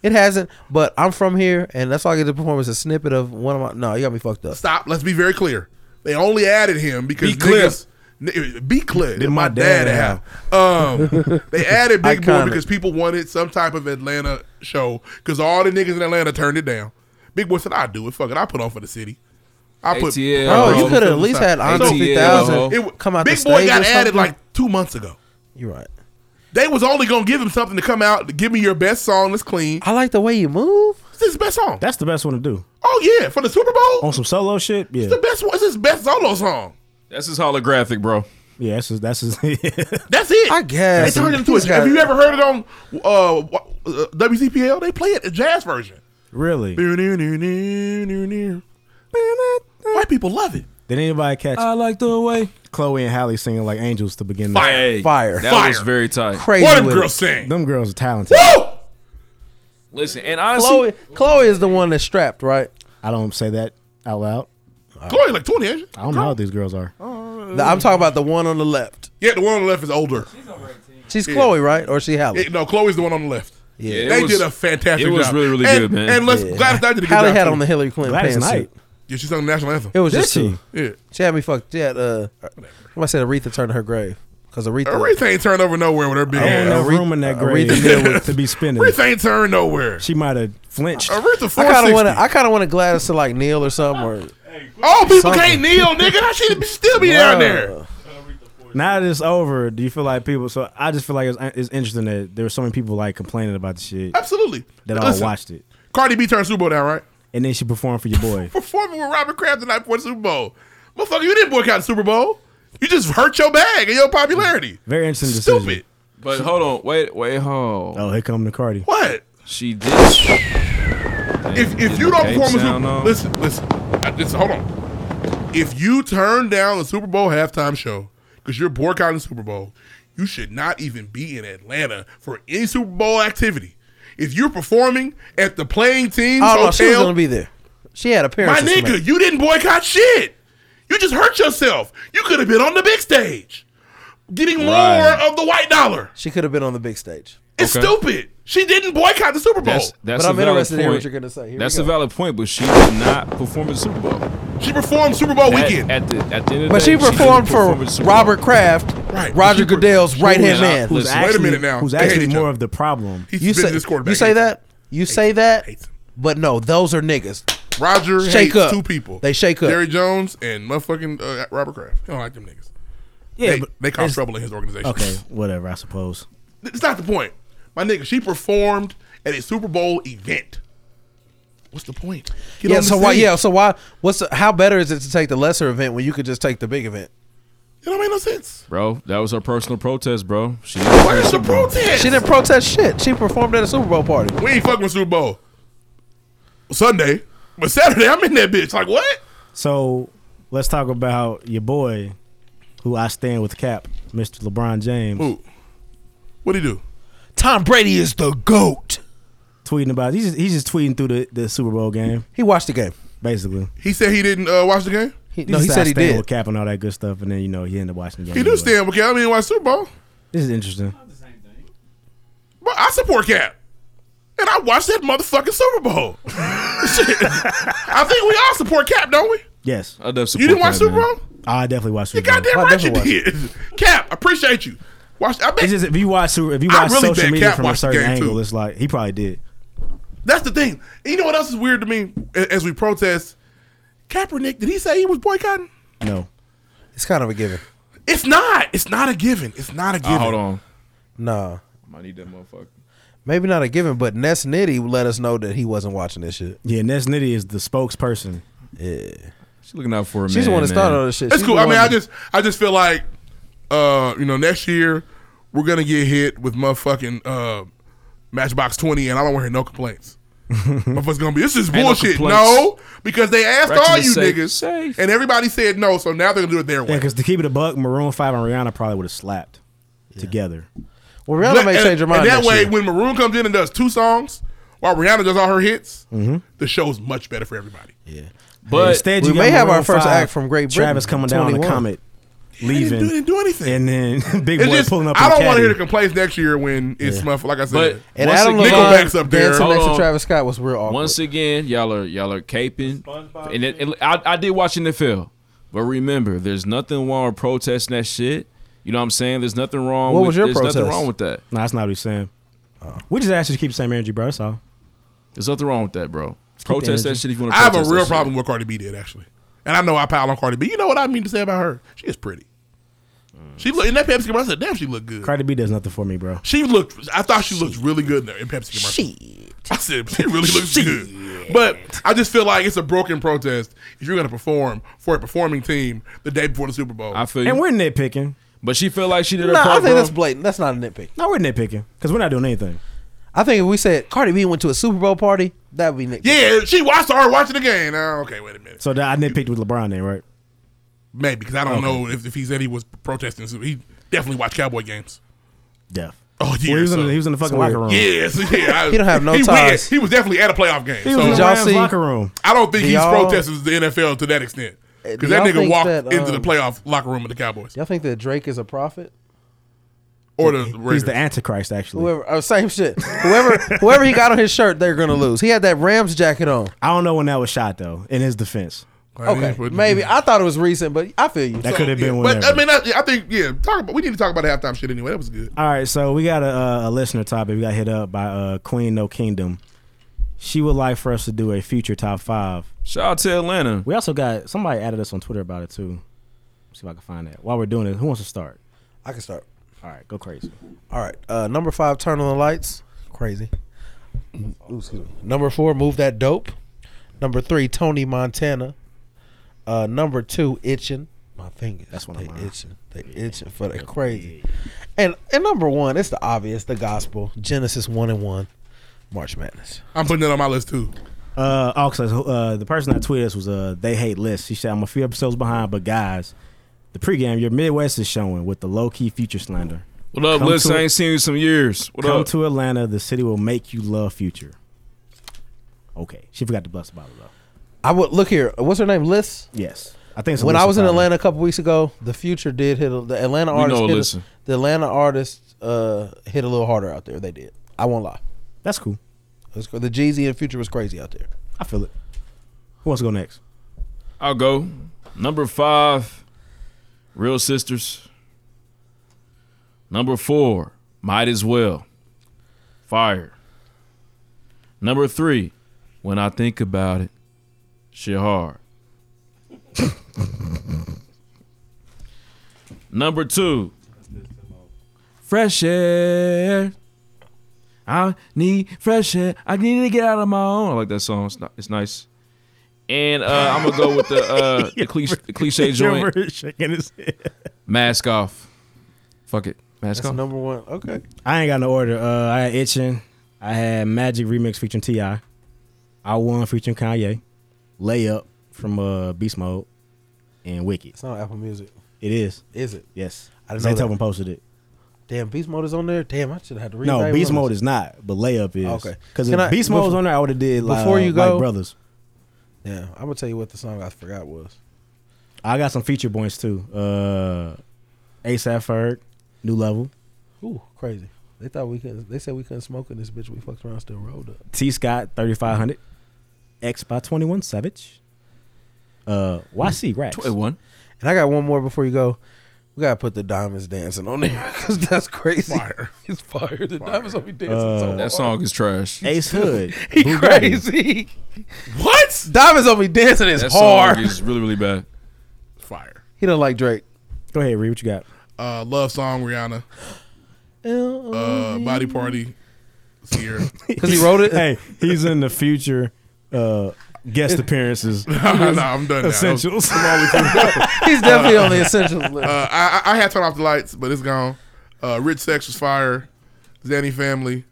It hasn't, but I'm from here, and that's all I get to perform is a snippet of one of my. No, you got me fucked up. Stop. Let's be very clear. They only added him because Be clear. niggas- n- Be clear. Did my my dad, dad have? Um, they added Big Boy Iconic. because people wanted some type of Atlanta show because all the niggas in Atlanta turned it down. Big Boy said, "I do it. Fuck it. I put on for the city. I put. ATL, I Bro, put you on could for have the at least side." had So- Andre ATL, 3000 It w- come out. Big the Boy stage got or added something. like two months ago. You're right. They was only gonna give him something to come out. Give me your best song that's clean. I like the way you move. It's his best song. That's the best one to do Oh yeah, for the Super Bowl, on some solo shit. Yeah, it's the best one. It's his best solo song. That's his holographic, bro. yeah. That's his, that's his That's it. I guess. they turned it into a. He's got- Have you ever heard it on uh, w- uh, WCPL? They play it a jazz version. really. White people love it. Did anybody catch I like the way. Chloe and Halle singing like angels to begin? the- Fire. Fire. That Fire. was very tight. Crazy. What them with girls it. Oh. sing? Them girls are talented. Woo! Listen, and honestly, Chloe, Chloe is the one that's strapped, right? I don't say that out loud. Chloe like twenty. Ain't she? Oh. I don't know how these girls are. Oh. The- I'm talking about the one on the left. Yeah, the one on the left is older. She's Chloe, right? Or she Halle? Yeah, no, Chloe's the one on the left. yeah, it they was- did a fantastic it job. was really, really and, good, man. And let's Yeah. Gladys Knight did a good Halle job. had too. on the Hillary Clinton Gladys pantsuit. Knight. Yeah, she sung the national anthem. It was Did just she? a- yeah, She had me fucked. She had uh, somebody said Aretha turned her grave because Aretha. Aretha ain't turned over nowhere with her big I don't ass. know room in that Aretha- grave Aretha- to be spinning. Aretha ain't turned nowhere. She might have flinched. Aretha I kind of want 460. to. I kind of want to Gladys to like kneel or something. Or Oh, people Something. can't kneel, nigga. How she still be down there? Now that it's over, do you feel like people? So I just feel like it's, it's interesting that there were so many people like complaining about the shit Absolutely. that all Listen, watched it, Cardi B turned Super Bowl down, right? and then she performed for your boy. Performing with Robert Kraft the night before the Super Bowl. Motherfucker, you didn't boycott the Super Bowl. You just hurt your bag and your popularity. Very interesting decision. Stupid. But hold on, wait, wait, hold. Oh, here come the Cardi. What? She did. Oh. If Did if you the don't cake perform a Super sound on? listen, listen. I, just hold on. If you turn down the Super Bowl halftime show because you're boycotting the Super Bowl, you should not even be in Atlanta for any Super Bowl activity. If you're performing at the playing team's Oh no, she was hotel, gonna be there. She had My appearances. to nigga, make. you didn't boycott shit. You just hurt yourself. You could have been on the big stage, getting Right. more of the white dollar. she could have been on the big stage. It's Okay. stupid. She didn't boycott the Super Bowl. That's that's But a I'm valid interested to point. hear what you're gonna say. Here we that's a go. valid point, but she did not perform at the Super Bowl. she performed Super Bowl At- weekend. At, the at the end of the But day, she performed didn't for perform at the Super Bowl. Robert Kraft, Right. Roger She per- Goodell's right hand who- man. who- Who's Wait a actually, minute now. Who's They hate actually each more other. of the problem? He's You been say, this quarterback. you say Hates him. that? You say that? Hates him. But no, those are niggas. Roger Shake hates up. two people. They shake up. Jerry Jones and motherfucking uh, Robert Kraft. He don't like them niggas. Yeah, they, but they cause it's- trouble in his organization. Okay, whatever. I suppose. It's not the point. My nigga, she performed at a Super Bowl event. What's the point? Get Yeah. on the So why? stage. Yeah. So why? What's the, how better is it to take the lesser event when you could just take the big event? It don't make no sense. Bro, that was her personal protest, bro. She Where's the protest? She didn't protest shit. She performed at a Super Bowl party. We ain't fucking with Super Bowl. Sunday, but Saturday I'm in that bitch. Like what? So let's talk about your boy, who I stand with Cap, Mr. LeBron James. What do you do? Tom Brady is the goat. Tweeting about he's just, he's just tweeting through the, the Super Bowl game. He watched the game basically. He said he didn't uh, watch the game. This is how I stand with Cap and all that good stuff, and then you know he ended up watching the game. He do stand with Cap. I mean, watch Super Bowl. This is interesting. But I support Cap, and I watched that motherfucking Super Bowl. Shit. I think we all support Cap, don't we? Yes, I definitely. You didn't watch Super Bowl? I definitely watched Super Uh, You goddamn Bowl. right you did. Cap, I appreciate you. Watch. I bet It's just if you watch Super, if you I watch really social bet media Cap from a watched the certain game, angle, too. it's like he probably did. That's the thing. You know what else is weird to me? A- As we protest, Kaepernick, did he say he was boycotting? No, it's kind of a given. It's not. It's not a given. It's not a given. hold on. Nah, I need that motherfucker. maybe not a given, but Ness Nitty let us know that he wasn't watching this shit. Yeah, Ness Nitty is the spokesperson. Yeah, she's looking out for She's the one that started all this shit. That's She's cool. the I mean, one I that- just, I just feel like, uh, you know, next year we're gonna get hit with motherfucking uh, Matchbox Twenty, and I don't want to hear no complaints. Motherfuckers gonna be this is Ain't no bullshit. No, complaints. because they asked Ratchet all is you safe. niggas, and everybody said no. So now they're gonna do it their way. Yeah, because to keep it a buck, Maroon Five and Rihanna probably would have slapped together. Well, But- and- And that way, when Maroon comes in and does two songs, while Rihanna does all her hits, Mm-hmm. the show's much better for everybody. Yeah, But instead, you we got may have our Maroon first 5, act from Great Britain. Travis coming down on the 21. comet, leaving, didn't do anything, and then Big it's Boy just, pulling up. I in don't want to caddy. hear the complaints next year when it's muff. Like I said, But And Once Adam again- Levine Nickelback's up there. uh, dancing next Hold to on. Travis Scott was real awkward. Once again, y'all are y'all are caping, and, it, and I, I did watch NFL, but remember, there's nothing wrong with protesting that shit. You know what I'm saying? There's nothing wrong. What with, was your there's Nothing protest? wrong with that. No, that's not what he's saying. Oh. We just asked you to keep the same energy, bro. That's all. There's nothing wrong with that, bro. keep the Protest that energy. shit if you want I to. have a real problem with Cardi B did actually, and I know I pile on Cardi B. You know what I mean to say about her? She is pretty. She looked in that Pepsi commercial. I said, "Damn, she looked good." Cardi B does nothing for me, bro. She looked. I thought she looked really good in the in Pepsi commercial. I said she really looks good. But I just feel like it's a broken protest. If you're gonna perform for a performing team the day before the Super Bowl, I feel And you. we're nitpicking. But she felt like she did her Nah, I part, think bro. that's blatant. That's not a nitpick. No, we're nitpicking because we're not doing anything. I think if we said Cardi B went to a Super Bowl party, that would be nitpick. yeah, she watched her watching the game. Now, okay, wait a minute, So that I nitpicked with LeBron then, right? maybe because I don't Okay. know if, if he said he was protesting. So he definitely watched Cowboy games. Death. Oh yeah, he was, in, so- the, he was in the fucking locker room. Yeah, so, yeah. I- He don't have no he ties. Went, he was definitely at a playoff game. He was so- in the Rams locker room. I don't think Do he's y'all- protesting the NFL to that extent do because y'all that nigga think walked that, into the um, playoff locker room of the Cowboys Y'all think that Drake is a prophet? or the He's Raiders. the Antichrist, actually. Whoever, oh, same shit. Whoever, whoever he got on his shirt, they're gonna lose. He had that Rams jacket on. I don't know when that was shot though. In his defense, Okay, maybe I thought it was recent, but I feel you. that could have been yeah, whenever. but I mean, I, I think yeah. Talk about we need to talk about the halftime shit anyway. That was good. All right, so we got a, uh, a listener topic. We got hit up by uh, Queen No Kingdom. She would like for us to do a future top five. Shout out to Atlanta. We also got somebody added us on Twitter about it too. See if I can find that. While we're doing it, who wants to start? I can start. All right, go crazy. All right, uh, number five, turn on the lights. Crazy. Ooh, excuse me. Number four, move that dope. Number three, Tony Montana. Uh, number two, itching. My fingers. That's one they of itching. They itching for the crazy. And and number one, it's the obvious, the gospel. Genesis one and one, March Madness. I'm putting that on my list too. Uh, also, uh, the person that tweeted us was uh, they hate list. She said, "I'm a few episodes behind, but guys, the pregame your Midwest is showing with the low key future slander. What up, Come Liz? to I it. ain't seen you some years. What Come up? to Atlanta, the city will make you love future." Okay, she forgot to bless the bottle though. I would look here. What's her name? Liz. Yes, I think it's when I Alyssa was in Tyler. Atlanta a couple weeks ago, the future did hit a, the Atlanta We artist. know hit Alyssa. a, the Atlanta artist uh, hit a little harder out there. They did. I won't lie. That's cool. It was, the Jeezy and Future was crazy out there. I feel it. Who wants to go next? I'll go. Number five, Real Sisters. Number four, Might As Well. Fire. Number three, When I Think About It, Shit Hard. Number two, Fresh Air. I need fresh air. I need to get out of my own. I like that song. It's, not, it's nice. And uh, I'm gonna go with the uh, the cliche, the cliche joint. Jimmer is shaking his head. Mask off. Fuck it. Mask That's off. number one. Okay. I ain't got no order. Uh, I had itching. I had Magic remix featuring Ti. I I One featuring Kanye, Layup from uh, Beast Mode, and Wicked. It's on Apple Music. It is. Is it? Yes. I didn't know Zay that. Tobin posted it. Damn, Beast Mode is on there. Damn, I should have had to read. no, Beast Mode is not, but Layup is. Okay. Because Can I- if Beast Mode was bef- on there, I would have did like, before you go- like Brothers. Yeah, I'm gonna tell you what the song I forgot was. I got some feature points too. Uh, ASAP Ferg, New Level, Ooh, crazy. They thought we couldn't. They said we couldn't smoke in this bitch. We fucked around, still rolled up. T Scott 3500, X by 21 Savage, uh, YC Raps. 21. And I got one more before you go. We gotta put the diamonds dancing on there because that's crazy. Fire. It's fire. The diamonds will be dancing so Uh, hard. that song is trash. Ace Hood. He Bugatti. crazy. What? Diamonds on me dancing is That hard. song is really really bad. Fire. He don't like Drake. Go ahead, read what you got. Uh, love song Rihanna. Uh, body party. Sierra. Because he wrote it. hey, he's in the future uh, guest appearances. nah, nah, I'm done. Now. Essentials. I'm- I'm only- He's definitely on the essentials list. Uh, I, I I had turned off the lights, but it's gone. Uh, Rich Sex was fire. Zanny Family.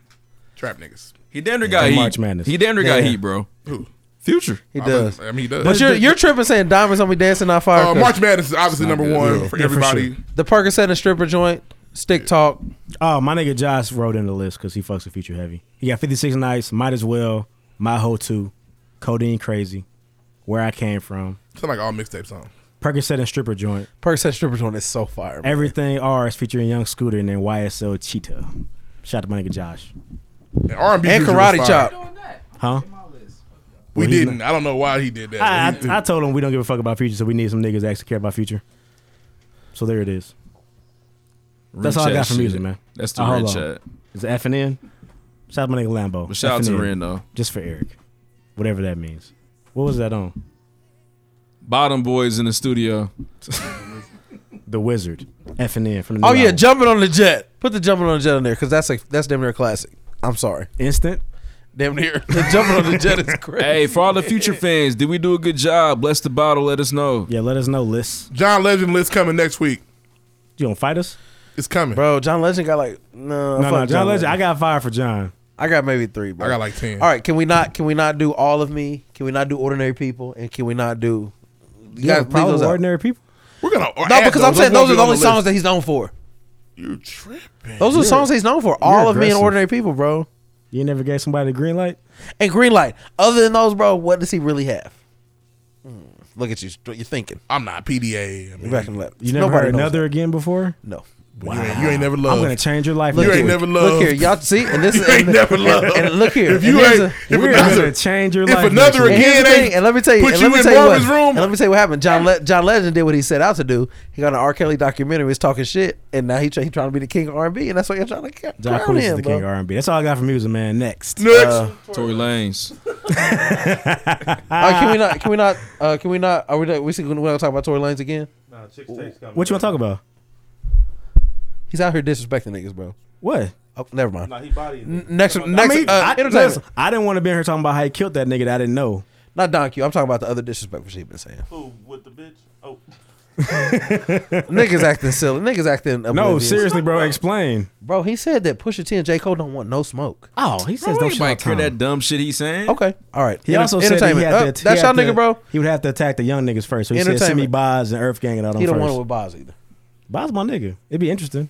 Trap niggas. He damn near got and heat. March Madness. He damn near got Yeah. heat, bro. Who? Future. He does. I mean, he does. But you're you're tripping saying diamonds on me dancing not fire. uh, 'cause March Madness is obviously number one Yeah. for Yeah, for everybody. sure. the Percocet and stripper joint, stick talk. Oh, my nigga Josh wrote in the list because he fucks with Future Heavy. He got 56 Nights, Might As Well, My Ho 2, Codeine Crazy, Where I Came From, Sound like all mixtape songs. Percocet and Stripper Joint, Percocet stripper joint is so fire. man. Everything R's featuring Young Scooter, and then YSL Cheetah. Shout out to my nigga Josh. And R&B and Future karate was fire. chop. Huh? We Well, he's didn't. I don't know why he did that. I, but he I, I did. told him we don't give a fuck about Future, so we need some niggas that actually care about Future. So there it is. That's Rich all I got ass for shit. music, man. That's the Oh, hold red on. chat. It's F and N. Shout out to my nigga Lambo. But shout out to FNN. Ren though. Just for Eric. Whatever that means. What was that on? Bottom boys in the studio. The Wizard. F and N from the Oh new yeah, album. jumping on the jet. Put the jumping on the jet on there because that's a that's damn near a classic. I'm sorry, Instant. damn near. The jumping on the jet is crazy. hey, for all the future fans, did we do a good job? Bless the bottle. Let us know. Yeah, let us know, Liz. John Legend list coming next week. You gonna fight us? It's coming. bro. John Legend got like no, No, no, fuck John, Legend. I got fired for John. I got maybe three. Bro. I got like 10. All right, can we not? Can we not do all of me? Can we not do ordinary people? And can we not do? You You gotta have a leave problem those with out. ordinary people. We're going to No, because I'm saying those are the only songs that he's known for. You tripping. Those are the songs he's known for. All of me and aggressive. ordinary people, bro. You never gave somebody the green light. And green light. Other than those, bro, what does he really have? Mm, Look at you. st- You're thinking. I'm not PDA. I mean, You're back in the lab. You never Nobody heard knows another again before. that. No. you, ain't, you ain't never I'm loved. gonna change your life. you next ain't week. never loved. Look here, y'all see, and this You is ain't and, never and- loved. and look here, If you and here's ain't, a- if We're another, gonna change your if life. another next week. And here's again the thing, ain't and let me tell you, put and you let me in tell you what, Marvin's room. and let me tell you what happened. John Le- John Legend did what he set out to do. He got an R. Kelly documentary. He's talking shit, and now he, try, he trying to be the king of R and B, and that's why you're trying to ca- John crown Cleese is him, the bro. king of R&B. That's all I got for music, man. Next. next. uh, Tory Lanez. All right, can we not? Can we not? Uh, can we not? Are we? not- We see, we're gonna talk about Tory Lanez again. What you want to talk about? He's out here disrespecting niggas, bro. What? Oh, never mind. N- next, next, I mean, uh, I, entertainment. listen, I didn't want to be in here talking about how he killed that nigga that I didn't know. Not Don Q. I'm talking about the other disrespectful shit he been saying. with the bitch. Oh, niggas acting silly. Niggas acting. No, oblivious. seriously, bro. Explain. bro. He said that Pusha T and J Cole don't want no smoke. Oh, he Bro, says don't ain't shout nobody care Tom. that dumb shit he's saying. Okay, all right. He Enter- also said that he had entertainment. to, Uh, he that's had y'all to- nigga, bro. He would have to attack the young niggas first. So he said Simi Entertainment. Boz and Earth Gang and all them He don't first. want it with Boz either. Boz my nigga. It'd be interesting.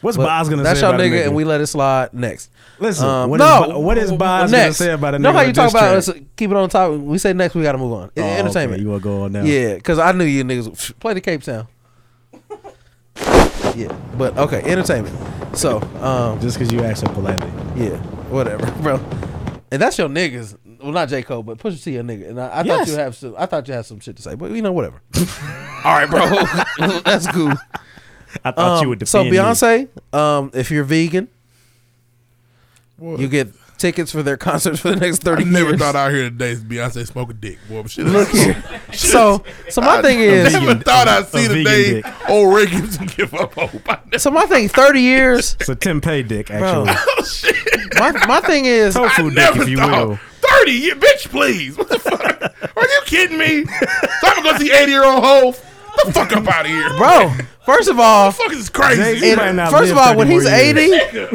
What's But Boz gonna that's say y'all about a nigga, and we let it slide next. Listen, Um, what is no, Bo- what is w- Boz w- gonna next. say about a Know nigga how you with talk diss about us? track? Keep it on top. We say next, we got to move on. Oh, okay, entertainment. You want to go on now? Yeah, because I knew you niggas play the Cape Town. yeah, but okay, entertainment. So, um, Just because you asked so politely. yeah, whatever, bro. And that's your niggas. Well, not J Cole, but Pusha T, your nigga. And I, I Yes. thought you have some. I thought you had some shit to say, but you know, whatever. All right, bro. that's cool. I thought Um, you would defend so me. Beyonce, um, if you're vegan, What? you get tickets for their concerts for the next I thirty never years. thought out here today Beyonce smoke a dick. Boy, but shit, Look here. so, so my thing is, never thought I'd see vegan the day dick. old Ray Gibson give up hope. I never- so my thing, thirty years. It's a Tim Pay dick, actually. My my thing is, Oh, Tofu dick, never if you thought. will. 30 year bitch, please. What the fuck? Are you kidding me? So I'm gonna go see 80 year old Hov. The fuck up out of here. bro. First of all, The fuck is crazy. Jay- Ain't might and not first of live all, when 30 he's more years.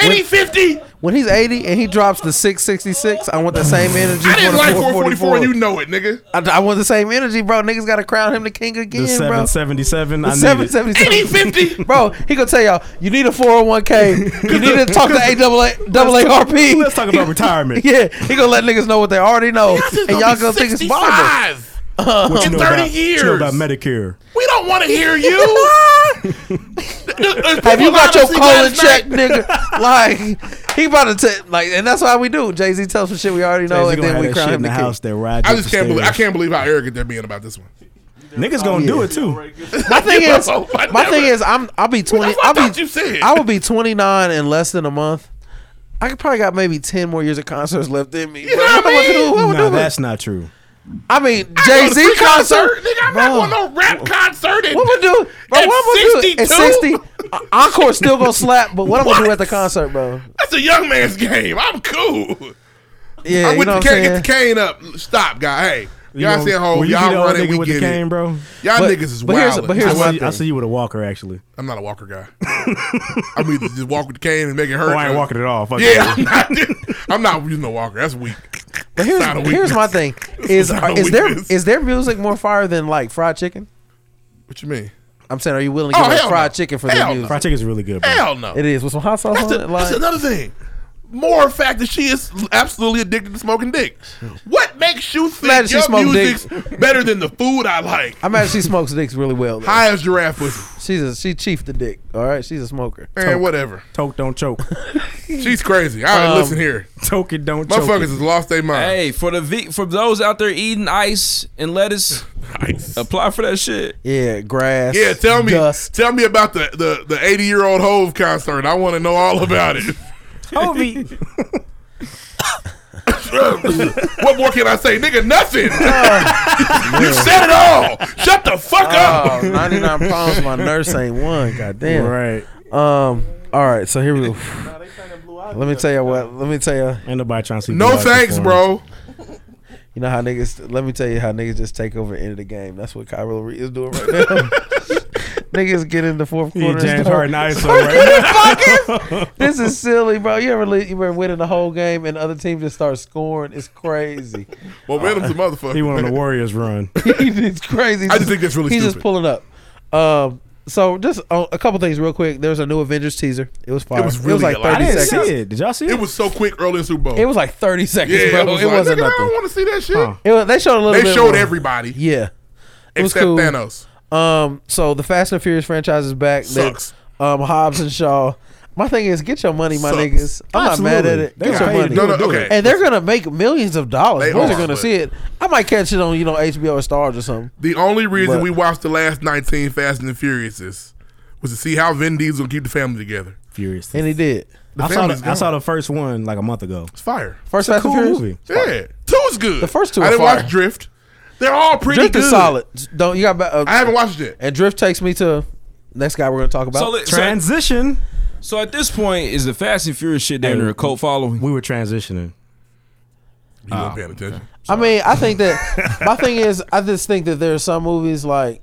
eighty, 80, 50. When he's 80 and he drops the 666, I want the same energy. I didn't for the like 444, and you know it, nigga. I, I want the same energy, bro. Niggas got to crown him the king again, The bro. 777. The I need it. 777. 50. Bro, he gonna tell y'all, you need a 401k. You need to talk to AAA, AARP. Let's talk about retirement. yeah, he gonna let niggas know what they already know. and y'all gonna think it's Bible. Uh, What in you 30 know about, what you know years. about Medicare. We don't want to hear you. Have you got your People got colon his checked, nigga? Like he about to t- like, and that's why we do. Jay Z tells some shit we already know, Jay-Z and gonna then have we that crown shit him in the the king. house that rides I up just the can't believe I stairs. can't believe how arrogant they're being about this one. Niggas gonna do it too. My thing is, Oh, I my never- thing is, I'm I'll be twenty. That's what I I'll thought be you said. I will be twenty nine in less than a month. I could probably got maybe ten more years of concerts left in me. You know Bro, what I would do? What would Nah, do? that's not true. I mean, I go Jay to Z free concert. Nigga, I'm Bro. not going to no rap concert. And, What would do? Bro, At what would do? 62? At sixty, encore still gonna slap. But what I'm gonna do at the concert, bro? that's a young man's game. I'm cool. Yeah, I went you to know what I'm cane, saying. get the cane up. Stop, guy. Hey, You y'all know, sit home. will you be Y'all the old running. nigga We with the get cane, it. bro. Y'all But- niggas is but here's- wild. but here's I my see- I see you with a walker actually. I'm not a walker guy. I'm either just walk with the cane and make it Oh, hurt. I ain't or- walking at all. Fuck Yeah, that. I'm not, I'm not using a walker. That's weak. But here's Sign of here's my weakness. thing: It's is a sign of is there weakness. is their music more fire than like fried chicken? What you mean? I'm saying, are you willing to Oh, give up hell fried no. chicken for Hell their no. music? Fried chicken's really good, bro. Hell no. It is with some hot sauce That's, on the, it. that's Like, another thing. More fact that she is absolutely addicted to smoking dick. What makes you think Glad she your smoked dick. music's better than the food I like? I imagine she smokes dicks really well. though. High as giraffe pussy. She's a she chief the dick. All right, she's a smoker. Man, whatever. Toke don't choke. She's crazy. All right, Um, listen here. Toke it don't choke. Motherfuckers it. has lost their mind. Hey, for the v- for those out there eating ice and lettuce, Nice. apply for that shit. Yeah, grass. Yeah, tell me, dust. tell me about the the the eighty year old Hove concert. I want to know all about it. Hovey. what more can I say, nigga? Nothing. you said it all. Shut the fuck Oh, up. 99 pounds. My nurse ain't one. Goddamn. Right. Um. All right. So here we go. Let me tell you what. Let me tell you. Ain't nobody trying to see. No Blue Ivy thanks, perform. bro. You know how niggas. Let me tell you how niggas just take over and end of the game. That's what Kyrie Lowry is doing right now. niggas get in the fourth Yeah, quarter. and James start- Harden ice on right This is silly, bro. You ever li- you ever winning the whole game and other team just start scoring? It's crazy. Momentum's Uh, a now. He went on the motherfucker. Warriors run. it's crazy. I just think that's really he's stupid. just pulling up. Um, so just uh, a couple things real quick. There was a new Avengers teaser. It was fire. was really like elaborate. I thirty didn't seconds. see it. Did y'all see it? It was so quick early in the Super Bowl. It was like thirty seconds, yeah, bro. it was It, like, was not nigga, I don't nothing. want to see that shit. Huh. It was, they showed a little. They bit showed more. everybody Yeah. was except cool. Thanos. Um. So the Fast and Furious franchise is back. They- Sucks. Um. Hobbs and Shaw. My thing is, get your money, my Sucks. niggas. I'm not mad at Absolutely. it. They Get got your paid to money. No, no, do it. okay. And they're gonna make millions of dollars. They Boys are, are gonna but- see it. I might catch it on you know HBO or Stars or something. The only reason But- we watched the last 19 Fast and the Furious is, was to see how Vin Diesel keep the family together. Furious. And he did. I saw, family's the, I saw gone. the first one like a month ago. It's fire. First Fast Cool and Furious. movie. Yeah. Two's good. The first two I are didn't fire. watch Drift. They're all pretty Drift good. is solid. Don't you got? ba- Uh, I haven't watched it. And Drift takes me to next guy we're gonna talk about. So, let- so, Transition. so at this point, is the Fast and Furious shit down Hey. there a cult following? We were transitioning. You weren't Uh, paying attention. I mean, I think that my thing is, I just think that there are some movies like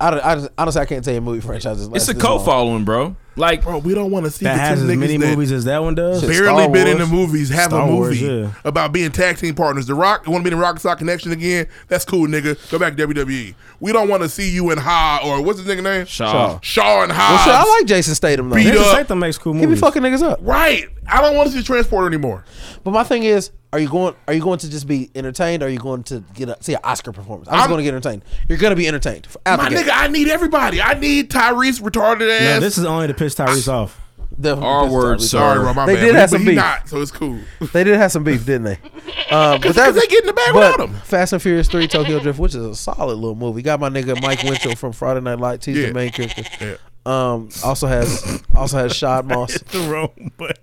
I, don't, I just, honestly I can't tell you movie franchises. It's last a this cult long. following, bro. Like, Bro, we don't want to see That the has two as niggas many that movies as that one does. Shit. barely Star been in the Wars. movies have Star a Wars, movie yeah. about being tag team partners. The Rock want to be in the Rock and Sock Connection again. That's cool, nigga. Go back to WWE. We don't want to see you and Ha or what's his nigga name? Shaw. Shaw and Well, Ha. shit, I like Jason Statham though. Beat He up. Jason Statham makes cool movies. be fucking niggas up. right. I don't want to see Transporter anymore. But my thing is, are you going? Are you going to just be entertained? Or are you going to get a, see an Oscar performance? I'm, just I'm- going to get entertained. You're going to be entertained. Out My the gate. nigga, I need everybody. I need Tyrese retarded No, ass. this is only to piss Tyrese off. The- R word, Sorry. Sorry, bro. My They bad. did But- have but some he beef. Not, so it's cool. They did have some beef, didn't they? Um, but that, 'cause they get in the bag but without 'em. Fast and Furious Three: Tokyo Drift, which is a solid little movie, got my nigga Mike Winchell from Friday Night Lights. He's Yeah. the main character. Yeah. Um, also has also has Shad Moss. The wrong button.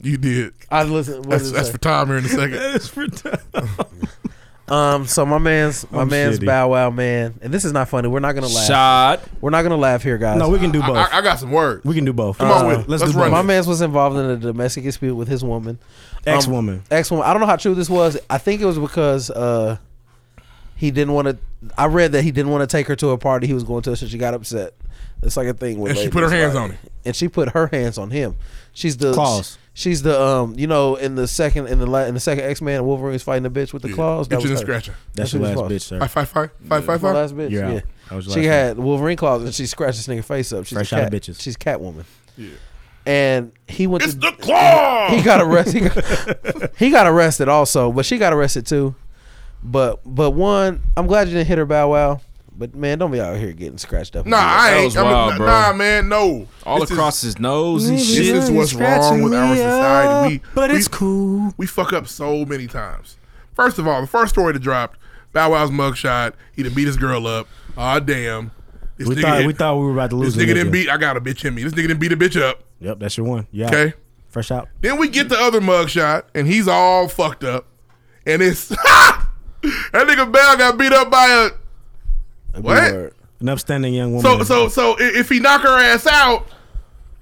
You did. I listen. What That's, did it that's say? for time here in a second. It's for um, so my man's my I'm man's shitty. Bow Wow man, and this is not funny. We're not gonna laugh. shot. We're not gonna laugh here, guys. No, we can do I, both. I- I got some words. we can do both. Uh, Come on with it. Let's do run both. my man's was involved in a domestic dispute with his woman, Ex woman. ex woman. I don't know how true this was. I think it was because uh, he didn't want to. I read that he didn't want to take her to a party he was going to, so she got upset. It's like a thing with. And she ladies, put her hands like- on it. and she put her hands on him. She's the Claws. sh- She's the um, you know, in the second in the la- in the second X Men, Wolverine's fighting the bitch with the claws. That Itching was and her. scratching. That's who your she last was. bitch, sir. Five, five, five, five, five, That's my five. last bitch. You're out. yeah, That was your she last had Wolverine claws and she scratched this nigga face up. She's Fresh a out cat. of bitches. She's Catwoman. Yeah. And he went. It's to, the claw! He got arrested. He got, he got arrested also, but she got arrested too. But but one, I'm glad you didn't hit her bow wow. But man, don't be out here getting scratched up. Nah, I That ain't. was I'm a- wild, bro. Nah, man, no. All This is- across his nose and This shit. is what's wrong with our society. We, but it's cool. We fuck up so many times. First of all, the first story that dropped, Bow Wow's mugshot. He done beat his girl up. Ah, damn. This We nigga thought done- we thought we were about to this lose. the nigga didn't nigga. beat. I got a bitch in me. This nigga didn't beat a bitch up. Yep, that's your one. Yeah. Okay. Fresh out. Then we get the other mugshot, and he's all fucked up. And it's that nigga Bell got beat up by a what? An upstanding young woman. So so so i- if he knock her ass out,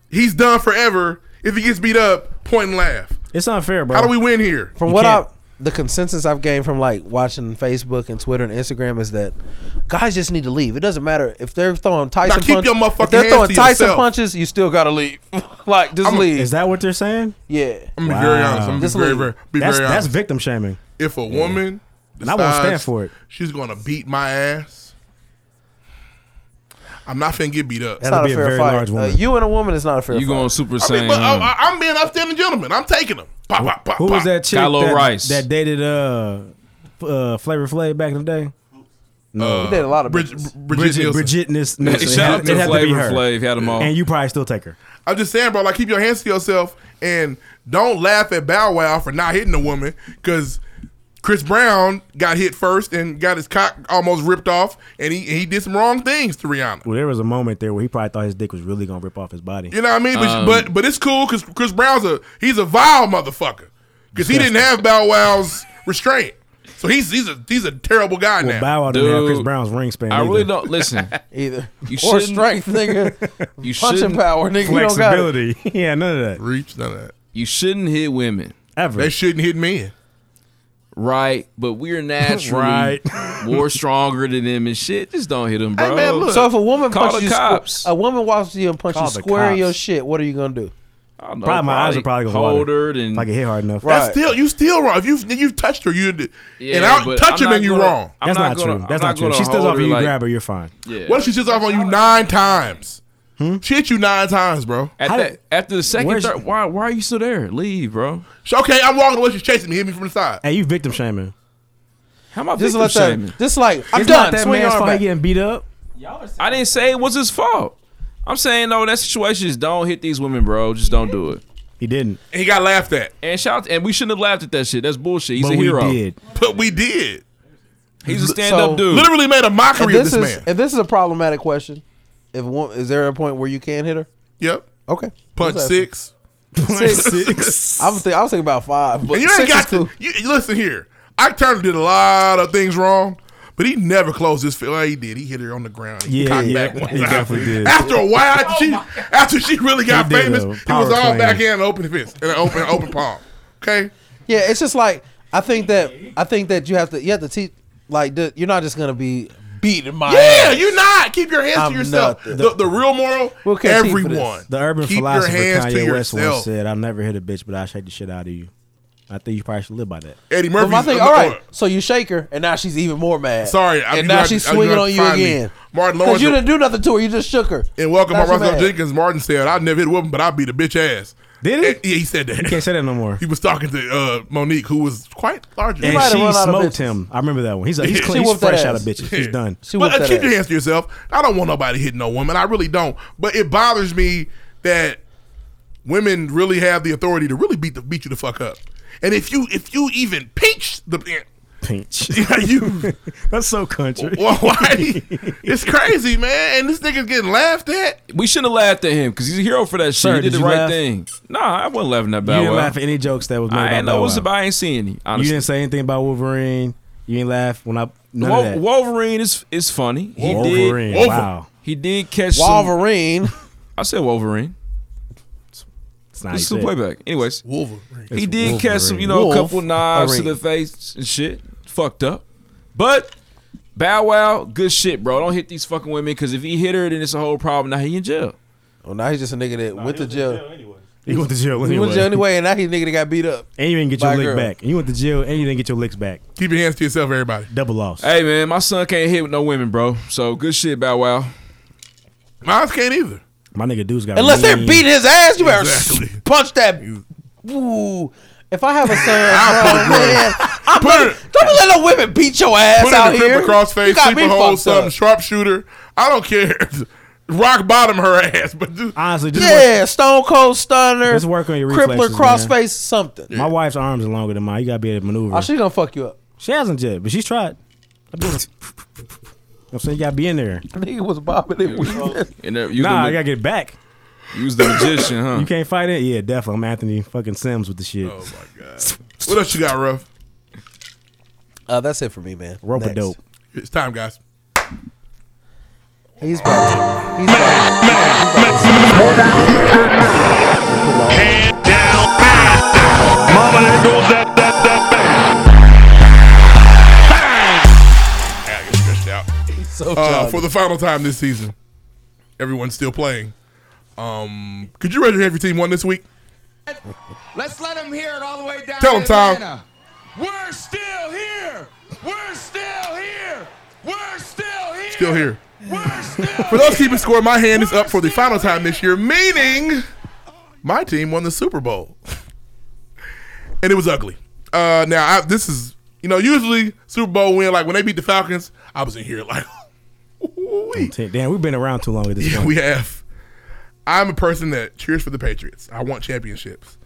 he's done forever. If he gets beat up, point and laugh. it's unfair, bro. How do we win here? From You what I can't- the consensus I've gained from like watching Facebook and Twitter and Instagram is that guys just need to leave. It doesn't matter if they're throwing Tyson keep punches. your motherfucking if they're hands throwing to Tyson yourself. punches, you still gotta leave. like just I'm a- leave. Is that what they're saying? yeah. I'm gonna be very Wow. honest. I'm gonna Just be very, leave. very, be That's very that's honest. victim shaming. if a woman And I won't stand decides for it. she's gonna beat my ass, I'm not finna get beat up. It's not a be a fair very fight. large Uh, woman. you and a woman is not a fair You fight. going Super I mean, Saiyan? but I, one. I, I'm being upstanding gentleman. I'm taking them. Pop, pop, pop, Who pop. was that chick Kylo that, Rice. that dated uh, f- uh Flavor Flav back in the day? Uh, did a lot of Brid- bitches. Brid- Bridget, Nielsen. Bridget Nielsen. Man, shout Nielsen. It out had- to it had be Flavor her. Flav, had 'em all. And you probably still take her. I'm just saying, bro. Like, keep your hands to yourself and don't laugh at Bow Wow for not hitting a woman because Chris Brown got hit first and got his cock almost ripped off, and he he did some wrong things to Rihanna. Well, there was a moment there where he probably thought his dick was really gonna rip off his body. You know what I mean? But but, but it's cool because Chris Brown's a he's a vile motherfucker because he didn't have Bow Wow's restraint, so he's he's a he's a terrible guy Well, now. Bow Wow didn't have Chris Dude, Brown's ring span. I either. really don't listen. either. You or shouldn't- strength, nigga. You Punching shouldn't. power, nigga. You don't got it. flexibility. yeah, none of that Reach none of that. You shouldn't hit women, ever. They shouldn't hit men. right? But we're naturally Right. more stronger than them and shit. Just don't hit them, bro. man, look. So if a woman Call punches the you, squ- cops. a woman walks up to you and punches Call you the square in your cops. shit. What are you gonna do? I don't know, Probably my eyes are probably gonna hold water. her and If I get hit hard enough. Right. That's still you still wrong. If you've you've touched her, you and out but touching I'm not and you gonna- wrong. I'm That's not, gonna- true. I'm That's not true. gonna She stood hold off her you, you like- grab her, you're fine. Yeah. What if she just off on you nine times? She hit you nine times, bro. At How the, did- after the second, Where's- third, why why are you still there? Leave, bro. She, okay, I'm walking away. She's chasing me. Hit me from the side. Hey, you victim shaming. How am I Just victim let shaming? that. Just like I'm It's done. not that Swing your man's arm fault he back. getting beat up. I didn't say it was his fault. I'm saying no, in that situation is don't hit these women, bro. Just don't do it. He didn't. And he got laughed at. And shout and we shouldn't have laughed at that shit. That's bullshit. He's but a we hero. did. But we did. He's a stand up So- dude. Literally made a If mockery this of is this man. if this is a problematic question, if one, is there a point where you can hit her? Yep. Okay, Punch Let's six. ask it. six. I was thinking, I was thinking about five, but And you six ain't got is cool. to. You, you listen here. Ike Turner did a lot of things wrong, but he never closed his field. Well, he did. He hit her on the ground. He Yeah, cocked yeah. back one He time. definitely did. After a while, Oh after, she, after she really got He did famous, a it was power all slam. backhand and open fist and an open open palm. Okay. Yeah, it's just like I think that I think that you have to you have to teach like the, you're not just gonna be beating my Yeah, ass. you're not. Keep your hands I'm to yourself. nothing. The, the real moral, We'll catch heat for this. everyone. The urban keep philosopher your hands to Kanye West once yourself. said, "I'll never hit a bitch, but I will shake the shit out of you." I think you probably should live by that. Eddie But Murphy. my thing, all right. So you shake her, and now she's even more mad. Sorry, I- and you now have to- she's you have swinging to on you find me. again. Martin because Lawrence- you didn't do nothing to her. You just shook her. And welcome Now by she Russell mad. Jenkins. Martin said, "I never hit a woman, but I beat a bitch ass." Did he? And- yeah, he said that. You can't say that no more. He was talking to uh, Monique, who was quite larger. And might have she run out of smoked bitches. him. I remember that one. He's like, he's, She clean, he's whooped that fresh out of ass. bitches. He's done. She but whooped uh, that keep your ass. hands to yourself. I don't want nobody hitting no woman. I really don't. But it bothers me that women really have the authority to really beat the beat you the fuck up. And if you if you even pinch the Pinch. yeah, you That's so country. Why? why- It's crazy, man. And this nigga's getting laughed at. we shouldn't have laughed at him because he's a hero for that shit. Sir, he did, did the you right laugh? thing. Nah, I wasn't laughing at you Bow didn't Wow. laugh at any jokes that was made I about ain't know Bow what's Wow. about. I ain't seeing any. You Honestly, didn't say anything about Wolverine. You didn't laugh when I none Wol- of that. Wolverine is is funny. He Wolverine. did. Wow. He did catch Some, Wolverine. I said Wolverine. It's not This is how some you say it. playback. Anyways, Wolverine. he did catch some, you Wolverine. know, Wolf a couple knives to the face and shit. Fucked up. But Bow Wow, good shit, bro. Don't hit these fucking Oh, women because if he hit her, then it's a whole problem. Now he in jail. Well, now he's just a nigga that went to jail. You went to jail He anyway. went to jail anyway, and now he nigga that got beat up. And you didn't get your by a lick girl. back. And you went to jail and you didn't get your licks back. Keep your hands to yourself, everybody. Double loss. Hey man, my son can't hit with no women, bro. So good shit, Bow Wow. Mine can't either. My nigga dude's got Unless they're mean- beating his ass, you better Exactly. punch that. Ooh. If I have a son, I'll bro, punch man, I'm not- don't be let no women beat your ass Put out in the here. crib across You face, got me sleeper hole, fucked something, up. sharpshooter. I don't care. Rock bottom her ass, but just, honestly, just Yeah, Stone Cold Stunner. Just work on your Crippler, reflexes, crossface, man. something. My wife's arms are longer than mine. You gotta be able to maneuver. Oh, she gonna fuck you up. She hasn't yet, but she's tried. I do. I'm saying you gotta be in there. Nigga was bobbing it. weak. And then you nah, the, I gotta get back. use the magician, huh? You can't fight it. Yeah, definitely. I'm Anthony fucking Sims with the shit. Oh my god. What else you got, Ruff? Uh, that's it for me, man. Rope a Next. dope. It's time, guys. He's back. He's back. Mama, there goes that, that, that I get stretched out. So Uh, for the final time this season, everyone's still playing. Um, could you raise your hand if your team won this week? Let's let them hear it all the way down. Tell in 'em, Tom. Atlanta. We're still here. We're still here. We're still here. Still here. for those keeping score, my hand is up for the final time this year, meaning my team won the Super Bowl, and it was ugly. Uh, now I, this is you know usually Super Bowl win like when they beat the Falcons, I was in here like I'm t- Damn, we've been around too long at this point. we have. I'm a person that cheers for the Patriots. I want championships.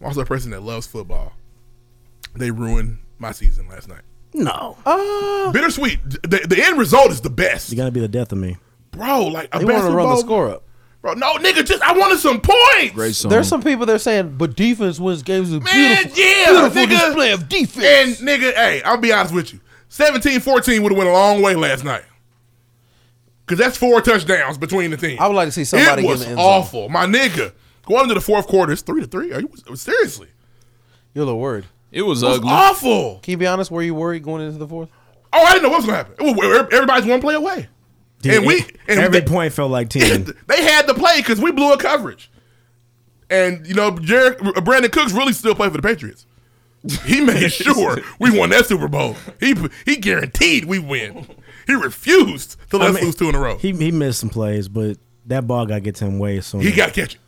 I'm also a person that loves football. They ruined my season last night. No. Bittersweet. The, the end result is the best, You gotta be the death of me. bro. Like a They want to basketball, run the score up. bro. No, nigga, just I wanted some points. Great song. There's some people that are saying, but defense wins games. Is Man, beautiful, yeah, beautiful nigga. display of defense. And nigga, hey, I'll be honest with you. 17-14 would have went a long way last night. Cause that's four touchdowns between the teams. I would like to see it somebody get was in the end zone. awful, my nigga. Going into the fourth quarter, it's three to three. Are you seriously? You're the word. It was It was ugly. awful. Can you be honest? Were you worried going into the fourth? Oh, I didn't know what was gonna happen. It was- Everybody's one play away, and we and every they, point felt like ten. they had the play because we blew a coverage. And you know, Jared, uh, Brandon Cooks really still played for the Patriots. He made sure we won that Super Bowl. He he guaranteed we win. He refused to let I us mean, lose two in a row. He, he he missed some plays, but that ball got to get to him way sooner. got to catch it.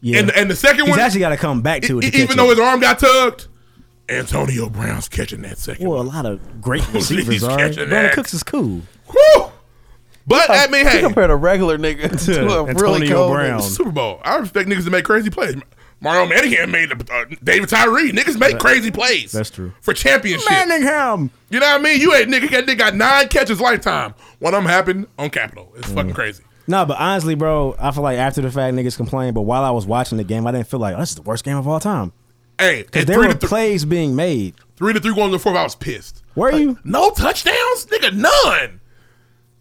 yeah. and- and the second He's one- actually got to come back to E- it. to catch even though his it. arm got tugged, Antonio Brown's catching that second. well, a lot of great He's receivers are. catching Brandon that. Cooks is cool. Woo! But uh, I mean, you hey, compared a regular nigga to, a really Antonio cold Brown. nigga. Super Bowl. I respect niggas to make crazy plays. Mario Manningham made the, uh, David Tyree. Niggas make crazy plays. That's true. For championship. Manningham. You know what I mean? You ain't nigga got nigga got nine catches lifetime. One of them happened on Capitol. It's Mm. fucking crazy. No, but honestly, bro, I feel like after the fact niggas complain, but while I was watching the game, I didn't feel like oh, this is the worst game of all time. Hey, Because at there three were to, th- plays being made. three to three going to the fourth, I was pissed. Were you? No touchdowns? Nigga, none.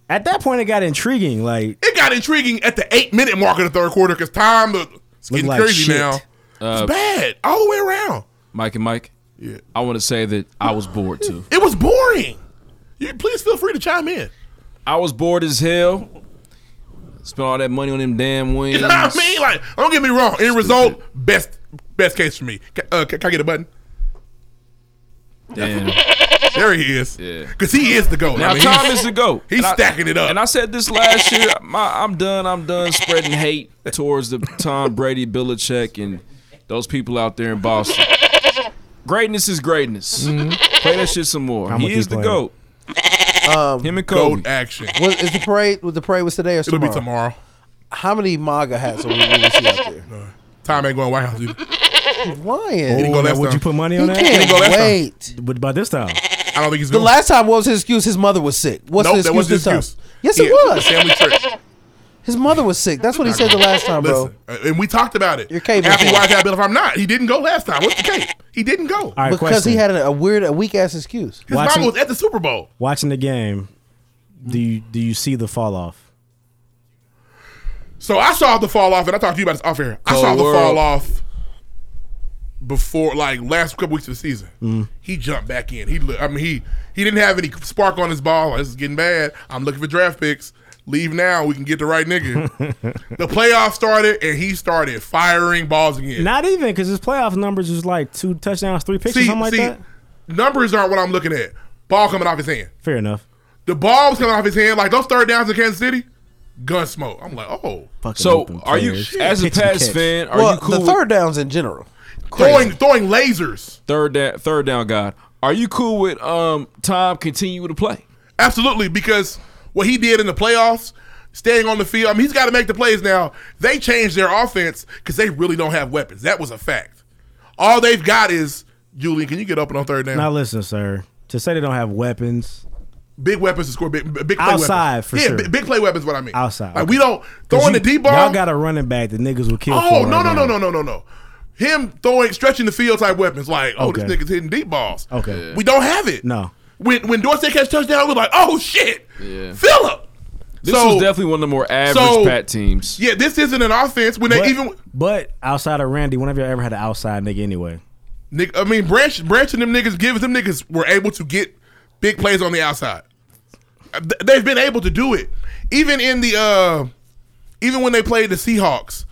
At that point, it got intriguing. Like, It got intriguing at the eight minute mark of the third quarter because time look, it's Looked getting like crazy shit. now. Uh, it's bad all the way around. Mike and Mike. Yeah. I want to say that I was bored too. It was boring. You please feel free to chime in. I was bored as hell. Spent all that money on them damn wings. You know what I mean? Like, don't get me wrong. End result, best best case for me. Ca- Uh, ca- can I get a button? Damn. There he is. Yeah. Because he is the GOAT. Now I mean, Tom he's- is the goat. He's And I- stacking it up. And I said this last year. My, I'm done. I'm done spreading hate towards the Tom Brady, Belichick, and those people out there in Boston. Greatness is greatness. Mm-hmm. Play that shit some more. I'ma he is the keep playing. goat. Um, Him and GOAT Kobe. action. was, is the parade? Was the parade was today or It'll tomorrow? be tomorrow. How many MAGA hats will we really see out there? Tom ain't going White House either. He's lying. didn't go oh, last would you time. put money He on that? can't go last time. wait. But by this time, I don't think he's The going. last time, what was his excuse? His mother was sick. What's nope, the that excuse was this his time? excuse. Yes, it Yeah, was. Family church. His mother was sick. That's what he said the last time, bro. Listen, uh, and we talked about it. You're caveman. Happy wise happy if I'm not. He didn't go last time. What's the case? He didn't go. all right, Because question. he had a, a weird, a weak ass excuse. His Watching- mama was at the Super Bowl. watching the game. Do you do you see the fall off? So I saw the fall off, and I talked to you about this off air. I Cold saw the world. fall off before, like last couple weeks of the season. He jumped back in. He, look, I mean, he he didn't have any spark on his ball. Like, this is getting bad. I'm looking for draft picks. Leave now. We can get the right nigga. the playoffs started, and he started firing balls again. Not even because his playoff numbers was like two touchdowns, three picks, or something like that. numbers aren't what I'm looking at. Ball coming off his hand. Fair enough. The ball was coming off his hand. Like those third downs in Kansas City, gun smoke. I'm like, oh. So, are you- as a Pitch and Pats catch. fan, are well, you cool the with- third downs in general? Throwing throwing lasers. Third down, third down, God. Are you cool with um Tom continue to play? Absolutely, because what he did in the playoffs, staying on the field. I mean, he's got to make the plays now. They changed their offense because they really don't have weapons. That was a fact. All they've got is Julian. Can you get open on third down? Now listen, sir. To say they don't have weapons, big weapons to score. Big, big play Outside, weapons. for yeah, sure. big, big play weapons. What I mean Outside, Like okay. we don't 'Cause throwing the you- deep Y'all ball. got a running back. The niggas will kill. Oh for no right no no now. no no no no. Him throwing stretching the field type weapons like oh Okay. this nigga's hitting deep balls. Okay. We don't have it. No. When when Dorsey catch touchdown, we're like oh shit, Yeah. Phillip. This So- was definitely one of the more average so- Pat teams. Yeah, this isn't an offense when they But- even. But outside of Randy, when have you ever had an outside nigga anyway? Nick, I mean, branch branching them niggas, giving them niggas were able to get big plays on the outside. Uh, th- They've been able to do it, even in the uh, even when they played the Seahawks.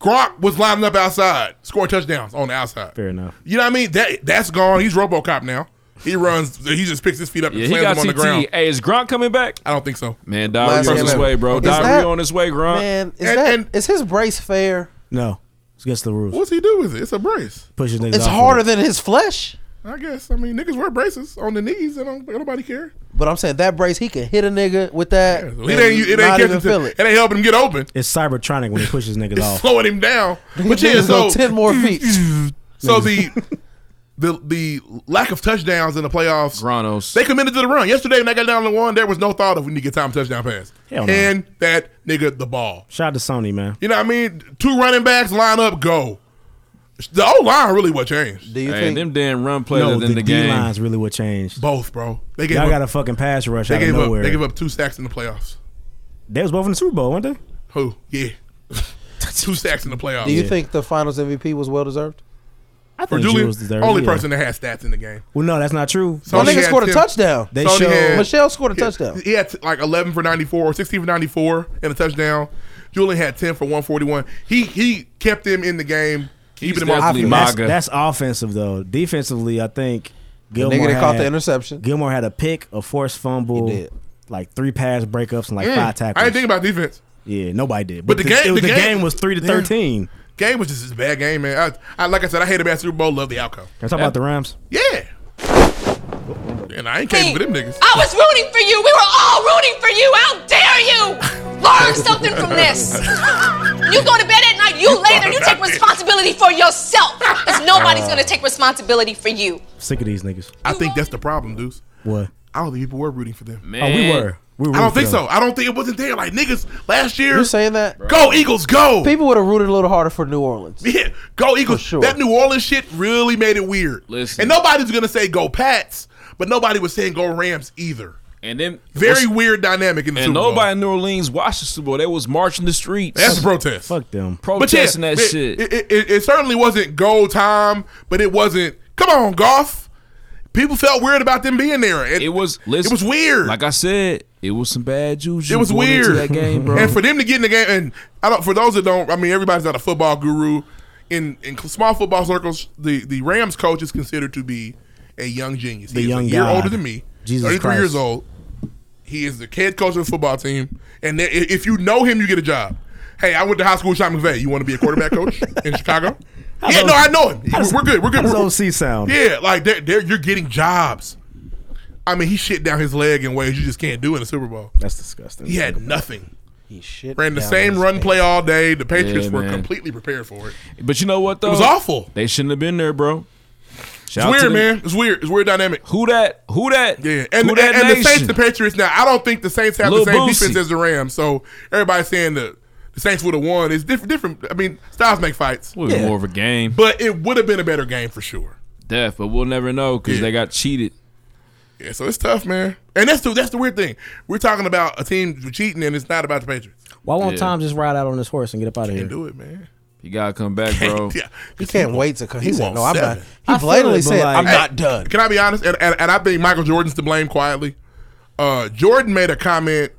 Gronk was lining up outside, scoring touchdowns on the outside. Fair enough. You know what I mean? That that's gone. He's RoboCop now. He runs. He just picks his feet up and Yeah, he slams got them on the ground. CT. Hey, is Gronk coming back? I don't think so. Man, Last Diary on game his ever. way, bro. Is that- Diary on his way, Gronk. Man, is And- that and- is his brace fair? No, it's against the rules. What's he do with it? It's a brace. Pushes niggas. It's off harder of it. than his flesh. I guess. I mean, niggas wear braces on the knees. and don't, nobody care. But I'm saying that brace, he can hit a nigga with that. It and ain't. It ain't not catching. even feel it. It ain't helping him get open. It's Cybertronic when he pushes niggas It's off. slowing him down. But Niggas yeah, go so 10 more feet. So the the the lack of touchdowns in the playoffs. Granos. They committed to the run. Yesterday when they got down to one, there was no thought of we need to get time touchdown pass. Hell no. And that nigga the ball. Shout out to Sony, man. You know what I mean? Two running backs line up, go. The old line really what changed. Do you Hey, think? them damn run players No, in the, the D game. line's really what changed. Both, bro. They gave Y'all up, got a fucking pass rush they out of gave up nowhere. they gave up two sacks in the playoffs. They was both in the Super Bowl, weren't they? Who? Yeah. two sacks in the playoffs. Do you think the Finals MVP was well deserved? I For think Julian, Jules deserved it, only yeah. person that had stats in the game. Well, no, that's not true. So My he nigga had scored a 10 touchdown. They Sony showed had- Michelle scored a Yeah, touchdown. He had like 11 for 94, 16 for 94, and a touchdown. Julian had 10 for 141. He he kept him in the game, keeping him off. definitely the my- field. that's, MAGA. that's offensive though. Defensively, I think The Gilmore nigga that had, caught the interception. Gilmore had a pick, a forced fumble, He did. like three pass breakups, and like Mm, five tackles. I didn't think about defense. yeah, nobody did. But the game- it was- the the, game- game, was three to Yeah. thirteen. Game was just a bad game, man. I, I like I said, I hate a bad Super Bowl. Love the outcome. Can I talk about the Rams? Yeah. And I ain't capable with them niggas. I was rooting for you. We were all rooting for you. How dare you? Learn something from this. You go to bed at night, you lay there, you take responsibility for yourself. Because nobody's going to take responsibility for you. Sick of these niggas. I think that's the problem, dudes. What? I don't think people were rooting for them. Man. Oh, we were. We were I don't rooting think for so. them. I don't think it wasn't there. Like niggas last year, You're saying that? go Eagles, go. People would have rooted a little harder for New Orleans. Yeah, go Eagles. sure. That New Orleans shit really made it weird. Listen. And nobody's gonna say go Pats, but nobody was saying go Rams either. And then Very weird dynamic in the and Super nobody Bowl. in New Orleans watched the Super Bowl. They was marching the streets, That's a protest. Fuck them. But yeah, protesting that it, shit. It, it- it- it certainly wasn't go time, but it wasn't come on golf. People felt weird about them being there. It, It was listen, it was weird. Like I said, it was some bad juju. it was going into weird. that game, bro. And for them to get in the game, and I don't. For those that don't, I mean, everybody's not a football guru. In in small football circles, the the Rams coach is considered to be a young genius. The he young is a year God. older than me. Jesus 33 Christ. years old. He is the head coach of the football team, and there- if you know him, you get a job. Hey, I went to high school with Sean McVay. You want to be a quarterback coach in Chicago? yeah, does- no, I know him. How does- We're good. We're How good. does We're- OC sound? yeah, like they're, they're, you're getting jobs. I mean, he shit down his leg in ways you just can't do in a Super Bowl. That's disgusting. He had nothing. He shit. Ran the down same his run pants. play all day. The Patriots Yeah, were man. completely prepared for it. but you know what though? It was awful. They shouldn't have been there, bro. It's Shout out to weird, them. man. It's weird. It's weird dynamic. Who that? Who that? Yeah, and, who and, that and the nation? Saints, the Patriots. Now, I don't think the Saints have Lil the same Boosie. defense as the Rams. So everybody's saying the, the Saints would have won. It's different. Different. I mean, styles make fights, It was more of a game. but it would have been a better game for sure. Death, but we'll never know because Yeah. they got cheated. Yeah, so it's tough, man. And that's the that's the weird thing. We're talking about a team cheating, and it's not about the Patriots. Why won't Yeah. Tom just ride out on his horse and get up out of here? Can't do it, man. You gotta come back, bro. Yeah, He can't wait to come. He, He said, wants "No, I'm seven." I not." He feel blatantly it, but said, like- "I'm Hey, not done." Can I be honest? And, and, and I think Michael Jordan's to blame quietly. Uh, Jordan made a comment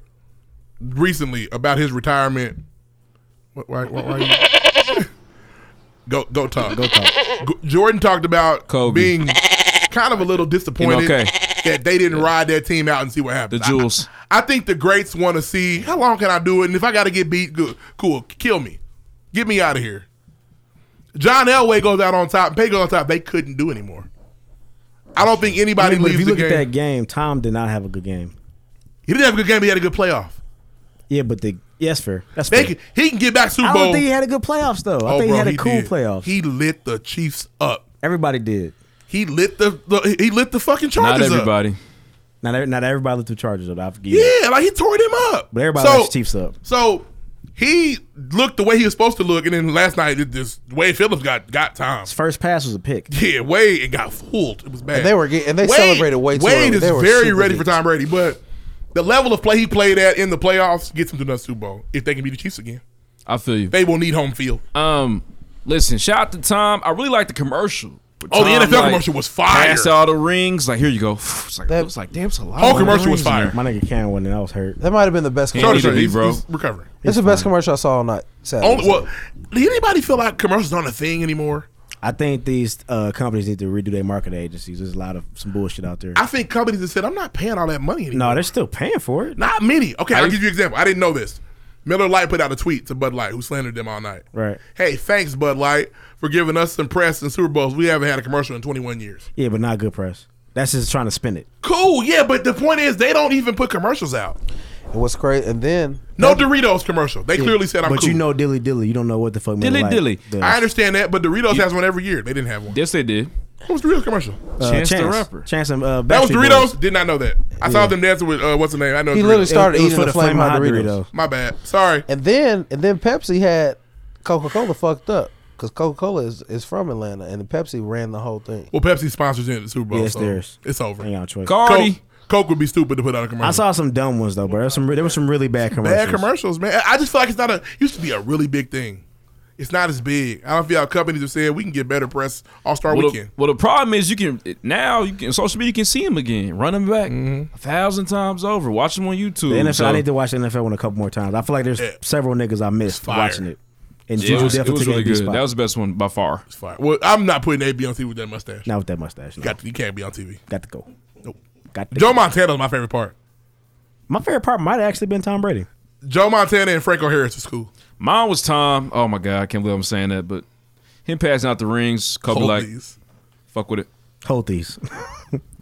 recently about his retirement. What, why, why, why you- go go talk go talk. Jordan talked about being kind of a little disappointed okay. that they didn't ride that team out and see what happens. The Jewels. I, I think the greats want to see how long can I do it, and if I got to get beat, good, cool, kill me, get me out of here. John Elway goes out on top, Pay goes on top. They couldn't do anymore. I don't think anybody Yeah, but if leaves you the look game. at that game, Tom did not have a good game. He didn't have a good game. He had a good playoff. Yeah, but the yes, fair. That's They fair. can, he can get back Super I Bowl. don't think he had a good playoffs though. I Oh, think bro, he had a he cool did. playoffs. He lit the Chiefs up. Everybody did. He lit the, the he lit the fucking Not Chargers up. everybody. Not every- not everybody lit the Chargers up. I forget. Yeah, like he tore them up. but everybody So- left the Chiefs up. So he looked the way he was supposed to look, and then last night it just Wade Phillips got got time. His first pass was a pick. Yeah, Wade and got fooled. It was bad. And they were get- and they celebrated way too Wade early. is They were very super ready for big. Tom Brady, but the level of play he played at in the playoffs gets him to another Super Bowl if they can beat the Chiefs again. I feel you. They will need home field. Um, listen, shout out to Tom. I really like the commercial. Oh, the Tom, NFL like, commercial was fire. Pass all the rings. Like here you go. It's like, it was like damn, it's a lot. Whole of commercial rings was in fire. My nigga Cam went and I was hurt. That might have been the best. He ain't commercial. need to be, bro. He's- recovering. It's the best commercial I saw all night. Saturday. Only well, did anybody feel like commercials aren't a thing anymore? I think these uh, companies need to redo their marketing agencies. There's a lot of some bullshit out there. I think companies have said I'm not paying all that money anymore. no, they're still paying for it. Not many. Okay, I'll give you an example. I didn't know this. Miller Lite put out a tweet to Bud Light, who slandered them all night. Right. Hey, thanks Bud Light for giving us some press and Super Bowls. We haven't had a commercial in 21 years. Yeah, but not good press. That's just trying to spin it. Cool, yeah, but the point is they don't even put commercials out. And what's crazy? And then No Doritos commercial. They Yeah, clearly said I'm But cool. you know dilly dilly. You don't know what the fuck. Miller Dilly Lite Dilly. does. I understand that, but Doritos has one every year. They didn't have one. Yes, they did. What was Doritos commercial? Uh, Chance the Chance Rapper. Chance and uh, that was Backstreet Doritos. Boys. Did not know that. I saw them dancing with uh, what's the name? I know he Doritos. literally started It was eating for the the flame hot Flamin' Hot Doritos. Doritos. My bad. Sorry. And then and then Pepsi had Coca Cola fucked up because Coca Cola is, is from Atlanta and Pepsi ran the whole thing. Well, Pepsi sponsors in the Super Bowl. Yeah, it's so theirs. It's over. Ain't got a choice. Coke, Coke would be stupid to put out a commercial. I saw some dumb ones though, but there was some there were some really bad commercials. Bad commercials, man. I just feel like it's not a used to be a really big thing. It's not as big. I don't feel how companies have said we can get better press All Star Well the, Weekend. well, the problem is you can now you can social media you can see him again, run him back a thousand times over. Watch him on YouTube. Mm-hmm. The NFL. so- I need to watch the NFL one a couple more times. I feel like there's several niggas I missed fire. watching it. And Yeah, it Juju was, it definitely was took really that good. spot. That was the best one by far. It's fire. Well, I'm not putting AB on TV with that mustache. not with that mustache. No. Got you can't be on TV. Got to go. Nope. Got to Joe Montana's my favorite part. My favorite part might have actually been Tom Brady. Joe Montana and Franco Harris was cool. Mine was Tom. Oh my god, I can't believe I'm saying that, but him passing out the rings, Kobe Hold like, these. fuck with it. Hold these.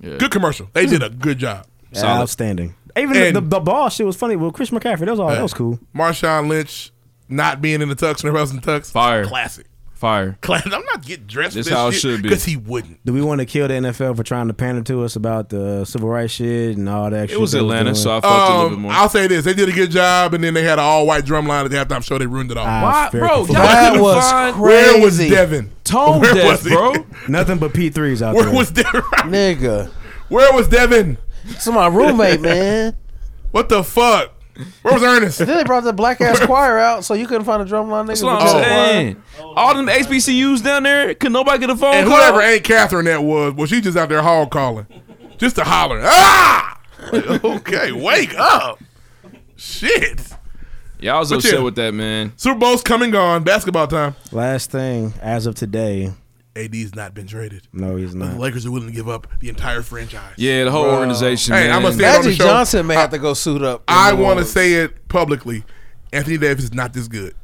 Yeah. Good commercial. They did a good job. Solid. Outstanding. Even the, And- the, the ball shit was funny. Well, Chris McCaffrey, that was all. that was cool. Marshawn Lynch not being in the tux when everybody else in the tux. Fire. Classic. Fire. Classic. I'm not getting dressed This for this how it shit should be. Because he wouldn't. Do we want to kill the NFL for trying to pander to us about the civil rights shit and all that? shit was they Atlanta, doing? so I fucked a little bit Um, more. I'll say this: they did a good job, and then they had an all-white drum line at the halftime show. They ruined it all. Ah, Why, fair bro? Y'all complaint. That couldn't was find Where was Crazy. Devin? tone Where deaf, was he? bro. Nothing but P threes out Where there. was Devin? Nigga, Where was Devin? it's my roommate, man. What the fuck? Where was Ernest? Then they brought the black ass choir out, so you couldn't find a drumline nigga. That's what I'm saying. All them HBCUs down there, could nobody get a phone And call? whoever Aunt Catherine that was, well, she just out there hall calling, just to holler. Ah! Like, okay, wake up. Shit. Y'all was But upset yeah. with that, man. Super Bowl's coming on. Basketball time. Last thing, as of today, AD's not been traded. no, he's The not. Lakers are willing to give up the entire franchise. Yeah, the whole organization. Hey, man. I'm gonna say it on the Magic show. Johnson may have to go suit up. uh, I want to say it publicly. Anthony Davis is not this good.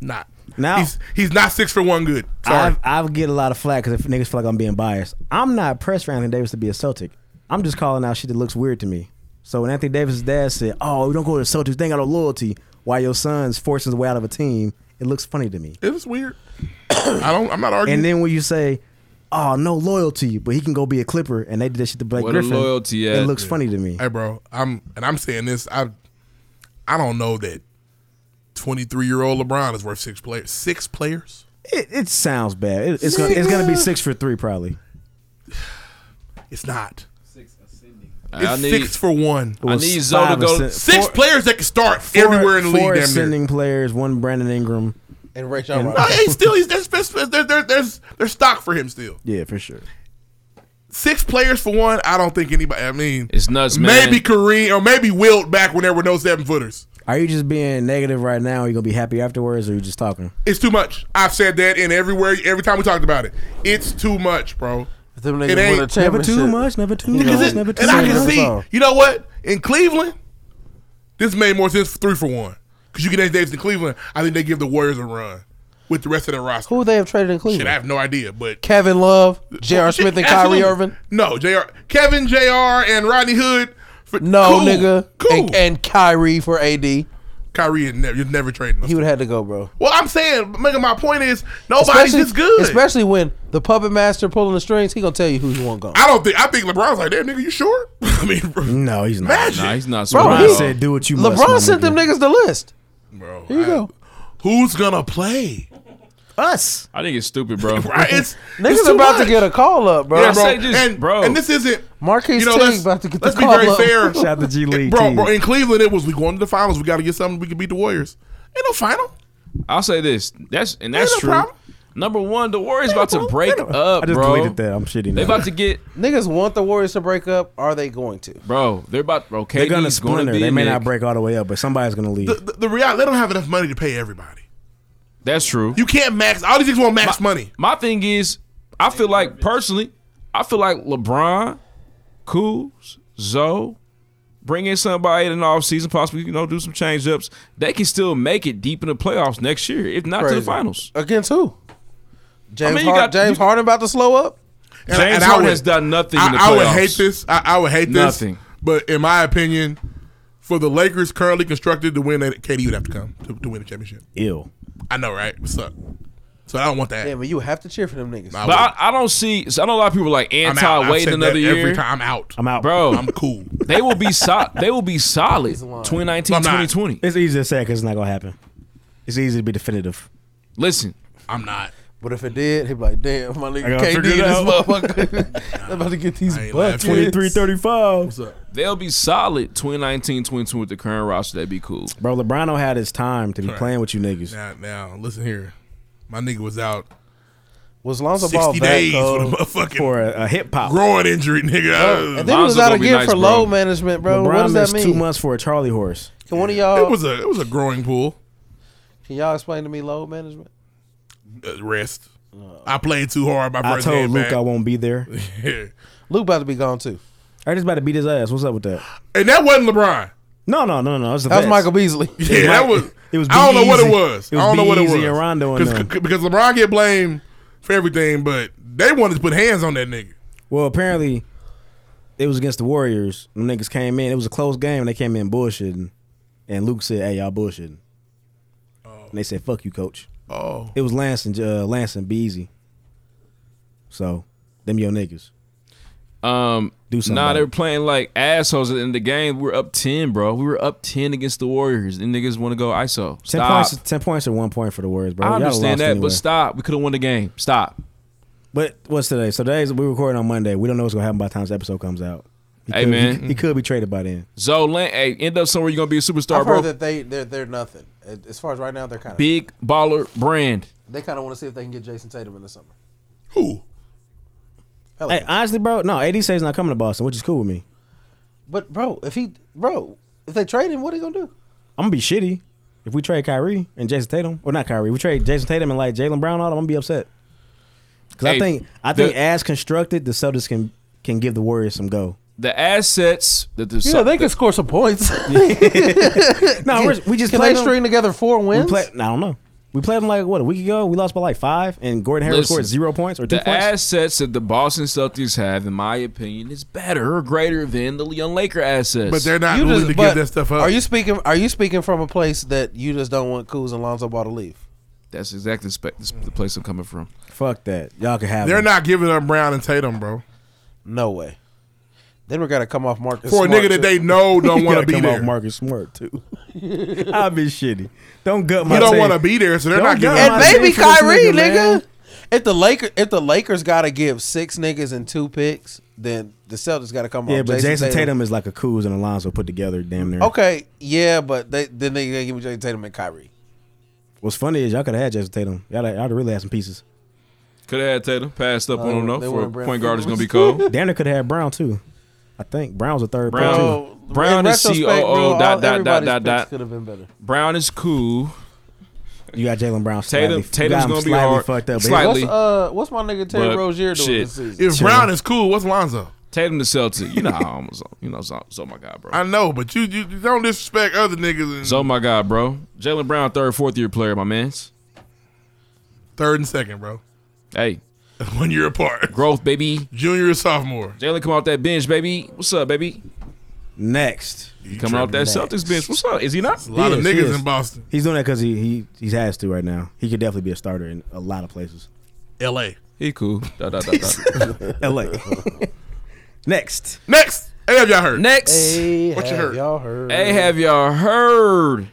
Not. Now- he's he's not six for one good. Sorry. I I get a lot of flack because if niggas feel like I'm being biased, I'm not pressed for Anthony Davis to be a Celtic. I'm just calling out shit that looks weird to me. So when Anthony Davis' dad said, "Oh, we don't go to the Celtics, they ain't got no loyalty," while your son's forcing his way out of a team, it looks funny to me. it was weird. I don't. I'm not arguing. And then when you say, "Oh, no loyalty," but he can go be a Clipper, and they did that shit to Blake Where the Griffin, loyalty it at? looks funny to me. hey, bro. I'm and I'm saying this. I I don't know that 23 year old LeBron is worth six players. Six players. It, it sounds bad. It- it's gonna, it's gonna be six for three probably. It's not. It's I need, six for one. I was need Zoe to five go. ascen- Six players that can start everywhere in the league. four Damn near. ascending players, one Brandon Ingram. And Ray And- No, he's still. He's there's there's, there's, there's, there's, there's stock for him still. Yeah, for sure. Six players for one. I don't think anybody. I mean, it's nuts, man. Maybe Kareem or maybe Wilt back when there were no seven footers. Are you just being negative right now? Are you gonna be happy afterwards, or are you just talking? It's too much. I've said that in everywhere, every time we talked about it. It's too much, bro. Them It ain't- Never too much. Never too Because much. it- Never too and I much. can see, you know what? In Cleveland, this made more sense three for one. Because you get Anthony Davis in Cleveland, I think they give the Warriors a run with the rest of their roster. Who they have traded in Cleveland? Shit, I have no idea, but Kevin Love, J.R. Oh, Smith, and absolutely. Kyrie Irving. No, Jr. Kevin Jr. and Rodney Hood. For, No, cool, nigga. cool. And, and Kyrie for AD. Kyrie is never, you're never trading. Us. He would have had to go, bro. Well, I'm saying, making my point is nobody's Especially- just good. Especially when the puppet master pulling the strings, he gonna tell you who he want gone. I don't think I think LeBron's like that nigga. You sure? I mean, no, he's not. Magic. Nah, he's not. Bro, smart he- at all. said, "Do what you LeBron must." my sent them niggas the list. Bro, Here you go. Who's gonna play? Us. I think it's stupid, bro. Right? It's, Niggas it's too about much. to get a call up, bro. Yeah, bro. Say just- and, bro. and this isn't Marquise you know, Teague let's, about to get the let's call be up. very fair. Shout out to G League bro, team. bro. In Cleveland, it was we going to the finals. We got to get something we can beat the Warriors. Ain't no final. I'll say this. That's and that's true. Number one, the Warriors about to break up, I just bro. deleted that. I'm shitty They now. about to get, Niggas want the Warriors to break up. Are they going to? bro. They're about, bro. They're gonna KD's going splinter. to be. They may Nick. not break all the way up, but somebody's gonna leave. The, the reality, they don't have enough money to pay everybody. That's true. You can't max. All these niggas want max money. My thing is, I feel like personally, I feel like LeBron, Kuz, Zoe, bring in somebody in an offseason, possibly, you know, do some change ups. They can still make it deep in the playoffs next year, if not to the Crazy. finals. Against who? James, mean, you Har- got- James you- Harden about to slow up. And, James and I Harden would- has done nothing in the I, I would playoffs. hate this. I, I would hate Nothing. this. But in my opinion, for the Lakers currently constructed to win, that KD would have to come to, to win the championship. Ew. I know, right? What's up? So I don't want that. Damn, but you have to cheer for them niggas. But I, I don't see. so I know a lot of people like I'm out. anti I've waiting said another that year. Every time I'm out. I'm out, bro. I'm cool. they will be solid. They will be solid. 2019, I'm not. 2020. It's easy to say because it's not gonna happen. It's easy to be definitive. Listen, I'm not. But if it did, he'd be like, damn, my I nigga gotta KD figure it this out. motherfucker. I'm about to get these ain't buckets. laughing. 35. What's up? they'll be solid 2019, 2020 with the current roster. That'd be cool. Bro, LeBron don't had his time to be playing with you niggas. Now, now, listen here. My nigga was out Was Lonzo 60 Ball back, days though? with a motherfucking For a, a hip hop. groin injury, nigga. Uh, And then he was Lonzo out gonna be again nice, for bro. low management, bro. LeBron what does that missed two mean? months for a Charlie horse. Can one of it y'all was a it was a growing pool. can y'all explain to me low management? Uh, rest. I played too hard. My I first told game Luke back. I won't be there. Luke about to be gone too. I just about to beat his ass. What's up with that? and that wasn't LeBron. No, no, no, no. That was, the That was best. Michael Beasley. Yeah, that Mike- was. it was I don't know what it Beasley. was. It I don't know what it was. Beasley and Rondo and Cause, them. c- because LeBron get blamed for everything, but they wanted to put hands on that nigga. Well, apparently, it was against the Warriors. Them niggas came in. It was a close game. And they came in bullshitting, and Luke said, "Hey, y'all bullshitting." And they said, "Fuck you, coach." Oh, It was Lance and uh, Lance and Beasley. So, them your niggas. Um, Do something Nah, about they it. were playing like assholes in the game. We were up ten, bro. We were up ten against the Warriors. And niggas want to go ISO. Ten Stop. points. Ten points or one point for the Warriors, bro. I Y'all understand lost that, anyway. but stop. We could have won the game. Stop. But what's today? So today's we're recording on Monday. We don't know what's gonna happen by the time this episode comes out. He Hey, could, man. he, he could be traded by then. Zoe Lan- hey, end up somewhere you're gonna be a superstar, I've bro. heard that they they're, they're nothing. As far as right now, they're kind of Big baller brand. they kind of want to see if they can get Jason Tatum in the summer. who? Mm-hmm. Hey, honestly, bro, no, AD says he's not coming to Boston, which is cool with me. But bro, if he bro, if they trade him, what are you gonna do? I'm gonna be shitty if we trade Kyrie and Jason Tatum, or not Kyrie. We trade Jason Tatum and like Jalen Brown. All of them, I'm gonna be upset because Hey, I think I think the- as constructed, the Celtics can can give the Warriors some go. The assets that the Yeah, they can score some points. No, we're, we just can played they them- string together four We wins? play, I don't know. We played them like what a week ago. We lost by like five, and Gordon Harris Listen, scored zero points or two the points. assets that the Boston Celtics have, in my opinion, is better or greater than the young Laker assets. But they're not You willing just- to but give that stuff up. Are you speaking? Are you speaking from a place that you just don't want Kuz and Lonzo Ball to leave? That's exactly spe- the place I'm coming from. Fuck that. Y'all can have. They're them. not giving up Brown and Tatum, bro. No way. Then we gotta come off Marcus For a Smart, nigga too. that they know don't You want to gotta be come there. off Marcus Smart too. I've been shitty. Don't gut my. He don't team. want to be there, so they're not Don't give giving him up. and my maybe team for this Kyrie, nigga, man. nigga. If the Lakers, if the Lakers gotta give six niggas and two picks, then the Celtics gotta come Yeah, off. but Jason, Tatum. is like a Kuz and Alonzo put together, damn near. Okay, yeah, but they then they, they give me Jason Tatum and Kyrie. What's funny is y'all could have had Jason Tatum. Y'all, y'all really had some pieces. Could have had Tatum passed up Uh, on him though. they For weren't a Brown. point guard is gonna be cold. Danner could have had Brown too. I think Brown's a third. Brown, Brown, Brown is COO dot dot dot dot dot. could have been better. Brown is cool. You got Jalen Brown. Tatum, slightly- you Tatum's got him gonna be slightly hard. fucked up, but- Slightly. What's, uh, what's my nigga Terry But Rozier doing shit. this season? If Brown is cool, what's Lonzo? Tatum the Celtic. You know, how I'm so, you know, so, so my God, bro. I know, but you, you you don't disrespect other niggas. And So my God, bro. Jalen Brown, third, fourth year player, my man's. Third and second, bro. Hey, one year apart. Growth, baby. Junior and sophomore. Jalen, come out that bench, baby. What's up, baby? Next, Coming out that Next. Celtics bench. What's up? Is he not? A lot of He is, he niggas is. in Boston. He's doing that because he he he has to right now. He could definitely be a starter in a lot of places. L.A. He cool. Da, da, da, da. L.A. Next. Next. Hey, have y'all heard? Next. Hey, what you have heard? y'all heard? Hey, have y'all heard?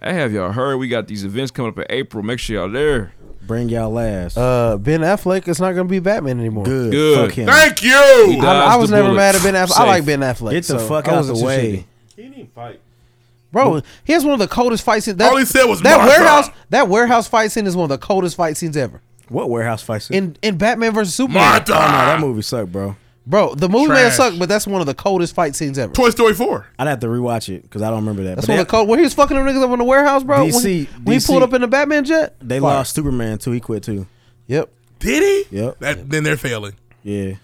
Hey, have y'all heard? We got these events coming up in April. Make sure y'all there. Bring y'all last. Uh, Ben Affleck is not going to be Batman anymore. Good. Good. Fuck him. Thank you. I, I was never mad at Ben Affleck. I like Ben Affleck. Get the so fuck I out wasn't the too way. shitty. Bro, he has one of the coldest fight scenes. That, All he said was that "My warehouse. time." That warehouse fight scene is one of the coldest fight scenes ever. What warehouse fight scene? In in Batman versus Superman. Oh, no, that movie sucked, bro. Bro, the movie may have Trash. sucked, but that's one of the coldest fight scenes ever. Toy Story Four. I'd have to rewatch it because I don't remember that. That's But one of the cold. Where he was fucking them niggas up in the warehouse, bro. when he, DC when he pulled up in the Batman jet. they, they Fire. lost Superman too. He quit too. Yep. Did he? Yep. That, then they're failing. Yeah.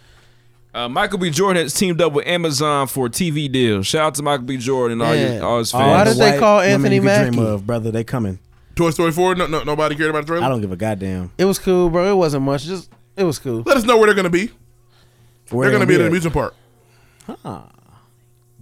Uh, Michael B. Jordan has teamed up with Amazon for a TV deal. Shout out to Michael B. Jordan and all, Man. your, all his All fans. the white women you could Dream of, brother, they coming. Toy Story Four. No, no, nobody cared about the trailer. I don't give a goddamn. It was cool, bro. It wasn't much. Just it was cool. Let us know where they're gonna be. Where they're gonna they be at at? an amusement park.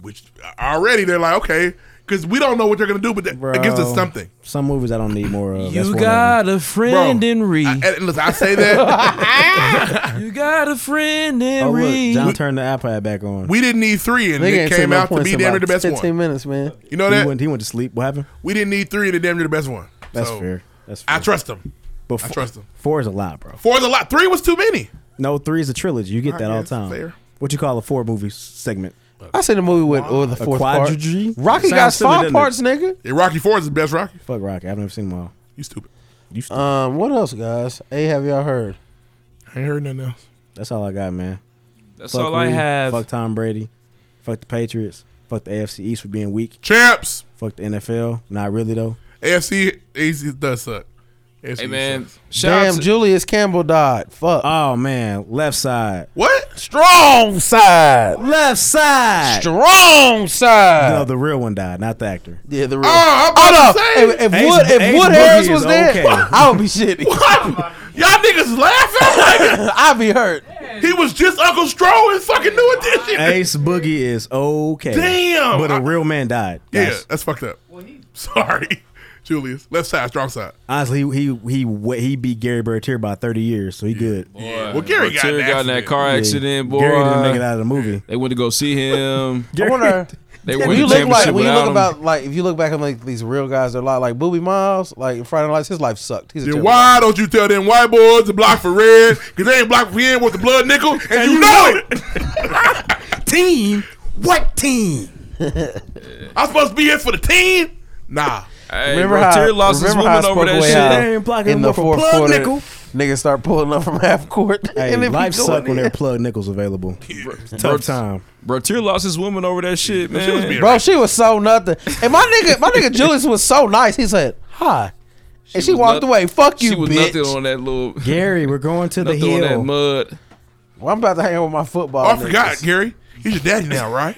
Which uh, already they're like okay, because we don't know what they're gonna do, but that, it gives us Bro, something. Some movies I don't need more of. That's You one got a Bro, friend in Ree. I, and listen, I say that You got a friend in of them. Oh Ree. look, John turned the iPad back on. we didn't need three, and Nigga it ain't came seen no out to points be in damn about near the best 15 one. minutes, man. You know He that went, he went to sleep. What happened? we didn't need three, and it damn near the best one. That's So, fair. That's fair. I trust them. But I trust them. Four is a lot, bro. Four's a lot. Three was too many. No, three is a trilogy. You get All that right, all yeah, the time. fair. What you call a four movie s- segment? I seen a movie with or the A fourth part. quadrilogy? Rocky Sounds got silly, five doesn't it? parts, nigga. Yeah, Rocky Four is the best Rocky. Fuck Rocky. I've never seen them all. You stupid. Um, what else, guys? Hey, have y'all heard? I ain't heard nothing else. That's all I got, man. That's all I Reed. have. Fuck Tom Brady. Fuck the Patriots. Fuck the AFC East for being weak. Champs. Fuck the NFL. Not really though. AFC AFC does suck. AFC Hey man, sucks. shout Damn, out to Julius Campbell died. Fuck. Oh man, left side. What? Strong side. Left side. Strong side. No, Oh, the real one died, not the actor. Yeah, the real. Oh, I'm about Hold to up. say. If, if Ace- Wood, if Ace Wood Boogie Harris is was there, okay. I would be shitty. What? Y'all niggas laughing? I'd be hurt. He was just Uncle Stroll in fucking New Edition. Ace Boogie is okay. Damn. But a I- real man died. yeah, That's- that's fucked up. Sorry, Julius. Left side, strong side. Honestly, he he he wa- he beat Gary Bertier by thirty years, so he good. Yeah. Well, Gary got, Terry an got in that accident. car Yeah. accident, boy. Gary didn't make it out of the movie. They went to go see him. I wonder. They When won you the look like championship when you without look him. about like if you look back at like these real guys, they're like like Booby Miles, like Friday Night Lights. His life sucked. He's a Then terrible why don't you tell them white boys to block for red? Because they ain't block for him with the blood nickel, and, you know it. Team, what team? I'm supposed to be here for the team. Nah. Hey, Remember bro, how, Terry lost his remember woman how I spoke over that way shit. out They ain't blocking in him the for fourth plug quarter, nickel. niggas start pulling up from half court. Hey, and they be life going suck when in. they're plugged nickels available. Tough time. Bro, Terry lost his woman over that shit, man. Bro, she was so nothing. And my nigga, my nigga Julius was so nice. He said, "Hi," and she was walked noth- away. Fuck you, she was bitch. nothing on that little Gary, we're going to the nothing on that hill. mud. Well, I'm about to hang out with my football. Oh, I niggas. forgot, Gary. He's your daddy now, right?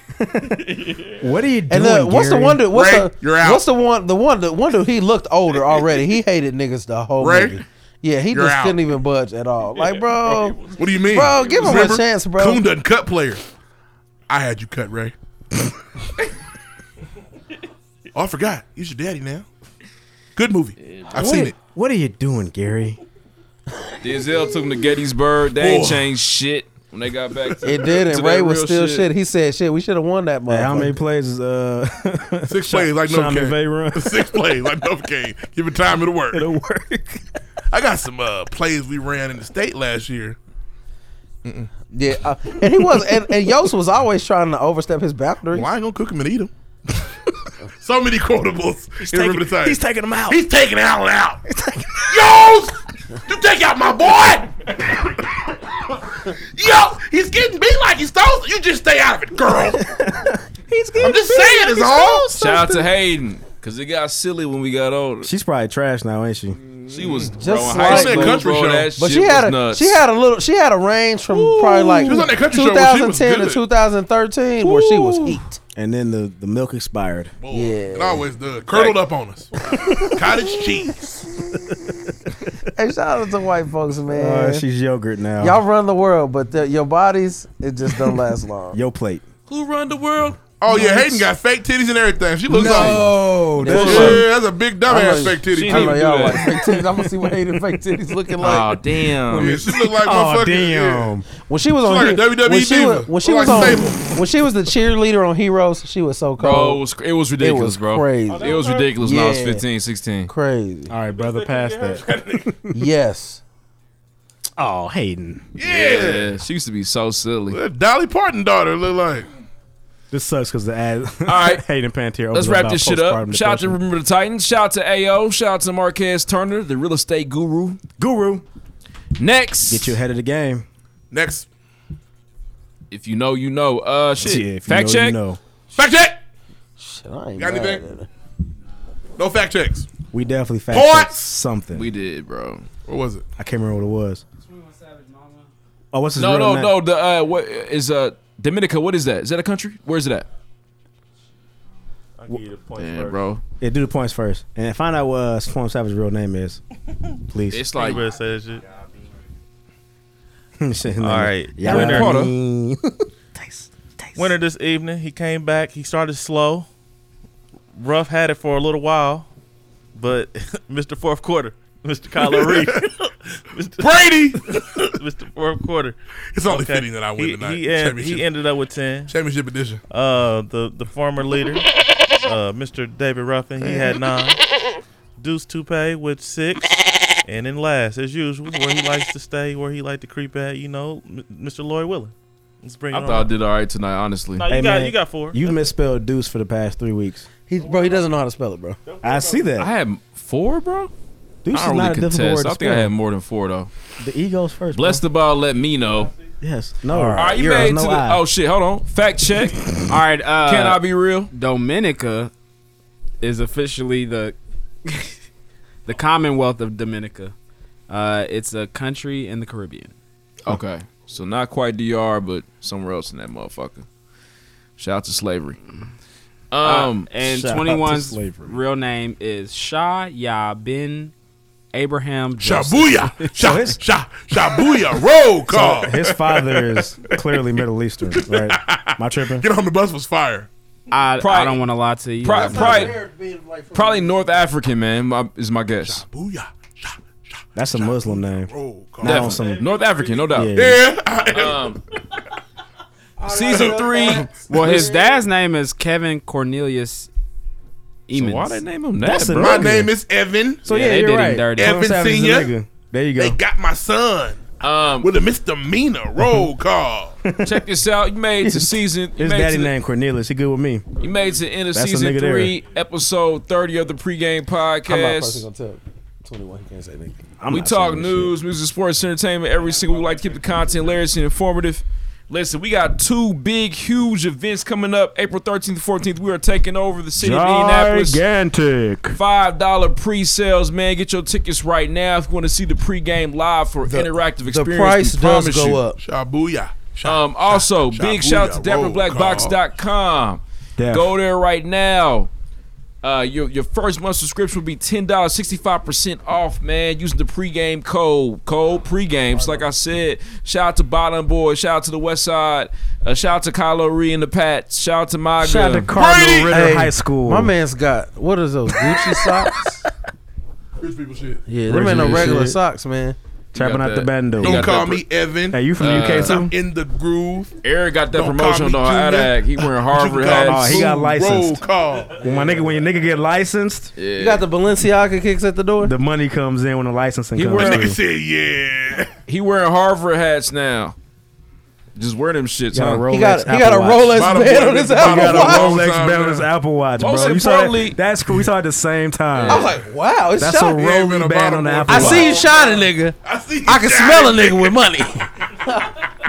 What are you doing? And the, what's the Gary? one? That, what's Ray, the you're out. what's the one? The one the one dude he looked older already. He hated niggas the whole Ray, movie. Yeah, he you're just out. couldn't even budge at all. Like, bro, What do you mean? Bro, give him a Remember? chance, bro. Coon doesn't cut players. I had you cut, Ray. oh, I forgot. He's your daddy now. Good movie. I've What- seen it. What are you doing, Gary? Denzel took him to Gettysburg. They ain't Boy. changed shit when they got back. To, it did, to and that Ray was real still shit. He said, "Shit, we should have won that." Hey, how motherfucker." many plays is uh Six plays like no Sean McVay run? Six plays like no game. Give it time, it'll work. It'll work. I got some uh, plays we ran in the state last year. Yeah, uh, and he was, and, and Yost was always trying to overstep his boundaries. Well, I ain't gonna cook him and eat him. so many quotables. He's taking, taking- the time. he's taking 'em out. He's taking Allen out. He's taking Yo! You take out my boy. Yo, he's getting beat like he's stole. You just stay out of it, girl. he's getting I'm just saying, is all. Shout out to Hayden, cause it got silly when we got older. She's probably trash now, ain't she? She was Just bro, in high like- school, Country bro, show. that But shit she had was a nuts. she had a little she had a range from probably like She was on that country show when she was 2010 to good. 2013 where she was heat. And then the, the milk expired. It always does. Curdled up on us. Cottage cheese. Hey, shout out to white folks, man. Uh, she's yogurt now. Y'all run the world, but the, your bodies it just don't last long. Yo plate. Who run the world? Oh yeah, Hayden got fake titties and everything. She looks No, old. that's yeah, right. that's a big I dumbass know- fake titty. I know too. y'all like fake titties. I'm gonna see what Hayden fake titties looking like. Oh damn! Yeah, she look like Oh, motherfucking. damn. When she was She on like a He- WWE when she diva. was, when she Look was like on when she was the cheerleader on Heroes, she was so cold. Bro, it was, it was ridiculous, was bro. crazy. It was ridiculous when I was Yeah. 15, 16. Crazy. All right, brother, pass that. yes. Oh, Hayden. Yeah. she used to be so silly. That Dolly Parton daughter look like. This sucks because the ad. All right. Hayden Pantier. Let's opens wrap about this shit up. postpartum Shout out to depression. Remember the Titans. Shout out to AO. Shout out to Marquez Turner, the real estate guru. Guru. Next. Get you ahead of the game. Next. If you know, you know. Uh, shit. Yeah, if you Fact know, check. you know. Fact check. I ain't Got mad anything? at it. No fact checks. We definitely fact Points. checked something. We did, bro. What was it? I can't remember what it was. Oh, what's his No, real no, name? no. The uh, what is uh Dominica? What is that? Is that a country? Where is it at? Yeah, bro. Yeah, do the points first, and find out what uh, Storm Savage's real name is, please. It's like said shit. All All right, winner. Winner this evening. He came back. He started slow. Ruff had it for a little while, but Mr. Fourth Quarter, Mr. Kyler Reed, Mr. Brady, Mr. Fourth Quarter. It's only fitting that I win he, tonight. He, en- Championship. he ended up with ten. Championship edition. Uh, the the former leader, uh, Mr. David Ruffin, he had nine. Deuce Toupe with six, and then last, as usual, where he likes to stay, where he like to creep at, you know, M- Mr. Lloyd Willing. Let's bring I it thought I on. did all right tonight. Honestly, No, you got- you got four. You misspelled deuce for the past three weeks. He, bro, he doesn't know how to spell it, bro. I see that. I had four, bro. Deuce I is don't not really a difficult word contest. to I think I spell. had more than four though. The ego's first. Bless the ball. Let me know. bro. Yes. No. All right, you Euros, made it no to the. I. Oh shit! Hold on. Fact check. All right. Uh, Can I be real? Dominica is officially the the Commonwealth of Dominica. Uh, it's a country in the Caribbean. Oh. Okay. So not quite DR, but somewhere else in that motherfucker. Shout out to slavery. Um Uh, and shout out to 21's slavery. real name is Shah Yah bin Abraham Joseph. Shabuya. Sha- sha- Shabuya. Roll call. So his father is clearly Middle Eastern, right? Am I tripping? Get on the bus was fire. I, I Probably- don't want to lie to you. Pro- probably, probably North African man my, is my guess. Booyah. That's a Muslim name. Not on some. Definitely. North African, no doubt. Yeah. Um, season three. Well, his dad's name is Kevin Cornelius Emmons. why they name him that, That's a bro? My nigga. name is Evan. So, Yeah, yeah, they you're did him right. dirty. Evan Tom Savage is a Senior. nigga. There you go. They got my son. Um, with a misdemeanor. Roll call. Check this out. You made it to season. You His made it daddy to, named Cornelius. He good with me. you made it to end of That's a season nigga there. three, episode thirty of the pregame podcast. I'm not personally gonna tell. Twenty one, he can't say nigga. we talk news, music, sports, entertainment every single week. We like to keep the content hilarious and informative. Listen, we got two big, huge events coming up April 13th and 14th. We are taking over the city of Indianapolis. Gigantic. $5 pre sales, man. Get your tickets right now if you want to see the pregame live for interactive experience. we promise you. Shabuya. Oh, Um, also, Sha- big shout out to Shabuya, roll DapperBlackBox.com. Def. Go there right now. Uh, your your first month subscription will be ten dollars, sixty five percent off, man. Using the pregame code, code pregames. Like I said, shout out to Bottom Boy, shout out to the West Side, uh, shout out to Kylo Ree and the Pats, shout out to my Shout out to Cardinal Ritter High School. My man's got what is those Gucci socks? Rich people shit. Yeah, them ain't no regular socks, man. Trapping out the bando. Don't call me Evan. Uh, Hey, you from the Uh, UK I'm too? in the groove. Eric got that Don't promotion though. call me How Junior. that? He wearing Harvard Oh, hats. he got Roll licensed. call. When my nigga, when your nigga get licensed, Yeah. You got the Balenciaga kicks at the door. the money comes in when the licensing He comes. wearing, through. yeah. He wearing Harvard hats now. Just wear them shits. Got a huh? Rolex Apple Watch. He got a Rolex band on his Apple Watch, bro. Most You saw importantly- that? That's cool. We saw it at the same time. I was like, wow, it's that's a shot. Yeah, Rolex band on the Apple I Watch. see you shot a nigga. I see. I can smell a nigga with money.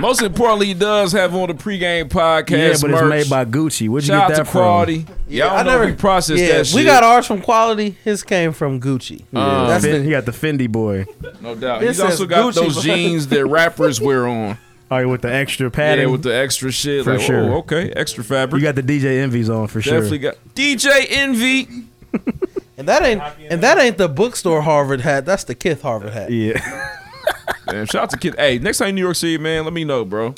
Most importantly, he does have on the pregame podcast. Yeah, but merch. it's made by Gucci. Where'd you Shout get out to that from? Quality. Y'all don't know if we processed yeah, that shit. Uh, We got ours from quality. His came from Gucci. Yeah. That's Fin- the- he got the Uh, Fendi boy. No doubt. This He's also is got Gucci, those bro. jeans that rappers wear on. All right, with the extra padding. Yeah, with the extra shit. For like, sure. oh, okay, extra fabric. you got the DJ Envy's on for sure. Definitely got DJ Envy. and that ain't and that ain't the bookstore Harvard hat. That's the Kith Harvard hat. Yeah. Damn, shout out to Kid. Hey, next time in New York City, man, let me know, bro.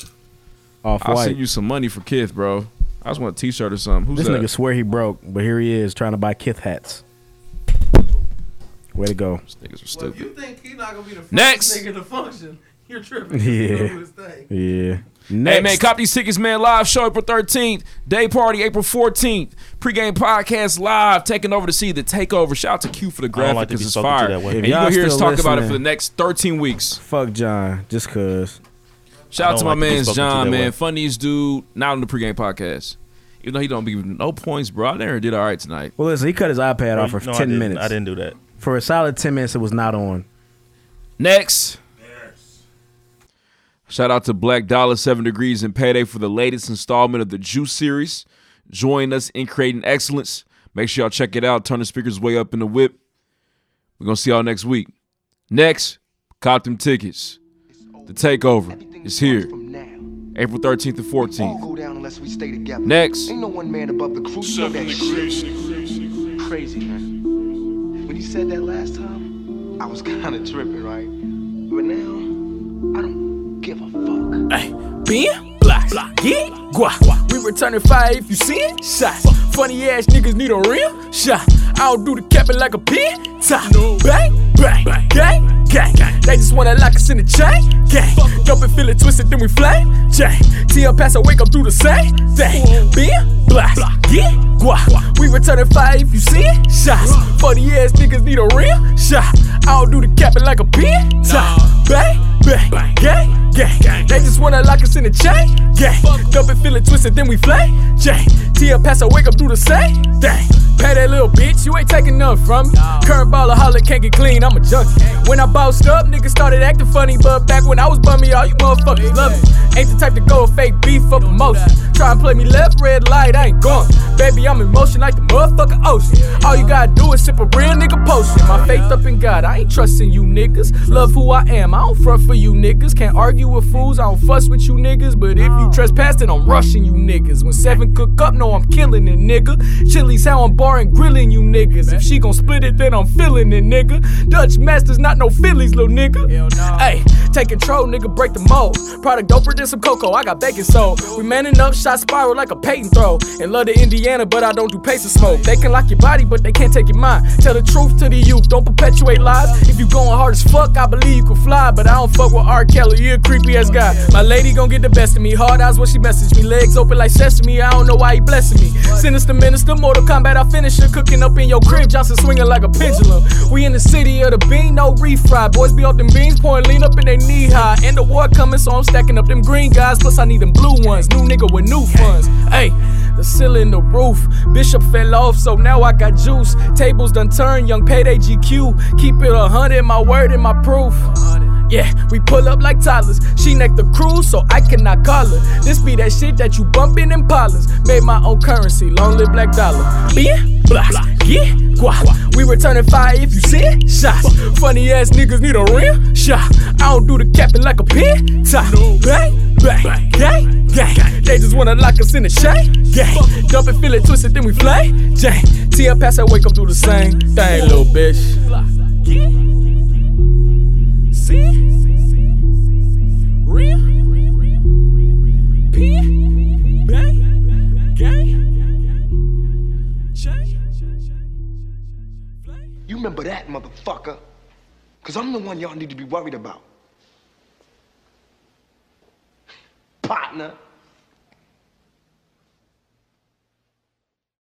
Off I'll white. send you some money for Kith, bro. I just want a T-shirt or something. Who's this that? nigga swear he broke, but here he is trying to buy Kith hats. Way to go. These niggas are stupid. think he's not gonna be the first Next. nigga to function? You're tripping. Yeah. Yeah. Hey man, cop these tickets, man. Live show April 13th. Day party April 14th. Pre-game podcast live. Taking over to see the takeover. Shout out to Q for the I graphic don't like to be it's spoken to fire. that way. If And you y'all gonna hear us still talk about it listening- for the next 13 weeks. Fuck John, just cause. Shout out to my like to be man's spoken to John, that man. way. Funniest dude, not on the pregame podcast. Even though he don't give no points, bro. I never did all right tonight. Well, listen, he cut his iPad off for No, I ten didn't. minutes. I didn't do that. For a solid ten minutes, it was not on. Next. Shout out to Black Dollar, Seven Degrees, and Payday for the latest installment of the Juice series. Join us in creating excellence. Make sure y'all check it out. Turn the speakers way up in the whip. We're going to see y'all next week. Next, cop them tickets. The takeover is here. April 13th and 14th. go down unless we stay together. Next. Ain't no one man above the crew. You know that shit. Crazy, man. When you said that last time, I was kind of tripping, right? But now, I don't give a fuck. Ay, Ben Blocks, yeah, guap. We returning fire if you see it. Shots. Funny ass niggas need a real shot. I don't do the capping like a pin top. Bang, bang, gang, gang. They just wanna lock us in the chain, gang. Jump and feel it twisted, then we flame, chain. Till pass, I wake up through the same thing. Ben Blocks, yeah, guap. We returning fire if you see it. Shots. Funny ass niggas need a real shot. I don't do the capping like a pin top. Bang bang, gang, gang. They just wanna lock us in the chain, gang. Dump it, feel it twisted, then we flame, Jay. Tia pass, I wake up, do the same thing. Pay that little bitch, you ain't taking nothing from me. Current ballaholic, can't get clean, I'm a junkie. When I bossed up, niggas started acting funny, but back when I was bummy, all you motherfuckers love me. Ain't the type to go and fake beef for promotion. Try and play me left, red light, I ain't going. Baby, I'm in motion like the motherfucking ocean. All you gotta do is sip a real nigga potion. My faith up in God, I ain't trusting you niggas. Love who I am, I don't front for you niggas. Can't argue with fools, I don't fuss with you niggas. But if you trespass, then I'm rushing you niggas. When seven cook up, no, I'm killing it, nigga. Chili's how I'm barring, grilling you niggas. If she gon' split it, then I'm feeling it, nigga. Dutch Masters, not no Phillies, little nigga. Hey, take control, nigga, break the mold. Product doper than some cocoa, I got baking soda. We manning up, shot spiral like a Peyton throw. And love the Indiana, but I don't do pace of smoke. They can lock your body, but they can't take your mind. Tell the truth to the youth, don't perpetuate lies. If you going hard as fuck, I believe you can fly. But I don't fuck with R. Kelly, you a creepy ass guy. My lady gon' get the best of me. Hard eyes when she message me. Legs open like sesame, I don't know why he blessing me. Sinister minister, Mortal Kombat, I finish her. Cooking up in your crib, Johnson swinging like a pendulum. We in the city of the bean, no refry. Boys be off them beans, pouring lean up in they knee high. And the war coming, so I'm stacking up them green guys. Plus, I need them blue ones. New nigga with new funds. Hey, the ceiling, the roof. Bishop fell off, so now I got juice. Tables done turn, young payday GQ. Keep it a hundred, my word and my proof. Yeah, we pull up like toddlers. She neck the cruise, so I cannot call her. This be that shit that you bumpin' in parlors. Made my own currency, long live black dollar. Bien, blocks, yeah, guap. We returning fire if you see it. Shots. Funny ass niggas need a real shot. I don't do the capping like a pin top. Bang, bang, gang, gang. They just wanna lock us in the chain. Gang, dump it, feel it, twist it, then we flame. Jang, T.I. pass, I wake up, do the same thing, little bitch. See? Real? P? Bang? Gang? You remember that, motherfucker? Because I'm the one y'all need to be worried about. Partner.